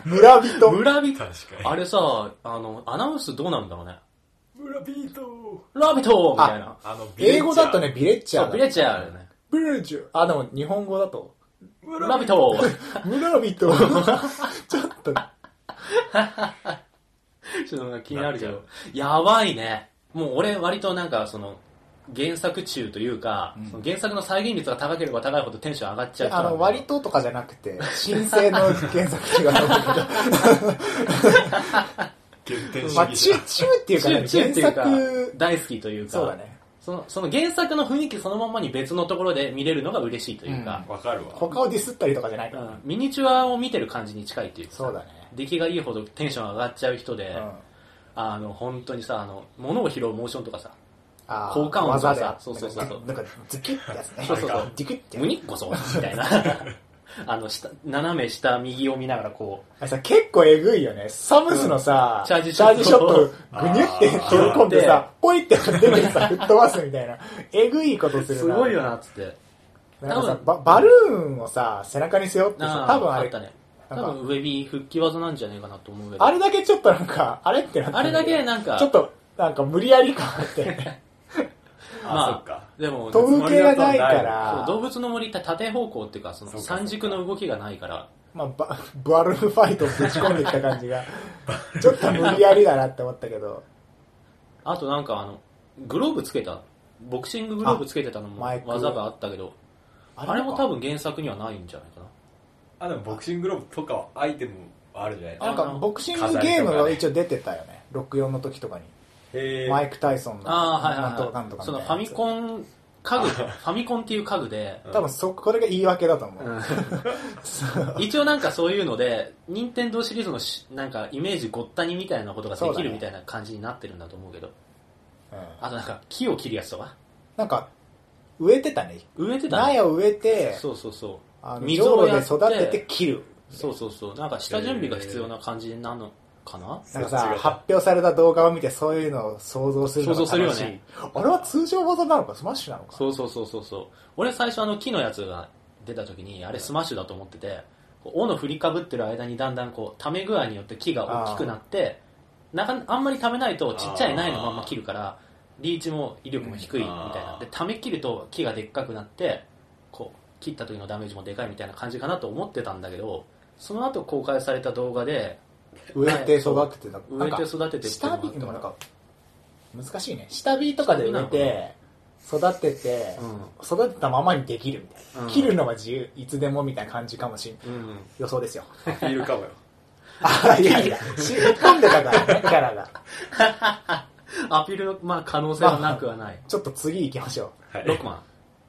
Speaker 1: 村人。
Speaker 3: 村
Speaker 2: 確
Speaker 3: 人、
Speaker 2: かに。
Speaker 3: あれさ、あの、アナウンスどうなるんだろうね。
Speaker 2: 村ビート
Speaker 3: ラビットみたいな。
Speaker 2: あの、ビレッジャー
Speaker 1: 英語だとね、、ビレッジャ
Speaker 3: そ
Speaker 1: ー
Speaker 3: う、
Speaker 1: だ
Speaker 3: ビレッジャーだよね。
Speaker 1: ビレッジャー。あ、でも日本語だと。
Speaker 3: ラビット
Speaker 1: 村 人。ちょっと、
Speaker 3: ちょっとなんか気になるけど。やばいね。もう俺割となんかその、原作中というか、その原作の再現率が高ければ高いほどテンション上がっちゃう人
Speaker 1: あ
Speaker 3: なんだ
Speaker 1: の、
Speaker 3: よ
Speaker 1: 割ととかじゃなくて、申請の原作違うと思うけど、
Speaker 2: 原点主
Speaker 1: まあ、
Speaker 2: 義
Speaker 1: チュ
Speaker 2: 者
Speaker 1: ー、チューっていうかね、
Speaker 3: 中中っていう
Speaker 1: 原
Speaker 3: か
Speaker 1: 作、
Speaker 3: 大好きというか、
Speaker 1: そうだね。
Speaker 3: そのその原作の雰囲気そのままに別のところで見れるのが嬉しいというか、
Speaker 2: わかるわ。
Speaker 1: 他をディスったりとかじゃないか
Speaker 3: う
Speaker 1: ら、
Speaker 3: んミニチュアを見てる感じに近いっていうか
Speaker 1: そうだね
Speaker 3: 出来がいいほどテンション上がっちゃう人で、
Speaker 1: うん
Speaker 3: あの本当にさあの物を拾うモーションとかさ
Speaker 1: あー
Speaker 3: 交換音と
Speaker 1: 技
Speaker 3: か
Speaker 1: で
Speaker 3: さそうそうそうそう
Speaker 1: なんかズキッってやつね
Speaker 3: そうそうそう
Speaker 1: ズキッて
Speaker 3: むにっこそうみ たいなあの下斜め下右を見ながらこう
Speaker 1: あれさ結構えぐいよねサムスのさ、
Speaker 3: うんチャージシ
Speaker 1: ショッ
Speaker 3: ョット
Speaker 1: トをぐにゅって取り込んでさポイって出てさ吹っ飛ばすみ たいなえぐいことするな
Speaker 3: すごいよなっつって
Speaker 1: なんかさ
Speaker 3: 多分
Speaker 1: ババルーンをさ背中に背負ってさ
Speaker 3: あー
Speaker 1: 多分あ
Speaker 3: あっ
Speaker 1: れ
Speaker 3: たね多
Speaker 1: なんか
Speaker 3: 分ウェビー復帰技なんじゃないかなと思うけど
Speaker 1: あれだけちょっとなんかあれってなって
Speaker 3: あれだけなんか
Speaker 1: ちょっとなんか無理やり感あって
Speaker 2: あ、
Speaker 3: ま
Speaker 2: そ
Speaker 3: あ
Speaker 2: っか。
Speaker 3: でも
Speaker 1: 飛ぶ系がないか
Speaker 3: そう
Speaker 1: ら
Speaker 3: 動物の森って縦方向っていうかその
Speaker 2: そうか
Speaker 3: 三軸の動きがないから
Speaker 1: まあ、ババルーンファイトをぶち込んできた感じが ちょっと無理やりだなって思ったけど
Speaker 3: あとなんかあのグローブつけたボクシンググローブつけてたのも
Speaker 1: あマイク
Speaker 3: 技があったけどあれも多分原作にはないんじゃないかな
Speaker 2: あ、でもボクシンググローブとかはアイテムあるじゃないです
Speaker 1: な
Speaker 2: か。
Speaker 1: んかボクシングゲームが一応出てたよね64の時とかに
Speaker 2: へ
Speaker 1: マイク・タイソンの
Speaker 3: ああはい
Speaker 1: なんとか
Speaker 3: は
Speaker 1: かんと
Speaker 3: いは
Speaker 1: か
Speaker 3: い
Speaker 1: み
Speaker 3: そ
Speaker 1: た
Speaker 3: の
Speaker 1: い
Speaker 3: フ
Speaker 1: な
Speaker 3: ァミコン家具ファミコンっていう家具で
Speaker 1: 多分そこれが言い訳だと思う、そう
Speaker 3: 一応なんかそういうので任天堂シリーズのしなんかイメージごったにみたいなことがで
Speaker 1: そう
Speaker 3: き
Speaker 1: だ
Speaker 3: る
Speaker 1: ね
Speaker 3: みたいな感じになってるんだと思うけど
Speaker 1: うん
Speaker 3: あとなんか木を切るやつとか
Speaker 1: なんか植えてたね
Speaker 3: 植えてたね
Speaker 1: 苗を植えて
Speaker 3: そうそうそう
Speaker 1: あの
Speaker 3: 溝
Speaker 1: 水路
Speaker 3: をや
Speaker 1: で育
Speaker 3: って
Speaker 1: てて切る
Speaker 3: そうそうそうなんか下準備が必要な感じなのかな
Speaker 1: なんか
Speaker 2: そっち
Speaker 1: さ
Speaker 2: が
Speaker 1: 発表された動画を見てそういうのを想像するのが楽しい
Speaker 3: 想像するよね
Speaker 1: あれは通常技なのかスマッシュなのか
Speaker 3: そうそうそうそうそう俺最初あの木のやつが出た時にあれスマッシュだと思っててこう斧振りかぶってる間にだんだんこう溜め具合によって木が大きくなってなかあんまり溜めないとちっちゃい苗のまんま切るからリーチも威力も低いみたいな
Speaker 2: あー
Speaker 3: で溜め切ると木がでっかくなってこう切った時のダメージもでかいみたいな感じかなと思ってたんだけどその後公開された動画で
Speaker 1: 植えて育ててた
Speaker 3: 植えて育ててっていう
Speaker 1: 下
Speaker 3: のがあ
Speaker 1: 火
Speaker 3: っ
Speaker 1: で
Speaker 3: た
Speaker 1: も
Speaker 3: か
Speaker 1: なん
Speaker 3: ら
Speaker 1: か難しいね下火とかで植えて育てて、育てたままにできるみたいな、
Speaker 3: うん
Speaker 1: 切るのは自由いつでもみたいな感じかもしれない
Speaker 3: うん、うん
Speaker 1: 予想ですよ
Speaker 2: いるかもよ。
Speaker 1: あいやいや染 み込んでたからねキャラが
Speaker 3: アピールの、まあ、可能性はなくはない。
Speaker 1: ちょっと次行きましょう
Speaker 2: はい。
Speaker 3: ロックマン。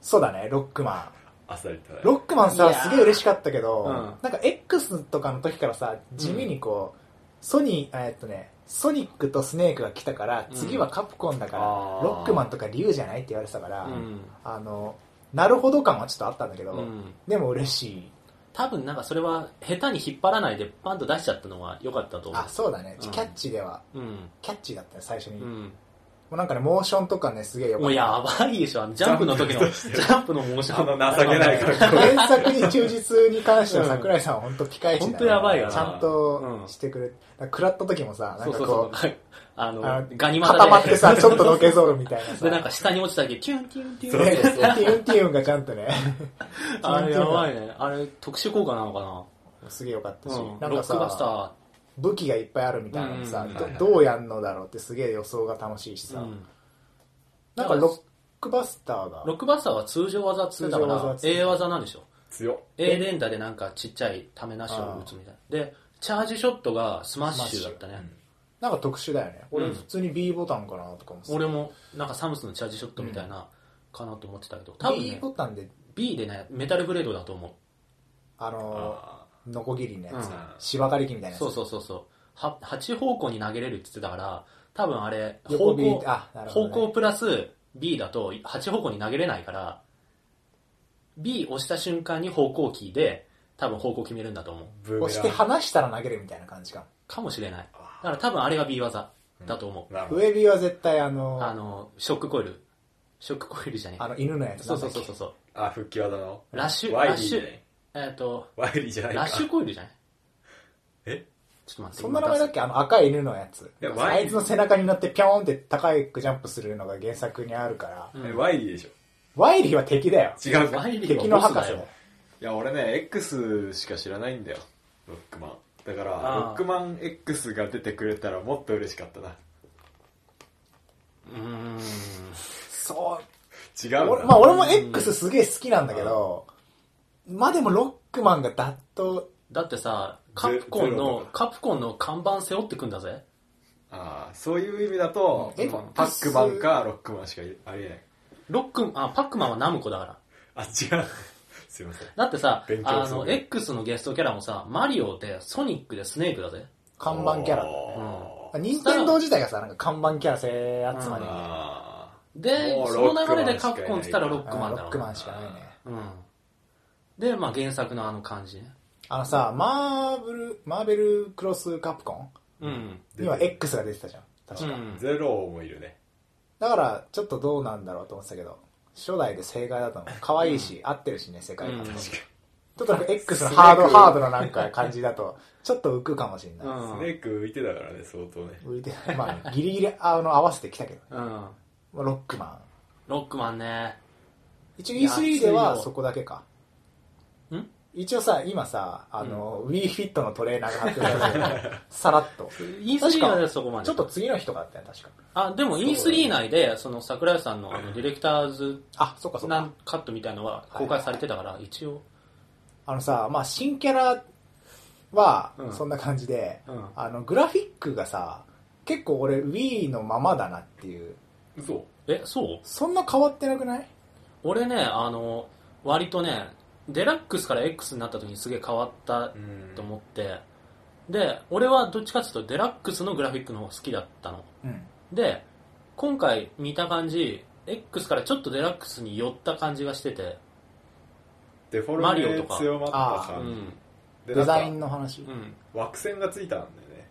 Speaker 1: そうだねロックマ
Speaker 2: あっさりとね
Speaker 1: ンロックマン
Speaker 3: い
Speaker 1: さ
Speaker 3: や
Speaker 1: す
Speaker 3: ー
Speaker 1: げえ嬉しかったけど、
Speaker 3: うん
Speaker 1: なんか X とかの時からさ地味にこう、ソニーえーっとねソニックとスネークが来たから
Speaker 3: うん
Speaker 1: 次はカプコンだから、
Speaker 2: あー
Speaker 1: ロックマンとか竜じゃないって言われてたから、
Speaker 3: うん。
Speaker 1: あのなるほど感はちょっとあったんだけど、
Speaker 3: うん。
Speaker 1: でも嬉しい
Speaker 3: 多分なんかそれは下手に引っ張らないでパンと出しちゃったのは良かったと思
Speaker 1: あそうだね、
Speaker 3: うん
Speaker 1: キャッチでは
Speaker 3: う。うん。
Speaker 1: キャッチだったね最初に、
Speaker 3: う
Speaker 1: も
Speaker 3: ん。
Speaker 1: うなんかねモーションとかねすげえよか
Speaker 3: も
Speaker 1: っ
Speaker 3: う
Speaker 1: た
Speaker 3: やばいでしょ、あのジャンプの時の、ジャンプのモーション。
Speaker 2: あの情けない格好
Speaker 1: 原作に忠実に関しては桜井さんは本当ピカイチだね
Speaker 3: 本当やばいよな
Speaker 1: ちゃんとしてくれて、だから食らった時もさな
Speaker 3: そ
Speaker 1: ん
Speaker 3: う
Speaker 1: か
Speaker 3: そうそ
Speaker 1: こ
Speaker 3: う
Speaker 1: う。
Speaker 3: あ
Speaker 1: あ
Speaker 3: の
Speaker 1: の、
Speaker 3: ガニ
Speaker 1: 固ま
Speaker 3: 股
Speaker 1: っ
Speaker 3: で
Speaker 1: て。さちょっとのけぞるみたいなさ
Speaker 3: で、なんか下に落ちた時、キュンキュンキュン
Speaker 1: ね
Speaker 3: って。
Speaker 1: ティウンティウンがちゃんとね
Speaker 3: あれやば
Speaker 1: い
Speaker 3: いね。あれ特殊効果なのか
Speaker 1: すげえよかったし、
Speaker 3: なうん。
Speaker 1: なん
Speaker 3: ロ
Speaker 1: か
Speaker 3: ックバスタ
Speaker 1: さ
Speaker 3: ー。
Speaker 1: 武器がいっぱいあるみたいなのさ、
Speaker 3: うん
Speaker 1: どどうやんのだろうってすげえ予想が楽しいしさ、
Speaker 3: うん
Speaker 1: なんかロックバスターが
Speaker 3: ロックバスターは通常技っつってたか
Speaker 1: 通常技
Speaker 3: ら
Speaker 1: っ、つってた
Speaker 3: A 技なんでしょ
Speaker 2: 強っ。
Speaker 3: A 連打でなんかちっちゃいためなしを打つみたいな。で、チャージショットがスマッシュだったね。
Speaker 1: なんか特殊だよね俺
Speaker 3: うん
Speaker 1: 普通に B ボタンかなとかもさ、
Speaker 3: 俺もなんかサムスのチャージショットみたいな、かなと思ってたけど、多分
Speaker 1: B
Speaker 3: ね
Speaker 1: ボ、タンで
Speaker 3: B でね、メタルグレードだと思
Speaker 1: あの
Speaker 2: あ
Speaker 1: ノコギリのやつ、
Speaker 3: うん。
Speaker 1: 芝刈り機みたいうなやつ
Speaker 3: そうそうそうそう。は、8方向に投げれるって言ってたから、多分あれ、
Speaker 1: 横
Speaker 3: 方
Speaker 1: ビー
Speaker 3: 向、
Speaker 1: あなるほど
Speaker 3: 方
Speaker 1: ね
Speaker 3: 向プラス B だと8方向に投げれないから、B 押した瞬間に方向キーで、多分方向決めるんだと思う。
Speaker 2: ーブーメラン
Speaker 1: 押して離したら投げるみたいな感じか
Speaker 3: かもしれない。だ
Speaker 2: あ
Speaker 3: から多分あれが B 技だと思う。
Speaker 2: ーなるほど
Speaker 1: 上火は絶対あの
Speaker 3: あ
Speaker 1: あ
Speaker 3: の、ショックコイル。ショックコイルじゃねえ。
Speaker 1: の犬のやつ
Speaker 3: そうそうそうそう
Speaker 1: う
Speaker 3: そう。
Speaker 2: あ、復帰技の。
Speaker 3: ラッシュ、
Speaker 2: ワイリー
Speaker 3: ラッ
Speaker 2: じ
Speaker 3: シ
Speaker 2: ゃ
Speaker 3: ュ
Speaker 2: ない、
Speaker 3: えっと、
Speaker 2: ワイリーじゃないか。
Speaker 3: ラッシュコイルじゃない
Speaker 2: え
Speaker 3: ちょっと待って。
Speaker 1: そんな名前だっ
Speaker 3: け
Speaker 1: けあの赤い犬のやつ
Speaker 2: いやワイ
Speaker 1: あいつの背中に乗ってピョーンって高いジャンプするのが原作にあるから、
Speaker 2: えワイリーでしょ。
Speaker 1: ワイリーは敵だよ
Speaker 2: 違うか
Speaker 3: ワイリー
Speaker 1: 敵の博士だよ
Speaker 2: いや、俺ね、X しか知らないんだよ。ロックマン。だから、ロ
Speaker 3: あ
Speaker 2: ッ
Speaker 3: ー
Speaker 2: クマン X が出てくれたらもっと嬉しかったな。
Speaker 3: うーん。
Speaker 1: そう
Speaker 2: 違う
Speaker 1: 俺
Speaker 2: な。
Speaker 1: まあ、俺も X すげえ好きなんだけど、まあでもロックマンがだっと
Speaker 3: だってさ、カプコン
Speaker 2: ゼゼロ
Speaker 3: の
Speaker 2: だ、
Speaker 3: カプコンの看板背負ってくんだぜ。
Speaker 2: ああそういう意味だと
Speaker 1: え
Speaker 2: パックマンかロックマンしかいありえない
Speaker 3: ロック、あ、パックマンはナムコだから。
Speaker 2: あ違う すいません
Speaker 3: だってさ
Speaker 2: 勉、強
Speaker 3: あ
Speaker 2: 不足
Speaker 3: の、X のゲストキャラもさ、マリオでソニックでスネークだぜ。
Speaker 1: 看板キャラだね。
Speaker 2: あ
Speaker 1: 任天堂自体がさ、なんか看板キャラ性集まり、
Speaker 3: うん
Speaker 1: あ
Speaker 2: あ
Speaker 3: で
Speaker 2: も、う
Speaker 3: その
Speaker 2: ロック
Speaker 3: 流れ
Speaker 2: マン
Speaker 3: で
Speaker 2: しか
Speaker 3: カ
Speaker 2: いない
Speaker 3: プコンって言ったらロックマ
Speaker 1: ー
Speaker 3: ン
Speaker 1: ロ
Speaker 3: だろ
Speaker 1: ッ
Speaker 3: う
Speaker 1: ク
Speaker 3: な
Speaker 1: マンしかないね。
Speaker 3: うん。で、まあ原作のあの感じね。
Speaker 1: あのさ、マーブル、マーベルクロスカプコン
Speaker 3: うん。
Speaker 1: には X が出てたじゃん。確
Speaker 3: う
Speaker 1: か。
Speaker 3: ん。
Speaker 2: ゼロもいるね
Speaker 1: だから、ちょっとどうなんだろうと思ってたけど、初代で正解だと思う。可愛いし、合ってるしね、世界観。
Speaker 3: うん
Speaker 1: ち
Speaker 2: 確か
Speaker 1: ょっとなん か X のハード、
Speaker 2: すごく
Speaker 1: ハードななんか感じだと、ちょっと浮くかもしれ
Speaker 3: う
Speaker 1: ない。
Speaker 2: に
Speaker 3: ん。
Speaker 2: スネーク浮いてたからね相当ね
Speaker 1: 浮いてないまあ、ギリギリ、あの、合わせてきたけど、ね
Speaker 3: うん。
Speaker 1: まあロックマン。
Speaker 3: ロックマンね。
Speaker 1: 一応
Speaker 3: いや
Speaker 1: E3 ではそこだけか。
Speaker 3: ん
Speaker 1: 一応さ、今さ、あの、WeFit のトレーナーが発表されたけどさらっと。
Speaker 3: E3 はね そこまで。
Speaker 1: ちょっと次の日とかだったよね、確か。
Speaker 3: あ、でも
Speaker 2: そうだ
Speaker 3: E3
Speaker 2: ね
Speaker 3: 内で、その桜井さんのあのディレクターズ
Speaker 1: あ、そっかそっ
Speaker 3: な
Speaker 1: か
Speaker 3: ん。カットみたいのは公開されてたから、一応。
Speaker 1: あのさ、まあ、新キャラは
Speaker 3: うん
Speaker 1: そんな感じで、
Speaker 3: うん
Speaker 1: あの、グラフィックがさ、結構俺 Wii のままだなっていう。
Speaker 2: 嘘
Speaker 3: え、そう
Speaker 1: そんな変わってなくない
Speaker 3: 俺ね、あの、割とね、デラックスから X になった時にすげえ変わった
Speaker 2: うん
Speaker 3: と思って、で、俺はどっちかっていうとデラックスのグラフィックの方が好きだったの。
Speaker 1: うん。
Speaker 3: で、今回見た感じ、X からちょっとデラックスに寄った感じがしてて、
Speaker 2: デフォル
Speaker 3: マリオ
Speaker 2: メ
Speaker 3: とか
Speaker 2: 強まった
Speaker 3: う
Speaker 2: 感じで
Speaker 3: ん。
Speaker 1: デ
Speaker 2: なんか
Speaker 1: ザインの話。
Speaker 3: うん。
Speaker 2: 枠線がついたんだよね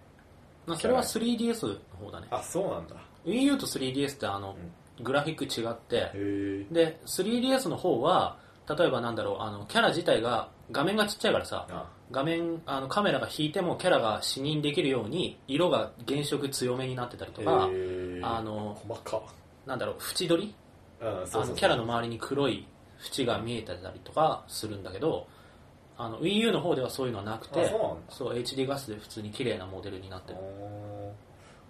Speaker 3: まあそれは 3DS の方だね。
Speaker 2: あそうなんだ
Speaker 3: Wii U と 3DS ってあの、グラフィック違って、
Speaker 2: へえ
Speaker 3: で、3DS の方は、例えばなんだろう、あの、キャラ自体が、画面がちっちゃいからさ、
Speaker 2: あ
Speaker 3: 画面あのカメラが引いてもキャラが視認できるように色が原色強めになってたりとか、
Speaker 2: へえ
Speaker 3: あの
Speaker 2: 細か
Speaker 3: なんだろう縁取り
Speaker 2: うん
Speaker 3: あ
Speaker 2: そうそうそ
Speaker 3: の
Speaker 2: う
Speaker 3: キャラの周りに黒い縁が見えてたりとかするんだけどあの WiiU の方ではそういうのはなくて
Speaker 2: あそうなんだ
Speaker 3: そう HD ガスで普通に綺麗なモデルになってる
Speaker 2: おー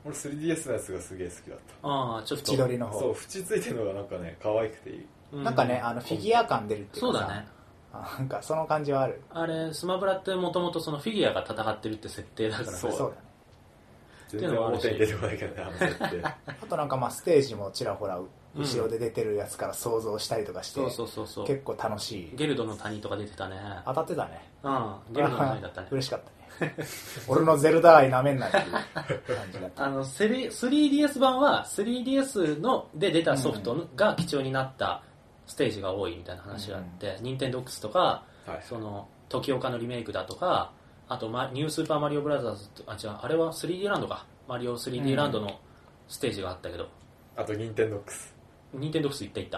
Speaker 2: 俺 3DS のやつがすげえ好きだっ
Speaker 3: ああちょっと
Speaker 1: 千鳥の
Speaker 2: たそう
Speaker 1: 方。
Speaker 2: 縁ついてるのがなんかね可愛くていい
Speaker 3: うん
Speaker 1: なんかね、あの、フィギュア感出るっていうか
Speaker 3: そう
Speaker 1: さ
Speaker 3: だね
Speaker 1: あなんかその感じはある。
Speaker 3: あれスマブラってもともとそのフィギュアが戦ってるって設定だから
Speaker 2: そう
Speaker 1: そうだね。
Speaker 2: 全然表に出てこないけどねあの設 定
Speaker 1: あとなんかまあステージもちらほら後ろで出てるやつから想像したりとかして、
Speaker 3: そうそうそうそう
Speaker 1: 結構楽しい。
Speaker 3: ゲルドの谷とか出てたね
Speaker 1: 当たってたね。
Speaker 3: うんゲルドの谷だったね
Speaker 1: 嬉しかったね。俺のゼルダ愛なめんなっていう感じだ った。
Speaker 3: あのセリ 3DS 版は 3DS ので出たソフトが貴重になったステージが多いみたいな話があって、任天堂 X とか
Speaker 2: はい
Speaker 3: その時岡のリメイクだとかあと、ま、ニュースーパーマリオブラザーズとあ違うあれは 3D ランドかマリオ 3D ランドのステージがあったけど、
Speaker 2: あと任天堂 X
Speaker 3: 任天堂 X 行った行っ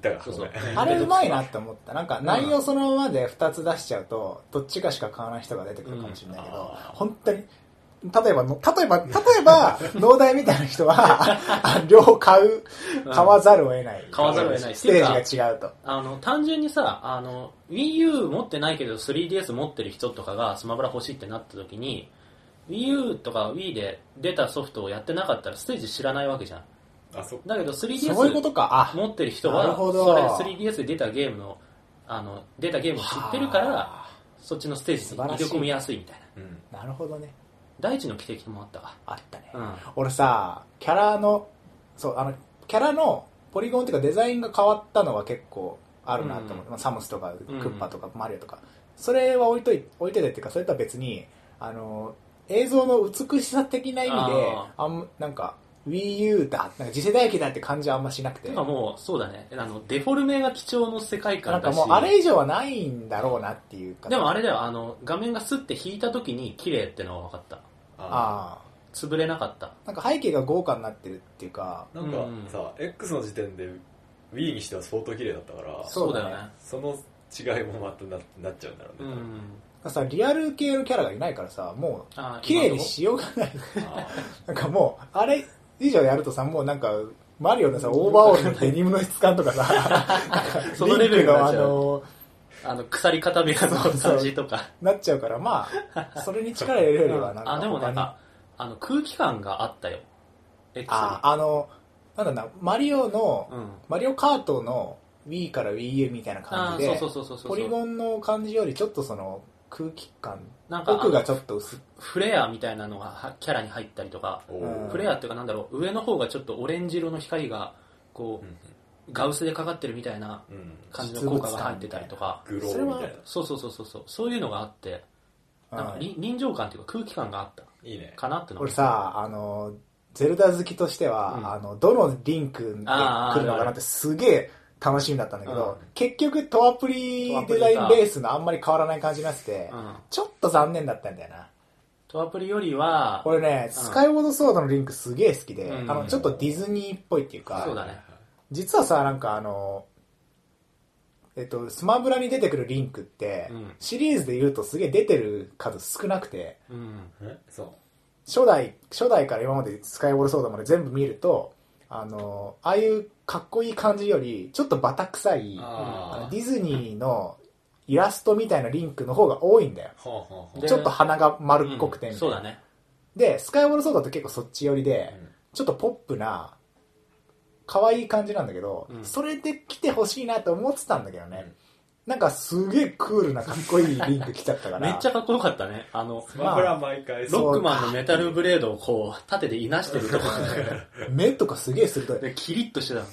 Speaker 3: た
Speaker 2: いたか
Speaker 3: そ
Speaker 2: ご
Speaker 3: うそ
Speaker 2: め
Speaker 3: うん
Speaker 1: あれうまいなって思った。なんか内容そのままで2つ出しちゃうと、どっちかしか買わない人が出てくるかもしれないけど、
Speaker 2: うん
Speaker 1: 本当に、例えばの、例えば、例えば、 農大みたいな人は、 あ両方買う、買わざるを得ない。
Speaker 3: 買わざるを得ない
Speaker 1: ステージが違うと。
Speaker 3: あの単純にさあの WiiU 持ってないけど 3DS 持ってる人とかがスマブラ欲しいってなった時に WiiU とか Wii で出たソフトをやってなかったらステージ知らないわけじゃん
Speaker 2: あそっか
Speaker 3: だけど
Speaker 1: そういうこ
Speaker 3: 3DS
Speaker 1: とか。あ、
Speaker 3: 持ってる人
Speaker 1: なる
Speaker 3: は
Speaker 1: ほど
Speaker 3: それ 3DS で出たゲームのあの出たゲームを知ってるから
Speaker 1: は
Speaker 3: そっちのステージに入れ込みやすいみたいな
Speaker 2: うん
Speaker 1: あなるほどね。
Speaker 3: 第一の汽笛もあったわ
Speaker 1: あったね。
Speaker 3: うん
Speaker 1: 俺さ、キャラの、そう、あの、キャラのポリゴンっていうかデザインが変わったのは結構あるなと思って、
Speaker 3: うん
Speaker 1: まあサムスとかク
Speaker 3: うん
Speaker 1: ッパとかマリオとか、それは置いとい置いといてっていうか、それとは別に、あの、映像の美しさ的な意味で、
Speaker 3: あ
Speaker 1: あんなんか、Wii U だ、なんか次世代機だって感じはあんましなくて、
Speaker 3: てかもうそうだねあのデフォルメが貴重の世
Speaker 1: な
Speaker 3: 界観
Speaker 1: んか
Speaker 3: だし
Speaker 1: もうあれ以上はないんだろうなっていうか。
Speaker 3: でもあ
Speaker 1: れ
Speaker 3: れだよあの画面がスッて引いた時に綺麗ってのが分かった
Speaker 2: あ
Speaker 1: ああ。
Speaker 3: 潰れなかった
Speaker 1: なんか背景が豪華になってるっていうか、
Speaker 2: なん
Speaker 3: うん
Speaker 2: かさ X の時点で Wii にしては相当綺麗だったから
Speaker 1: そう
Speaker 3: そうだ
Speaker 1: だね
Speaker 3: よね
Speaker 2: その違いもまたななっちゃうんだろう
Speaker 3: う
Speaker 2: ね、
Speaker 3: ん
Speaker 1: さ、リアル系のキャラがいないからさ、もう、
Speaker 3: あ
Speaker 1: 綺麗に
Speaker 3: 今
Speaker 1: しようがない。
Speaker 2: あ
Speaker 1: なんかもう、あれ以上やるとさ、もうなんか、マリオのさ、オーバーオールのデニムの質感とかさ、なんか
Speaker 3: そのレベ
Speaker 1: リ
Speaker 3: ルに
Speaker 1: ンクの
Speaker 3: なっ
Speaker 1: あ
Speaker 3: ちゃう
Speaker 1: の、
Speaker 3: のあの鎖片部屋の感じとか
Speaker 1: なっちゃうから、まあ、それに力入れるよりは、なんか、
Speaker 3: あでもな
Speaker 1: 他
Speaker 3: ん
Speaker 1: に
Speaker 3: かあの空気感があったよ X に
Speaker 1: あ、あの、なんだろうな、マリオの、
Speaker 3: うん
Speaker 1: マリオカートの Wii から WiiU みたいな
Speaker 3: あ
Speaker 1: 感じ
Speaker 3: ー
Speaker 1: で
Speaker 3: そう、そうそうそうそう
Speaker 1: ポリゴンの感じよりちょっとその、空気感
Speaker 3: なんか、
Speaker 1: 奥がちょっと薄っ
Speaker 3: フレアみたいなのがはキャラに入ったりとか、
Speaker 2: お
Speaker 1: うん
Speaker 3: フレアっていうかなんだろう、上の方がちょっとオレンジ色の光が、こう、ガウスでかかってるみたいな
Speaker 2: うん
Speaker 3: 感じの効果が入ってたりとか、
Speaker 2: グローみたいな
Speaker 3: そうそうそうそうそう、そういうのがあって、なんか
Speaker 1: はい
Speaker 3: り臨場感っていうか空気感があった
Speaker 2: いいね
Speaker 3: かなってのが
Speaker 1: 俺さ、あの、ゼルダ好きとしては、
Speaker 3: うん
Speaker 1: あの、どのリンクで来るのかなってすげえ楽しみだったんだけど、結局トアプリデザインベースのあんまり変わらない感じになってて、
Speaker 3: うん
Speaker 1: ちょっと残念だったんだよな。
Speaker 3: トアプリよりは、
Speaker 1: 俺ね、スカイウォードソードのリンクすげえ好きで、
Speaker 3: うん
Speaker 1: あの、ちょっとディズニーっぽいっていうか、
Speaker 3: そうだね。
Speaker 1: 実はさ、なんかあの、えっと、スマブラに出てくるリンクって、
Speaker 3: うん
Speaker 1: シリーズで言うとすげえ出てる数少なくて、
Speaker 3: うん。
Speaker 2: えそ
Speaker 1: 初代、初代から今までスカイウォールソードまで全部見ると、あの、ああいうかっこいい感じより、ちょっとバタ臭
Speaker 2: う
Speaker 1: い、あの
Speaker 2: ああ
Speaker 1: ディズニーのイラストみたいなリンクの方が多いんだよ。
Speaker 2: はあはあはあ
Speaker 3: で
Speaker 1: ちょっと鼻が丸っこくてみ
Speaker 3: う
Speaker 1: た
Speaker 3: ん
Speaker 1: い
Speaker 3: そう
Speaker 1: な
Speaker 3: だね。
Speaker 1: で、スカイウォールソードって結構そっち寄りで、ちょっとポップな、可愛い感じなんだけど、
Speaker 3: うん
Speaker 1: それで来てほしいなと思ってたんだけどね、
Speaker 2: うん
Speaker 1: なんかすげえクールなかっこいいリンク来ちゃったから。
Speaker 3: めっちゃかっこよかったね。あの、
Speaker 2: スマブラ毎回
Speaker 1: まあ
Speaker 2: そう
Speaker 1: そ
Speaker 3: ロ
Speaker 1: う
Speaker 3: ックマンのメタルブレードをこう、縦でいなしてる とこ
Speaker 1: 目とかすげえ鋭い。
Speaker 3: で、キリッとしてたの。
Speaker 1: だ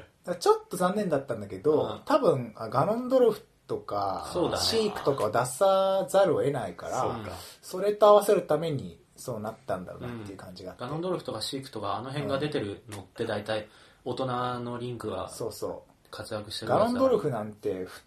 Speaker 1: からちょっと残念だったんだけど、
Speaker 3: うん
Speaker 1: 多分あガノンドルフとか、
Speaker 3: そうだね
Speaker 1: シークとかを出さざるを得ないから
Speaker 2: そう
Speaker 1: そ
Speaker 2: か
Speaker 1: れと合わせるためにそうなったんだろうなっていう感じがあって、
Speaker 3: ガノンドルフとかシークとか、あの辺が出てるのって大体、大人のリンクが
Speaker 1: そうそ
Speaker 3: 活躍して
Speaker 1: う
Speaker 3: るや
Speaker 1: ガ
Speaker 3: つだ
Speaker 1: ノンドルフなんてふ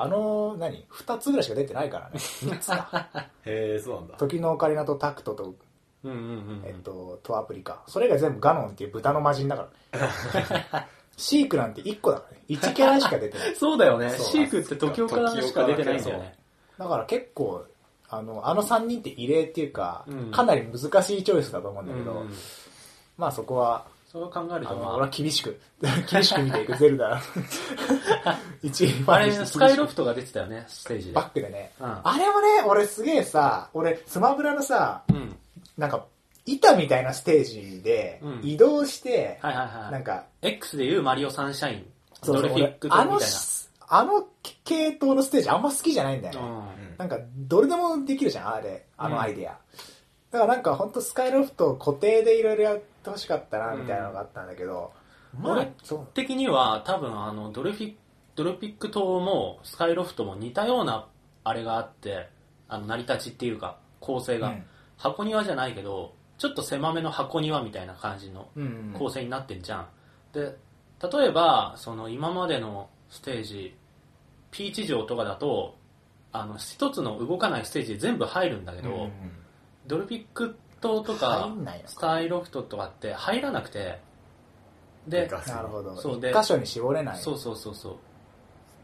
Speaker 1: あの何2つぐらいしか出てないからね3つか
Speaker 2: へえそうなんだ
Speaker 1: 時のオカリナとタクトと、
Speaker 3: うんうんうんうん。
Speaker 1: えっと、トアプリかそれ以外全部ガノンっていう豚の魔人だからシークなんて1個だからね1キャラしか出てない
Speaker 3: そうだよね。
Speaker 1: そう
Speaker 3: シークって時岡からしか出てないんだよね。
Speaker 1: だから結構あのあの3人って異例っていうか、
Speaker 3: うん
Speaker 1: かなり難しいチョイスだと思うんだ
Speaker 3: う
Speaker 1: けど、
Speaker 3: ん。
Speaker 1: まあそこは
Speaker 3: それを考える
Speaker 1: あの
Speaker 3: と、ま
Speaker 1: 俺は
Speaker 3: あ、
Speaker 1: 厳しく 厳しく見ていくゼル ダ一位
Speaker 3: あれ、スカイロフ
Speaker 1: ト
Speaker 3: トが出てたよね、ステージで
Speaker 1: バ。ックでね、
Speaker 3: うん
Speaker 1: あれもね俺すげえさ俺スマブラのさ
Speaker 3: うん。
Speaker 1: なんか板みたいなステージで
Speaker 3: うん
Speaker 1: 移動して、
Speaker 3: はいはいは
Speaker 1: ないん。か
Speaker 3: X でいうマリオサンシャイン、
Speaker 1: そうそ
Speaker 3: ドル
Speaker 1: う
Speaker 3: フィック
Speaker 1: 俺あ
Speaker 3: とみ
Speaker 1: の
Speaker 3: たい
Speaker 1: あの系統のステージあんま好きじゃないんだよね、
Speaker 3: な。うん
Speaker 2: うん
Speaker 1: なんか、どれでもできるじゃん、あれ、あのアイディア。だからなんか、ほんとスカイロフトを固定でいろいろやってほしかったな、みたいなのがあったんだけど、まあ
Speaker 3: 俺、
Speaker 1: そう。
Speaker 3: 的には多分あのドルフィドルピック島もスカイロフトも似たようなあれがあってあの成り立ちっていうか構成が、
Speaker 1: うん
Speaker 3: 箱庭じゃないけどちょっと狭めの箱庭みたいな感じの
Speaker 1: うんうん
Speaker 3: 構成になってんじゃん、で例えばその今までのステージピーチ城とかだとあの一つの動かないステージで全部入るんだけど、
Speaker 1: うん
Speaker 3: ドルピック島とか
Speaker 1: 入んないの
Speaker 3: スカイロフトとかって入らなくてで
Speaker 2: か
Speaker 1: なるほど。
Speaker 3: そうで
Speaker 1: 一箇所に絞れない。
Speaker 3: そうそうそうそ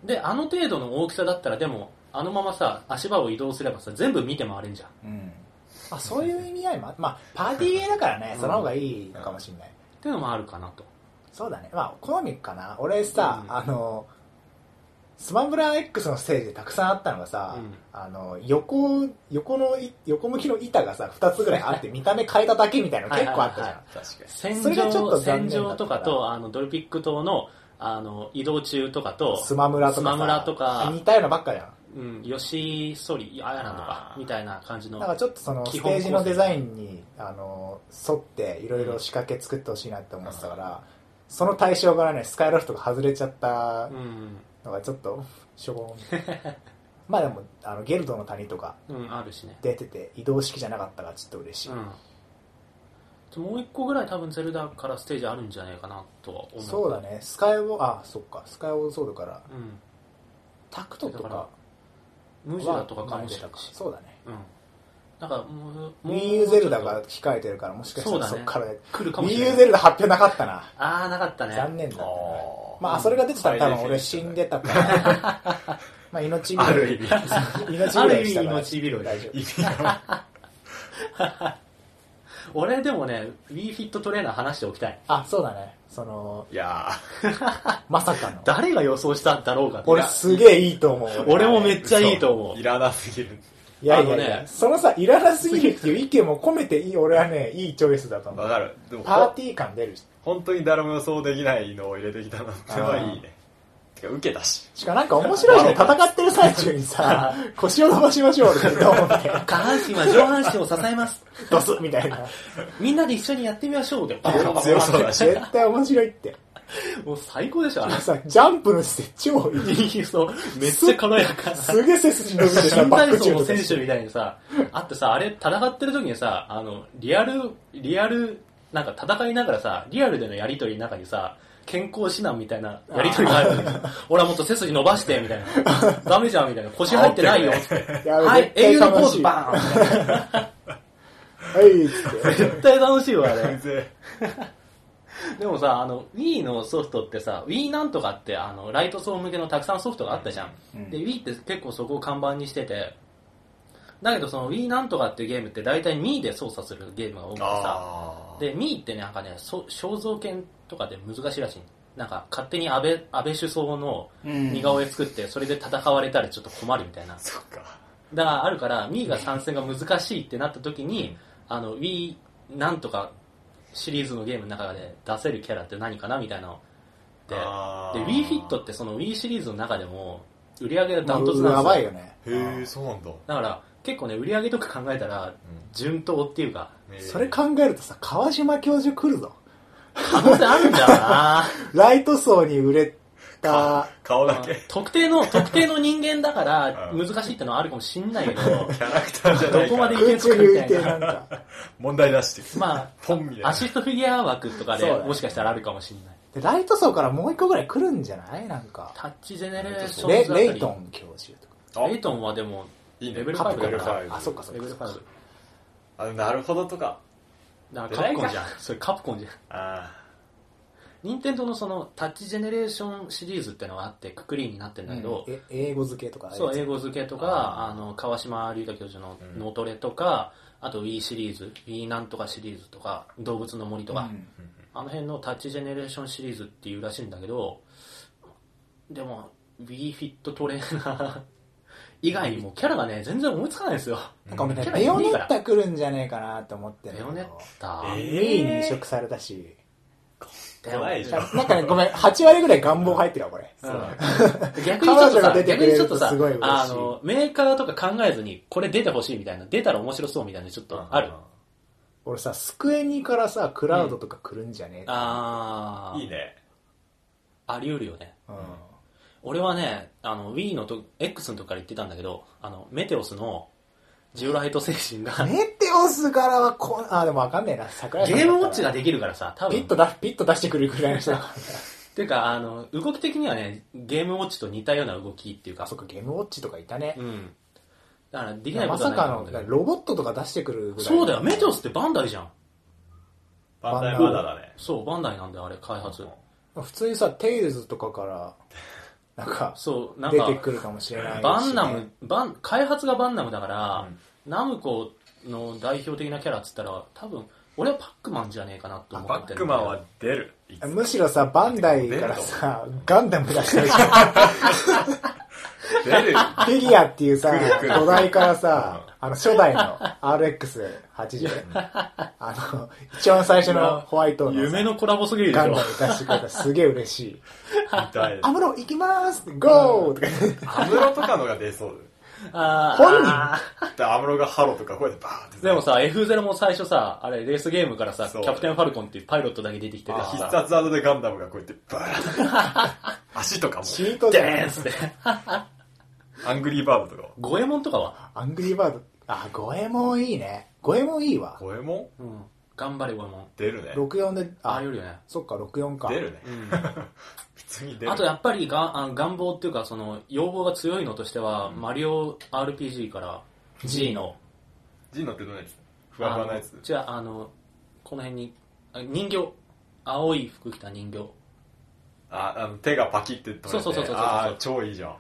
Speaker 3: うであの程度の大きさだったらでもあのままさ足場を移動すればさ全部見て回れんじゃん
Speaker 1: うんあ、そういう意味合いもあまあ、パーティーゲーだからね
Speaker 3: う、ん
Speaker 1: その方がいいのかもしれない。
Speaker 3: っていうのもあるかなと
Speaker 1: そうだね。まあ、好みかな。俺さ、
Speaker 3: うん
Speaker 1: あの、スマブラ X のステージでたくさんあったのがさ、
Speaker 3: うん
Speaker 1: あの、横、横のい、横向きの板がさ、2つぐらいあって見た目変えただけみたいなの結構あったじゃん。
Speaker 3: はいはいはい
Speaker 2: 確かに
Speaker 3: 戦
Speaker 1: それがちょっ
Speaker 3: 場
Speaker 1: と残
Speaker 3: 戦
Speaker 1: 念だ
Speaker 3: 場
Speaker 1: った
Speaker 3: とかとあのドルピック島のあの移動中とかと
Speaker 1: スマムラとかさ。
Speaker 3: スマムラとか
Speaker 1: 似たようなばっかじゃん。
Speaker 3: うん、吉ソリアイランドか
Speaker 2: あー
Speaker 3: みたいな感じの
Speaker 1: なんかちょっとその、
Speaker 3: 基
Speaker 1: ス
Speaker 3: 本
Speaker 1: テー
Speaker 3: 構成
Speaker 1: ジのデザインに、あの、沿って、いろいろ仕掛け作ってほしいなって思ってたから、その対象からね、スカイロフトが外れちゃった
Speaker 3: うん、
Speaker 1: のがちょっと、しょ ぼん。まあでも、あの、ゲルドの谷とか
Speaker 3: うん、あるしね、
Speaker 1: 出てて、移動式じゃなかったからちょっと嬉しい。
Speaker 3: うん、もう一個ぐらい多分ゼルダからステージあるんじゃないかなとは思う
Speaker 1: そうだね、スカイウォー、あ、そっか、スカイウォーソードから、
Speaker 3: うん、
Speaker 1: タクトと
Speaker 3: だ
Speaker 1: か
Speaker 3: か
Speaker 1: は
Speaker 3: ら、ムジュラとかかも
Speaker 1: 前出
Speaker 3: しれない
Speaker 1: た
Speaker 3: し
Speaker 1: そうだね。
Speaker 3: うんだからもうもう
Speaker 1: Wii U ゼルダが控えてるから、もしかしたら
Speaker 3: そ
Speaker 1: そう
Speaker 3: だね
Speaker 1: っからで
Speaker 3: 来るかもし
Speaker 1: Wii
Speaker 3: れ
Speaker 1: U
Speaker 3: ない
Speaker 1: ゼルダ発表なかったな。
Speaker 3: ああなかったね
Speaker 1: 残念だったな
Speaker 2: あー
Speaker 1: まあ、それが出てたら多分俺死んでたから。 まあ、命
Speaker 2: あ
Speaker 1: 拾
Speaker 2: る
Speaker 1: い。
Speaker 2: 意味
Speaker 1: 命拾いしたから。
Speaker 3: ある意味命拾い
Speaker 1: 大丈
Speaker 2: 意味が
Speaker 3: 俺でもね WeFit トレーナー話しておきたい
Speaker 1: 夫。あ、そうだね。その、
Speaker 2: いや
Speaker 1: まさかの。
Speaker 3: 誰が予想したんだろうかって
Speaker 1: 俺すげえいいと思う。
Speaker 3: 俺もめ
Speaker 2: ー
Speaker 3: っちゃいいと思う
Speaker 2: 嘘いらなすぎる
Speaker 1: いやいやい
Speaker 3: あの
Speaker 1: や、
Speaker 3: ね
Speaker 1: そのさ、いらなすぎるっていう意見も込めていい、俺はね、いいチョイスだと思
Speaker 2: わ
Speaker 1: う。
Speaker 2: かるでも
Speaker 1: パーティー感出るし。
Speaker 2: 本当に誰も予想できないのを入れてきたなってのはいいねてか受けたし。
Speaker 1: しかなんか面白いね、戦ってる最中に さ、腰を伸ばしましょうってどう思って、
Speaker 3: 下半身は上半身を支えます。
Speaker 1: ドスみたいな。
Speaker 3: みんなで一緒にやってみましょうで。
Speaker 2: 強そうだし。
Speaker 1: 絶対面白いって。
Speaker 3: もう最高でしょ、あれ。
Speaker 1: さ、ジャンプの姿勢超いい。
Speaker 3: いい そう。めっちゃ軽やか。
Speaker 1: すげえ背筋伸びてさ、
Speaker 3: 新
Speaker 1: バッ
Speaker 3: 体
Speaker 1: ク
Speaker 3: 操
Speaker 1: 中
Speaker 3: の
Speaker 1: と
Speaker 3: 選
Speaker 1: か
Speaker 3: 手みたいにさ、あってさ、あれ戦ってる時にさ、あの、リアル、リアル、なんか戦いながらさ、リアルでのやりとりの中にさ、健康指南みたいなやりとりがあるのにさ俺はもっと背筋伸ばして、みたいな。ダメじゃん、みたいな。腰入ってないよ、つって。
Speaker 1: いや
Speaker 3: はい、
Speaker 1: 絶
Speaker 3: 英
Speaker 1: 対
Speaker 3: 雄のポ
Speaker 1: 楽
Speaker 3: ー
Speaker 1: し
Speaker 3: ズ
Speaker 1: い。
Speaker 3: バーンみたいな
Speaker 1: はい、つって。
Speaker 3: 絶対楽しいわ、あれ
Speaker 2: 全。然。
Speaker 3: でもさ、あの、Wii のソフトってさ、Wii なんとかって、あの、ライト層向けのたくさんソフトがあったじゃん。
Speaker 2: うん
Speaker 3: で、Wii って結構そこを看板にしてて、だけどその Wii なんとかっていうゲームって大体 Mii で操作するゲームが多くてさ、
Speaker 2: あ
Speaker 3: で、Mii ってなんかね、そ肖像権とかで難しいらしい。なんか勝手に安倍、安倍首相の似顔絵作って、それで戦われたらちょっと困るみたいな
Speaker 2: あ。。そっか。
Speaker 3: だからあるから、Wii が参戦が難しいってなった時に、あの、Wii なんとかシリーズのゲームの中で出せるキャラって何かなみたいなので、で、
Speaker 2: あー
Speaker 3: Wii フィットってその Wii シリーズの中でも売り上げがダントツな
Speaker 1: や
Speaker 3: んで
Speaker 1: ば
Speaker 3: す
Speaker 1: い
Speaker 3: よ。
Speaker 1: よね。
Speaker 2: へえ、そうなんだ。
Speaker 3: だから結構ね、売り上げとか考えたら、順当っていうか、
Speaker 2: うん
Speaker 1: それ。考えるとさ、川島教授来るぞ。
Speaker 3: 可能性あるんだよ な
Speaker 1: ライト層に売れた
Speaker 2: か、顔だけ。
Speaker 3: 特定の、特定の人間だから
Speaker 2: うん
Speaker 3: 難しいってのはあるかもしんない けど、
Speaker 2: キャラクターじゃないから。
Speaker 3: どこまで
Speaker 1: 空中浮いてなんか。
Speaker 2: 問題出して。
Speaker 3: まあ
Speaker 2: ポンみたいな。
Speaker 3: アシストフィギュア枠と
Speaker 1: そ
Speaker 3: か
Speaker 1: う
Speaker 3: で
Speaker 1: だね
Speaker 3: もしかしたらあるかもしんない。
Speaker 1: でライト層からもう一個ぐらい来るんじゃないなんか。
Speaker 3: タッチジェネレーションズだ
Speaker 1: レ
Speaker 3: ったり
Speaker 1: レイトン教授とか。
Speaker 2: あ
Speaker 3: レイトンはでも、
Speaker 2: いいね
Speaker 3: レベル
Speaker 1: カッ
Speaker 3: 5
Speaker 1: プ
Speaker 3: だ
Speaker 1: か
Speaker 3: か
Speaker 2: レベル
Speaker 3: ら
Speaker 2: 5。
Speaker 1: ら。あ、そっかそっ
Speaker 3: レ
Speaker 1: か
Speaker 3: ベル
Speaker 1: そっか。
Speaker 3: 5。
Speaker 2: あ、なるほどとか。
Speaker 3: だからカプコンじゃん。それカプコンじゃん。
Speaker 2: あ
Speaker 3: 任天堂のそのタッチジェネレーションシリーズってのがあって、くくりになってるんだけど、
Speaker 1: え英語付けとかああい
Speaker 3: そう、英
Speaker 1: やつ
Speaker 3: 語付けとか、
Speaker 2: あ
Speaker 3: あの、川島隆太教授の
Speaker 2: うん
Speaker 3: 脳トレとか、あと Wii シリーズ、Wii なんとかシリーズとか、動物の森とか、
Speaker 1: うん
Speaker 3: あの辺のタッチジェネレーションシリーズっていうらしいんだけど、でも、Wii フィットトレーナー以外にもキャラがね、全然思いつかないんですよ。
Speaker 1: なんか俺ね
Speaker 3: キャ、ラいい
Speaker 1: レ
Speaker 3: か
Speaker 1: オ
Speaker 3: ら
Speaker 1: ネッタ来るんじゃねえかなと思ってる
Speaker 3: レ
Speaker 1: んだ
Speaker 3: オ
Speaker 1: けど。
Speaker 3: ネッタ。
Speaker 2: えー
Speaker 1: ウィーンに移植されたし。
Speaker 2: あ。怖いじゃん。
Speaker 1: なんかね、ごめん、8割ぐらい願望入ってるわ、これ。
Speaker 3: 逆にちょっ
Speaker 1: 彼女が
Speaker 3: とさ、
Speaker 1: 出て
Speaker 3: 逆
Speaker 1: くれ
Speaker 3: にちょ
Speaker 1: る
Speaker 3: っと
Speaker 1: と
Speaker 3: さ
Speaker 1: すごい嬉しい、
Speaker 3: あの、メーカーとか考えずに、これ出てほしいみたいな、出たら面白そうみたいな、ちょっとある。
Speaker 1: 俺さ、スクエニからさ、クラウドとか来るんじゃねえか
Speaker 3: あー、
Speaker 2: いいね。
Speaker 3: あり得るよね。
Speaker 1: な。うん
Speaker 3: 俺はね、あの、Wii のと、X の時から言ってたんだけど、あの、メテオスのジオライト精 神が、
Speaker 1: メテオスからはこん、あ、でもわかんねえな、桜井
Speaker 3: ゲ
Speaker 1: さんだった
Speaker 3: ー
Speaker 1: ら
Speaker 3: ムウォッチができるからさ、多
Speaker 1: ピ
Speaker 3: 分
Speaker 1: ッ。とだ、ピッと出してくるぐらいの人だから。
Speaker 3: ていうか、あの、動き的にはね、ゲームウォッチと似たような動きっていう
Speaker 1: あ、
Speaker 3: か
Speaker 1: そ、っか、ゲームウォッチとかいたね
Speaker 3: う。ん。だから、できないこ
Speaker 1: ま
Speaker 3: とは
Speaker 1: さ
Speaker 3: な
Speaker 1: か
Speaker 3: いと思うん
Speaker 1: の
Speaker 3: だけ、ど
Speaker 1: ロボットとか出してくるぐらい。
Speaker 3: そうだよ、メテオスってバンダイじゃん。
Speaker 2: バンダイまだだね。
Speaker 3: そう、バンダイなんだよ、あれ、開発。
Speaker 1: 普通にさ、テイルズとかから、なんか、
Speaker 3: そう、なん
Speaker 1: 出
Speaker 3: か、
Speaker 1: てくるかもしれないしね。
Speaker 3: バンナム、バン、開発がバンナムだから、
Speaker 2: うん
Speaker 3: ナムコの代表的なキャラっつったら、多分、俺はパックマンじゃねえかなと思
Speaker 2: バ
Speaker 3: って
Speaker 2: ッ
Speaker 3: る。
Speaker 2: クマンは出る。いつ
Speaker 1: むしろさ、バンダイからさ、ガンダム出してるじゃん。
Speaker 2: 出る。
Speaker 1: フィギュアっていうさ、
Speaker 2: 来る来る
Speaker 1: 土台からさ、あの、初代の RX80。あの、一番最初のホワイトのさ
Speaker 3: 夢のコラボすぎるでし
Speaker 1: ガン
Speaker 3: ょ
Speaker 1: ダ。ム出してくれた。すげえ嬉しい。
Speaker 2: みたい
Speaker 1: アムロ行きますゴーとか言って
Speaker 2: アムロとかのが出そう
Speaker 3: あー
Speaker 1: 本人
Speaker 3: あ
Speaker 2: だよで。アムロがハロとかこうやってバーンって出
Speaker 3: ー
Speaker 2: て。
Speaker 3: でもさ、F0 も最初さ、あれ、レースゲームからさ、キ
Speaker 2: そう
Speaker 3: ャプテンファルコンっていうパイロットだけ出てきて
Speaker 2: 必
Speaker 3: さ、
Speaker 2: 殺技でガンダムがこうやってバーンって 足とかも。
Speaker 1: チートじ
Speaker 3: デ
Speaker 1: ゃな
Speaker 3: ー
Speaker 1: い
Speaker 3: ンっつって。
Speaker 2: アングリーバードとか。
Speaker 3: ゴエモンとかは、
Speaker 1: アングリーバード。あ、ゴエモンいいね。ゴエモンいいわ。
Speaker 2: 声も
Speaker 3: うん、頑張れゴエモン。
Speaker 2: 出るね。
Speaker 1: 64で、
Speaker 3: あ
Speaker 1: あ
Speaker 3: れ、よりね。
Speaker 1: そっか、64か。
Speaker 2: 出るね。
Speaker 3: うん
Speaker 2: 普通に出る。
Speaker 3: あとやっぱりがあの願望っていうかその要望が強いのとしては、マリオ RPG から G の
Speaker 2: ジンのってどんなやつふわふわなやつ
Speaker 3: あのじゃああのこの辺にあ人形青い服着た人形
Speaker 2: あ、あの手がパキって取れて。
Speaker 3: そうそうそうそうそう
Speaker 2: あー超いいじゃん。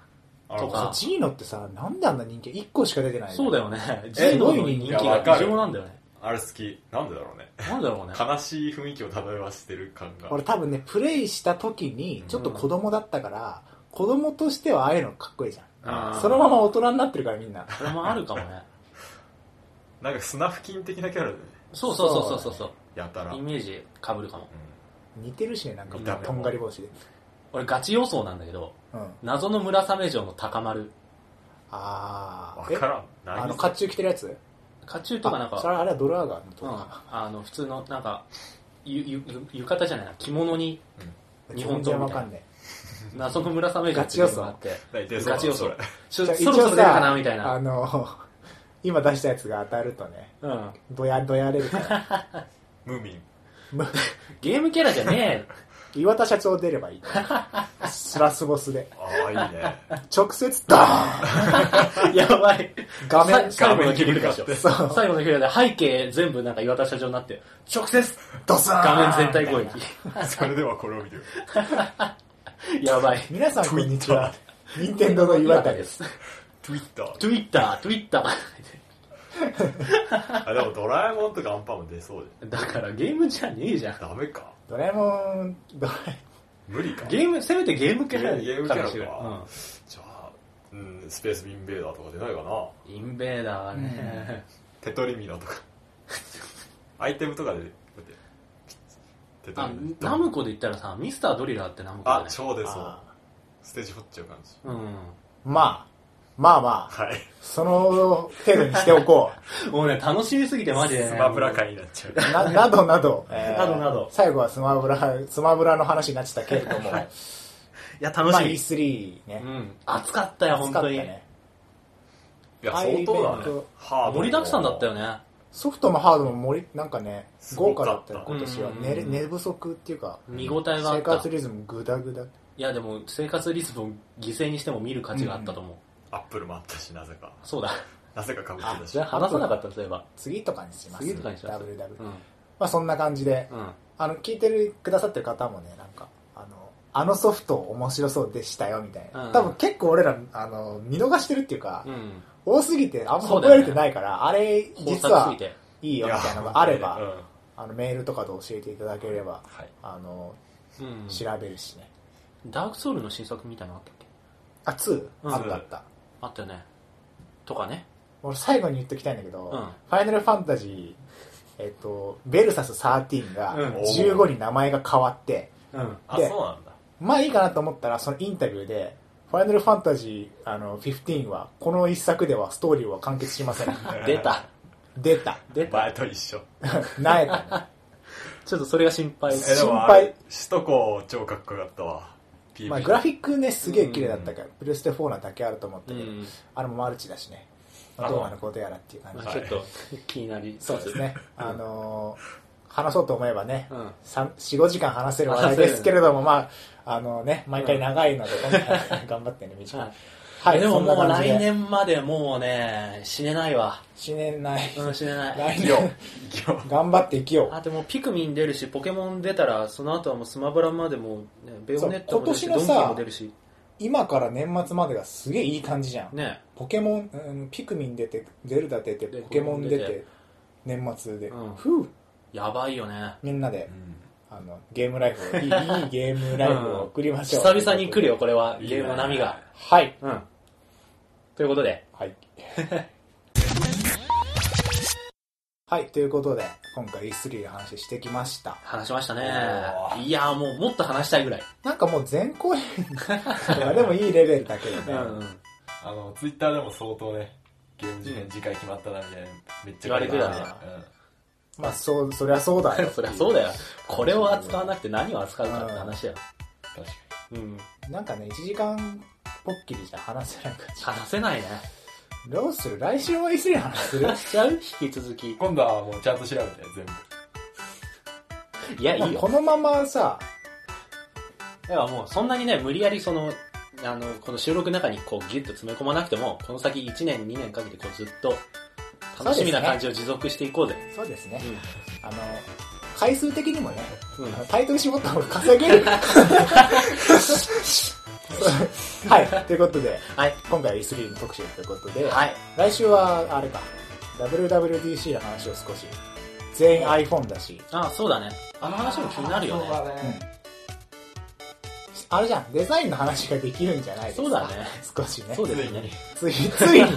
Speaker 2: あ
Speaker 3: と
Speaker 1: そ
Speaker 3: か
Speaker 1: うジーノってさ、なんであんな人気 ?1 個しか出てない
Speaker 3: そうだ
Speaker 1: よ。
Speaker 3: よね G
Speaker 1: え
Speaker 3: の
Speaker 1: すごい
Speaker 3: 人
Speaker 1: 人
Speaker 3: 気
Speaker 1: 気
Speaker 3: が異常なんだよね
Speaker 2: あれ好き。なんでだろ うね。
Speaker 3: なんだろうね
Speaker 2: 悲しい雰囲気を漂わせてる感が。
Speaker 1: 俺多分ね、プレイした時に、ちょっと子供だったから、子供としてはああいうのかっこいいじゃ
Speaker 3: あー
Speaker 1: ん。そのまま大人になってるからみんな。
Speaker 3: それもあるかもね
Speaker 2: なんかスナフキン的なキャラだよね。
Speaker 3: そうそうそうそうそう
Speaker 2: やたら。
Speaker 3: イ
Speaker 2: うん
Speaker 3: メージかぶるかも
Speaker 1: 似てるしね、なんか
Speaker 2: 見た目も
Speaker 1: とんがり帽子で。
Speaker 3: 俺ガチ予想なんだけど、
Speaker 1: うん。
Speaker 3: 謎の村雨城の高丸。
Speaker 1: あ
Speaker 2: わ
Speaker 1: ー。え
Speaker 2: からん。何
Speaker 1: あの、甲冑着てるやつ
Speaker 3: 甲冑とかなん
Speaker 1: あそれ
Speaker 3: か、
Speaker 1: はあれはドラーガーのと
Speaker 3: うん、
Speaker 1: か。
Speaker 3: あの、普通の、なんか、ゆゆゆ浴衣じゃないな、着物に日本刀
Speaker 1: 全
Speaker 3: みたいな
Speaker 1: 然わかんね
Speaker 3: 謎の村雨城っていうのがあって、
Speaker 2: 大体そう
Speaker 3: ガチ予想
Speaker 2: それ。
Speaker 3: ちょ
Speaker 1: え。
Speaker 3: そろ
Speaker 1: じ
Speaker 3: そ
Speaker 1: ゃあ
Speaker 3: ろ出るかなみたいな。
Speaker 1: あの、 今出したやつが当たるとね、
Speaker 3: うん。
Speaker 1: どや、どやれるから。
Speaker 2: ムーミン。
Speaker 1: む
Speaker 3: ゲームキャラじゃね
Speaker 1: 岩田社長出れ ばいいから。スラスボスで。
Speaker 2: ああ、いいね。
Speaker 1: 直接、ドーン
Speaker 3: え。 やばい。
Speaker 1: 画面
Speaker 3: さ最後の切り
Speaker 2: 画面に向かっ
Speaker 3: 替えで
Speaker 2: て
Speaker 3: し ょ。
Speaker 1: そう
Speaker 3: 最後の切り替えで背景全部なんか岩田社長になって、直接
Speaker 1: ドスーン
Speaker 3: 画面全体攻撃。
Speaker 2: それではこれを見る。
Speaker 3: やばい。
Speaker 1: 皆さんこんにちは。任天堂の岩田です。
Speaker 3: す。
Speaker 2: Twitter。
Speaker 3: Twitter、Twitter
Speaker 2: あ、でもドラえもんとかアンパンも出そうで。
Speaker 3: だからゲームじゃねえじゃん。
Speaker 2: ダメか。
Speaker 1: ドラえもん、ドラ
Speaker 2: 無理か。
Speaker 3: ゲーム、せめてゲームキャラ
Speaker 2: ゲーム
Speaker 3: か
Speaker 2: キャ
Speaker 3: ら
Speaker 2: ラ
Speaker 3: してくれ
Speaker 2: か。じゃあ、うん、スペースインベーダーとか出ないかな。
Speaker 3: うんインベーダーはね、
Speaker 2: テトリミナとか。アイテムとかで、だって。テ
Speaker 3: あ
Speaker 2: ミナ
Speaker 3: ナムコで言ったらさ、ミスタードリラーってナムコだ
Speaker 2: あ
Speaker 3: ね、。
Speaker 2: 超出そう
Speaker 1: あ。
Speaker 2: ステージ掘っちゃう感じ。
Speaker 3: うん。
Speaker 1: ーまあ、まあまあ、
Speaker 2: はい。
Speaker 1: その程度にしておこ
Speaker 3: もうね、楽しみすぎてマジでね。
Speaker 2: スマブラ界になっちゃう。
Speaker 1: う。な、などなど、えー
Speaker 3: などなど
Speaker 1: 最後はスマブラ、スマブラの話になっちゃったけれども、ま
Speaker 3: いや、
Speaker 1: あ
Speaker 3: 楽しみ。
Speaker 1: E3 ね
Speaker 3: う。ん。暑かったよ、
Speaker 1: 暑
Speaker 3: 本当に。
Speaker 1: かったね
Speaker 2: いや、相当
Speaker 1: ああいうイ
Speaker 2: だ
Speaker 1: ベン
Speaker 2: ね
Speaker 1: ト。
Speaker 2: ハード
Speaker 3: 盛りだくさんだったよ
Speaker 2: ね。
Speaker 3: ね。
Speaker 1: ソフトもハードも盛り、なんかね、
Speaker 2: す
Speaker 1: 豪
Speaker 2: ごか
Speaker 1: 華
Speaker 2: った
Speaker 1: だったよ、今年は。
Speaker 3: うん
Speaker 1: 寝れ寝不足っていうか、
Speaker 3: 見応えがあ
Speaker 1: 生
Speaker 3: った
Speaker 1: 活。リズムグダグダ。
Speaker 3: いや、でも、生活リズムを犠牲にしても見る価値があったと思う。
Speaker 2: アップルもあったし、なぜか。
Speaker 3: そうだ。
Speaker 2: なぜか被ってたし
Speaker 3: じゃ。あ 話さなかった、そういえば。
Speaker 1: 次とかにします。
Speaker 3: 次とかにします
Speaker 1: WW。
Speaker 3: うん。
Speaker 1: まあそんな感じで、
Speaker 3: うん。
Speaker 1: あの、聞いてる、くださってる方もね、なんか、あの、あのソフト面白そうでしたよ、みたいな。
Speaker 3: うん
Speaker 1: 多分結構俺ら、あの、見逃してるっていうか、
Speaker 3: うん。
Speaker 1: 多すぎてあんま
Speaker 3: そう
Speaker 1: 覚
Speaker 3: だよ
Speaker 1: え
Speaker 3: ね
Speaker 1: れてないから、あれ、
Speaker 3: 豊
Speaker 1: 実
Speaker 3: 作す
Speaker 1: は
Speaker 3: ぎて。
Speaker 1: いいよ、みたいなのがあれば、あの、メールとかで教えていただければ、
Speaker 2: はい。
Speaker 1: あの、
Speaker 3: うん。
Speaker 1: 調べるしね。
Speaker 3: ダークソウルの新作みたいなのあったっけ
Speaker 1: あ、2?
Speaker 3: うん
Speaker 1: あったあった。
Speaker 3: あったよね。とかね。
Speaker 1: 俺最後に言っときたいんだけど、
Speaker 3: うん
Speaker 1: ファイナルファンタジー、えっと、ベルサス13が
Speaker 3: うん
Speaker 1: 15に名前が変わって、
Speaker 3: うん。
Speaker 2: あ、
Speaker 1: で
Speaker 2: そうなんだ。
Speaker 1: まあいいかなと思ったら、そのインタビューで、ファイナルファンタジーあの15は、この一作ではストーリーは完結しません。
Speaker 3: 出た。
Speaker 1: 出た。
Speaker 3: 出た。
Speaker 2: 前と一緒。
Speaker 1: なえた ね。
Speaker 3: ちょっとそれが心配。
Speaker 1: え
Speaker 2: え、で
Speaker 1: 心
Speaker 2: も、
Speaker 1: 配
Speaker 2: あれ首都高超かっこよかったわ。PV
Speaker 1: まあグラフィックね、すげえ綺麗だったから、プレステ4なだけあると思った
Speaker 3: う
Speaker 1: けど、
Speaker 3: ん。
Speaker 1: あれもマルチだしね、まあ
Speaker 2: あ
Speaker 1: どうなることやらっていう感じ
Speaker 3: ま
Speaker 1: で
Speaker 3: あ、ちょっと気になり
Speaker 1: そうです。 ね。あのー話そうと思えばね、
Speaker 3: うん。
Speaker 1: 三四5時間話せる話題ですけれども、まあ、あのね、毎回長いので、今回 頑張ってね、短
Speaker 3: はい
Speaker 1: い。はい、
Speaker 3: でももう
Speaker 1: そんな感じで
Speaker 3: 来。年までもうね、死ねないわ。
Speaker 1: 死ねない。
Speaker 3: うん、死ねない。
Speaker 1: 来
Speaker 2: 生きよう
Speaker 1: 年、。
Speaker 2: 生きよ
Speaker 1: 頑張って生きよう。
Speaker 3: あ、でもピクミン出るし、ポケモン出たら、その後はもうスマブラまでもうね、ベヨネットも出るし、
Speaker 1: そう
Speaker 3: ド
Speaker 1: 今
Speaker 3: ン
Speaker 1: 年
Speaker 3: キ
Speaker 1: のさ
Speaker 3: ーも出るし。
Speaker 1: 今から年末までがすげえいい感じじゃん。
Speaker 3: ね。
Speaker 1: ポケモン、うん、ピクミン出て、ゼルダ出て、
Speaker 3: で
Speaker 1: ポケモン出
Speaker 3: ポケモン出
Speaker 1: て、年末で、
Speaker 3: うん
Speaker 1: ふう
Speaker 3: やばいよね。
Speaker 1: みんなで
Speaker 2: う。う、ん
Speaker 1: あの、ゲームライフを、いいい いゲームライフを送りましょう。
Speaker 3: 久々に来るよ、これは。ゲームの波が。
Speaker 1: はい。
Speaker 3: うん。ということで、
Speaker 1: はい。 はい、ということで、今回 E3 の話してきました。
Speaker 3: 話しましたね
Speaker 2: お。ー
Speaker 3: いやーもうもっと話したいぐらい。
Speaker 1: なんかもう全公演とかでもいいレベルだけどね。
Speaker 2: あの、ツイッターでも相当ね、ゲーム事変次回決まったなみたいな、めっちゃ
Speaker 3: 言われてたね
Speaker 2: うん
Speaker 1: まあ、そう、そりゃそうだよ。
Speaker 3: そりゃそうだよ。これを扱わなくて何を扱うかって話だよ。
Speaker 2: 確か
Speaker 3: うん。
Speaker 1: なんかね、1時間ぽっきりじゃ話せなくて。
Speaker 3: 話せないね。
Speaker 1: どうする来週は E3 の話する
Speaker 3: 話しちゃう引き続き
Speaker 2: に。。今度はもうちゃんと調べて、全部。
Speaker 3: いや、いいよ
Speaker 1: こ。のままさ、
Speaker 3: いや、もうそんなにね、無理やりその、あの、この収録の中にこうギュッと詰め込まなくても、この先1年、2年かけてこうずっと楽しみな感じを持続していこうぜ。
Speaker 1: そうですね
Speaker 3: う、
Speaker 1: あの、回数的にもね、
Speaker 3: ん。うん
Speaker 1: あのタイトル絞った方が稼げる。 はい、ということで、
Speaker 3: はい。
Speaker 1: 今回は E3 の特集ということで、
Speaker 3: はい。
Speaker 1: 来週はあれか WWDC の話を少し全員 iPhone だし、
Speaker 3: あ、そうだね。あの話も気になるよね。
Speaker 1: うんあれじゃんデザインの話ができるんじゃないですか
Speaker 3: そうだね
Speaker 1: 少しね
Speaker 3: そうですね。
Speaker 1: ついついに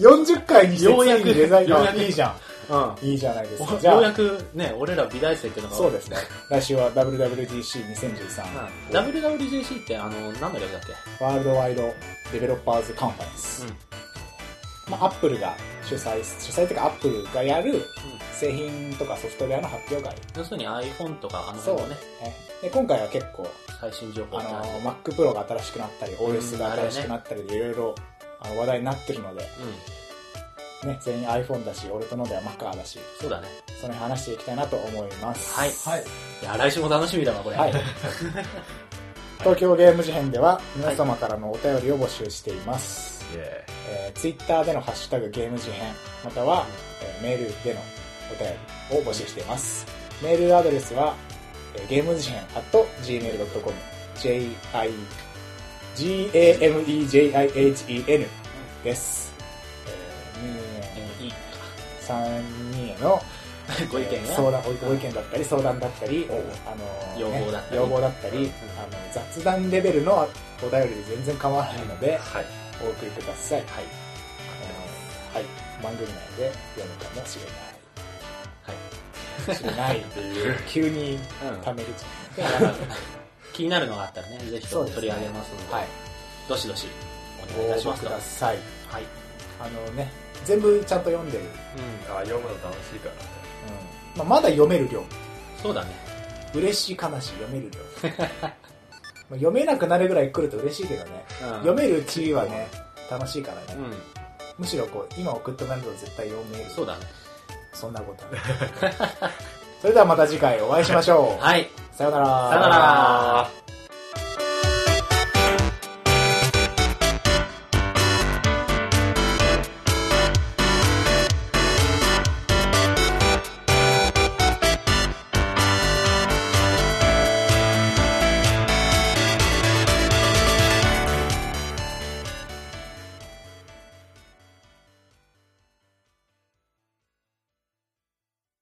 Speaker 1: 40回にして
Speaker 3: ようやく
Speaker 1: ついにデザイン
Speaker 3: よう
Speaker 1: の
Speaker 3: やく
Speaker 1: いいじゃん
Speaker 3: うん
Speaker 1: いいじゃないですか。じ
Speaker 3: よう
Speaker 1: ゃ
Speaker 3: や
Speaker 1: あ、
Speaker 3: くね、俺ら美大生ってのが、
Speaker 1: そうですね。来週は WWDC2013
Speaker 3: うん WWDC って、あの、何の略だっけ
Speaker 1: ワールドワイドデベロッパーズカンファレンス。
Speaker 3: うん。
Speaker 1: まあ、アップルが主催、主催というかアップルがやる製品とかソフトウェアの発表会。
Speaker 3: 要するに iPhone とか、あの辺のね、
Speaker 1: ねで今回は結構、
Speaker 3: 最新情報
Speaker 1: あ
Speaker 3: って
Speaker 1: の
Speaker 3: ある、
Speaker 1: Mac Pro が新しくなったり、OS が新しくなったりで、いろいろあの話題になってるので、
Speaker 3: うん。
Speaker 1: ね、全員 iPhone だし、俺とのでは Mac だし、
Speaker 3: そうだね。
Speaker 1: その辺話していきたいなと思います。
Speaker 3: はい。
Speaker 4: はい。
Speaker 3: いや、来週も楽しみだな、これ。
Speaker 1: はい。東京ゲーム事変では皆様からのお便りを募集しています。
Speaker 2: イエ
Speaker 1: えー、Twitter でのハッシュタグゲーム事変、または、えーメールでのお便りを募集しています。メールアドレスは、えーゲーム事変 gmail.com、ji, gamejihn です。
Speaker 3: え
Speaker 1: え
Speaker 3: ーい
Speaker 1: ー、
Speaker 3: い。
Speaker 1: 2へ、3、2への
Speaker 3: ご意見や。
Speaker 1: 相談ごご意見だったり相談だったり、あの
Speaker 3: 要望だったり
Speaker 1: 要望だったり
Speaker 3: うん
Speaker 1: あの雑談レベルのお便りで全然構わないので
Speaker 2: ー、はい。
Speaker 1: お送りください、
Speaker 3: はい。
Speaker 1: あのはい、番組内で読むかもしれ
Speaker 3: はい。
Speaker 1: ないしれないっていう急に
Speaker 3: うん
Speaker 1: ためる
Speaker 3: でもなんか気になるのがあったらね、ぜひとも取り上げますので、
Speaker 1: はい
Speaker 3: どしどしお
Speaker 1: ご
Speaker 3: 願
Speaker 1: 応
Speaker 3: いいたしま
Speaker 1: 募
Speaker 3: す
Speaker 1: く
Speaker 3: と。
Speaker 1: ださい
Speaker 3: はい。
Speaker 1: あのね全部ちゃんと読んでる、うん
Speaker 3: うん。
Speaker 2: あ、読むの楽しいからね。
Speaker 1: まあ、まだ読める量
Speaker 3: そうだね。
Speaker 1: 嬉しい悲しい読める量 まあ読めなくなるぐらい来ると嬉しいけどね
Speaker 3: うん。
Speaker 1: 読めるうちはね楽しいからね、
Speaker 3: う
Speaker 1: むしろこう今送ってもらえると絶対読める
Speaker 3: ん。そうだね。
Speaker 1: そんなことない それではまた次回お会いしましょう、
Speaker 3: はい。
Speaker 1: さようなら
Speaker 3: さよなら。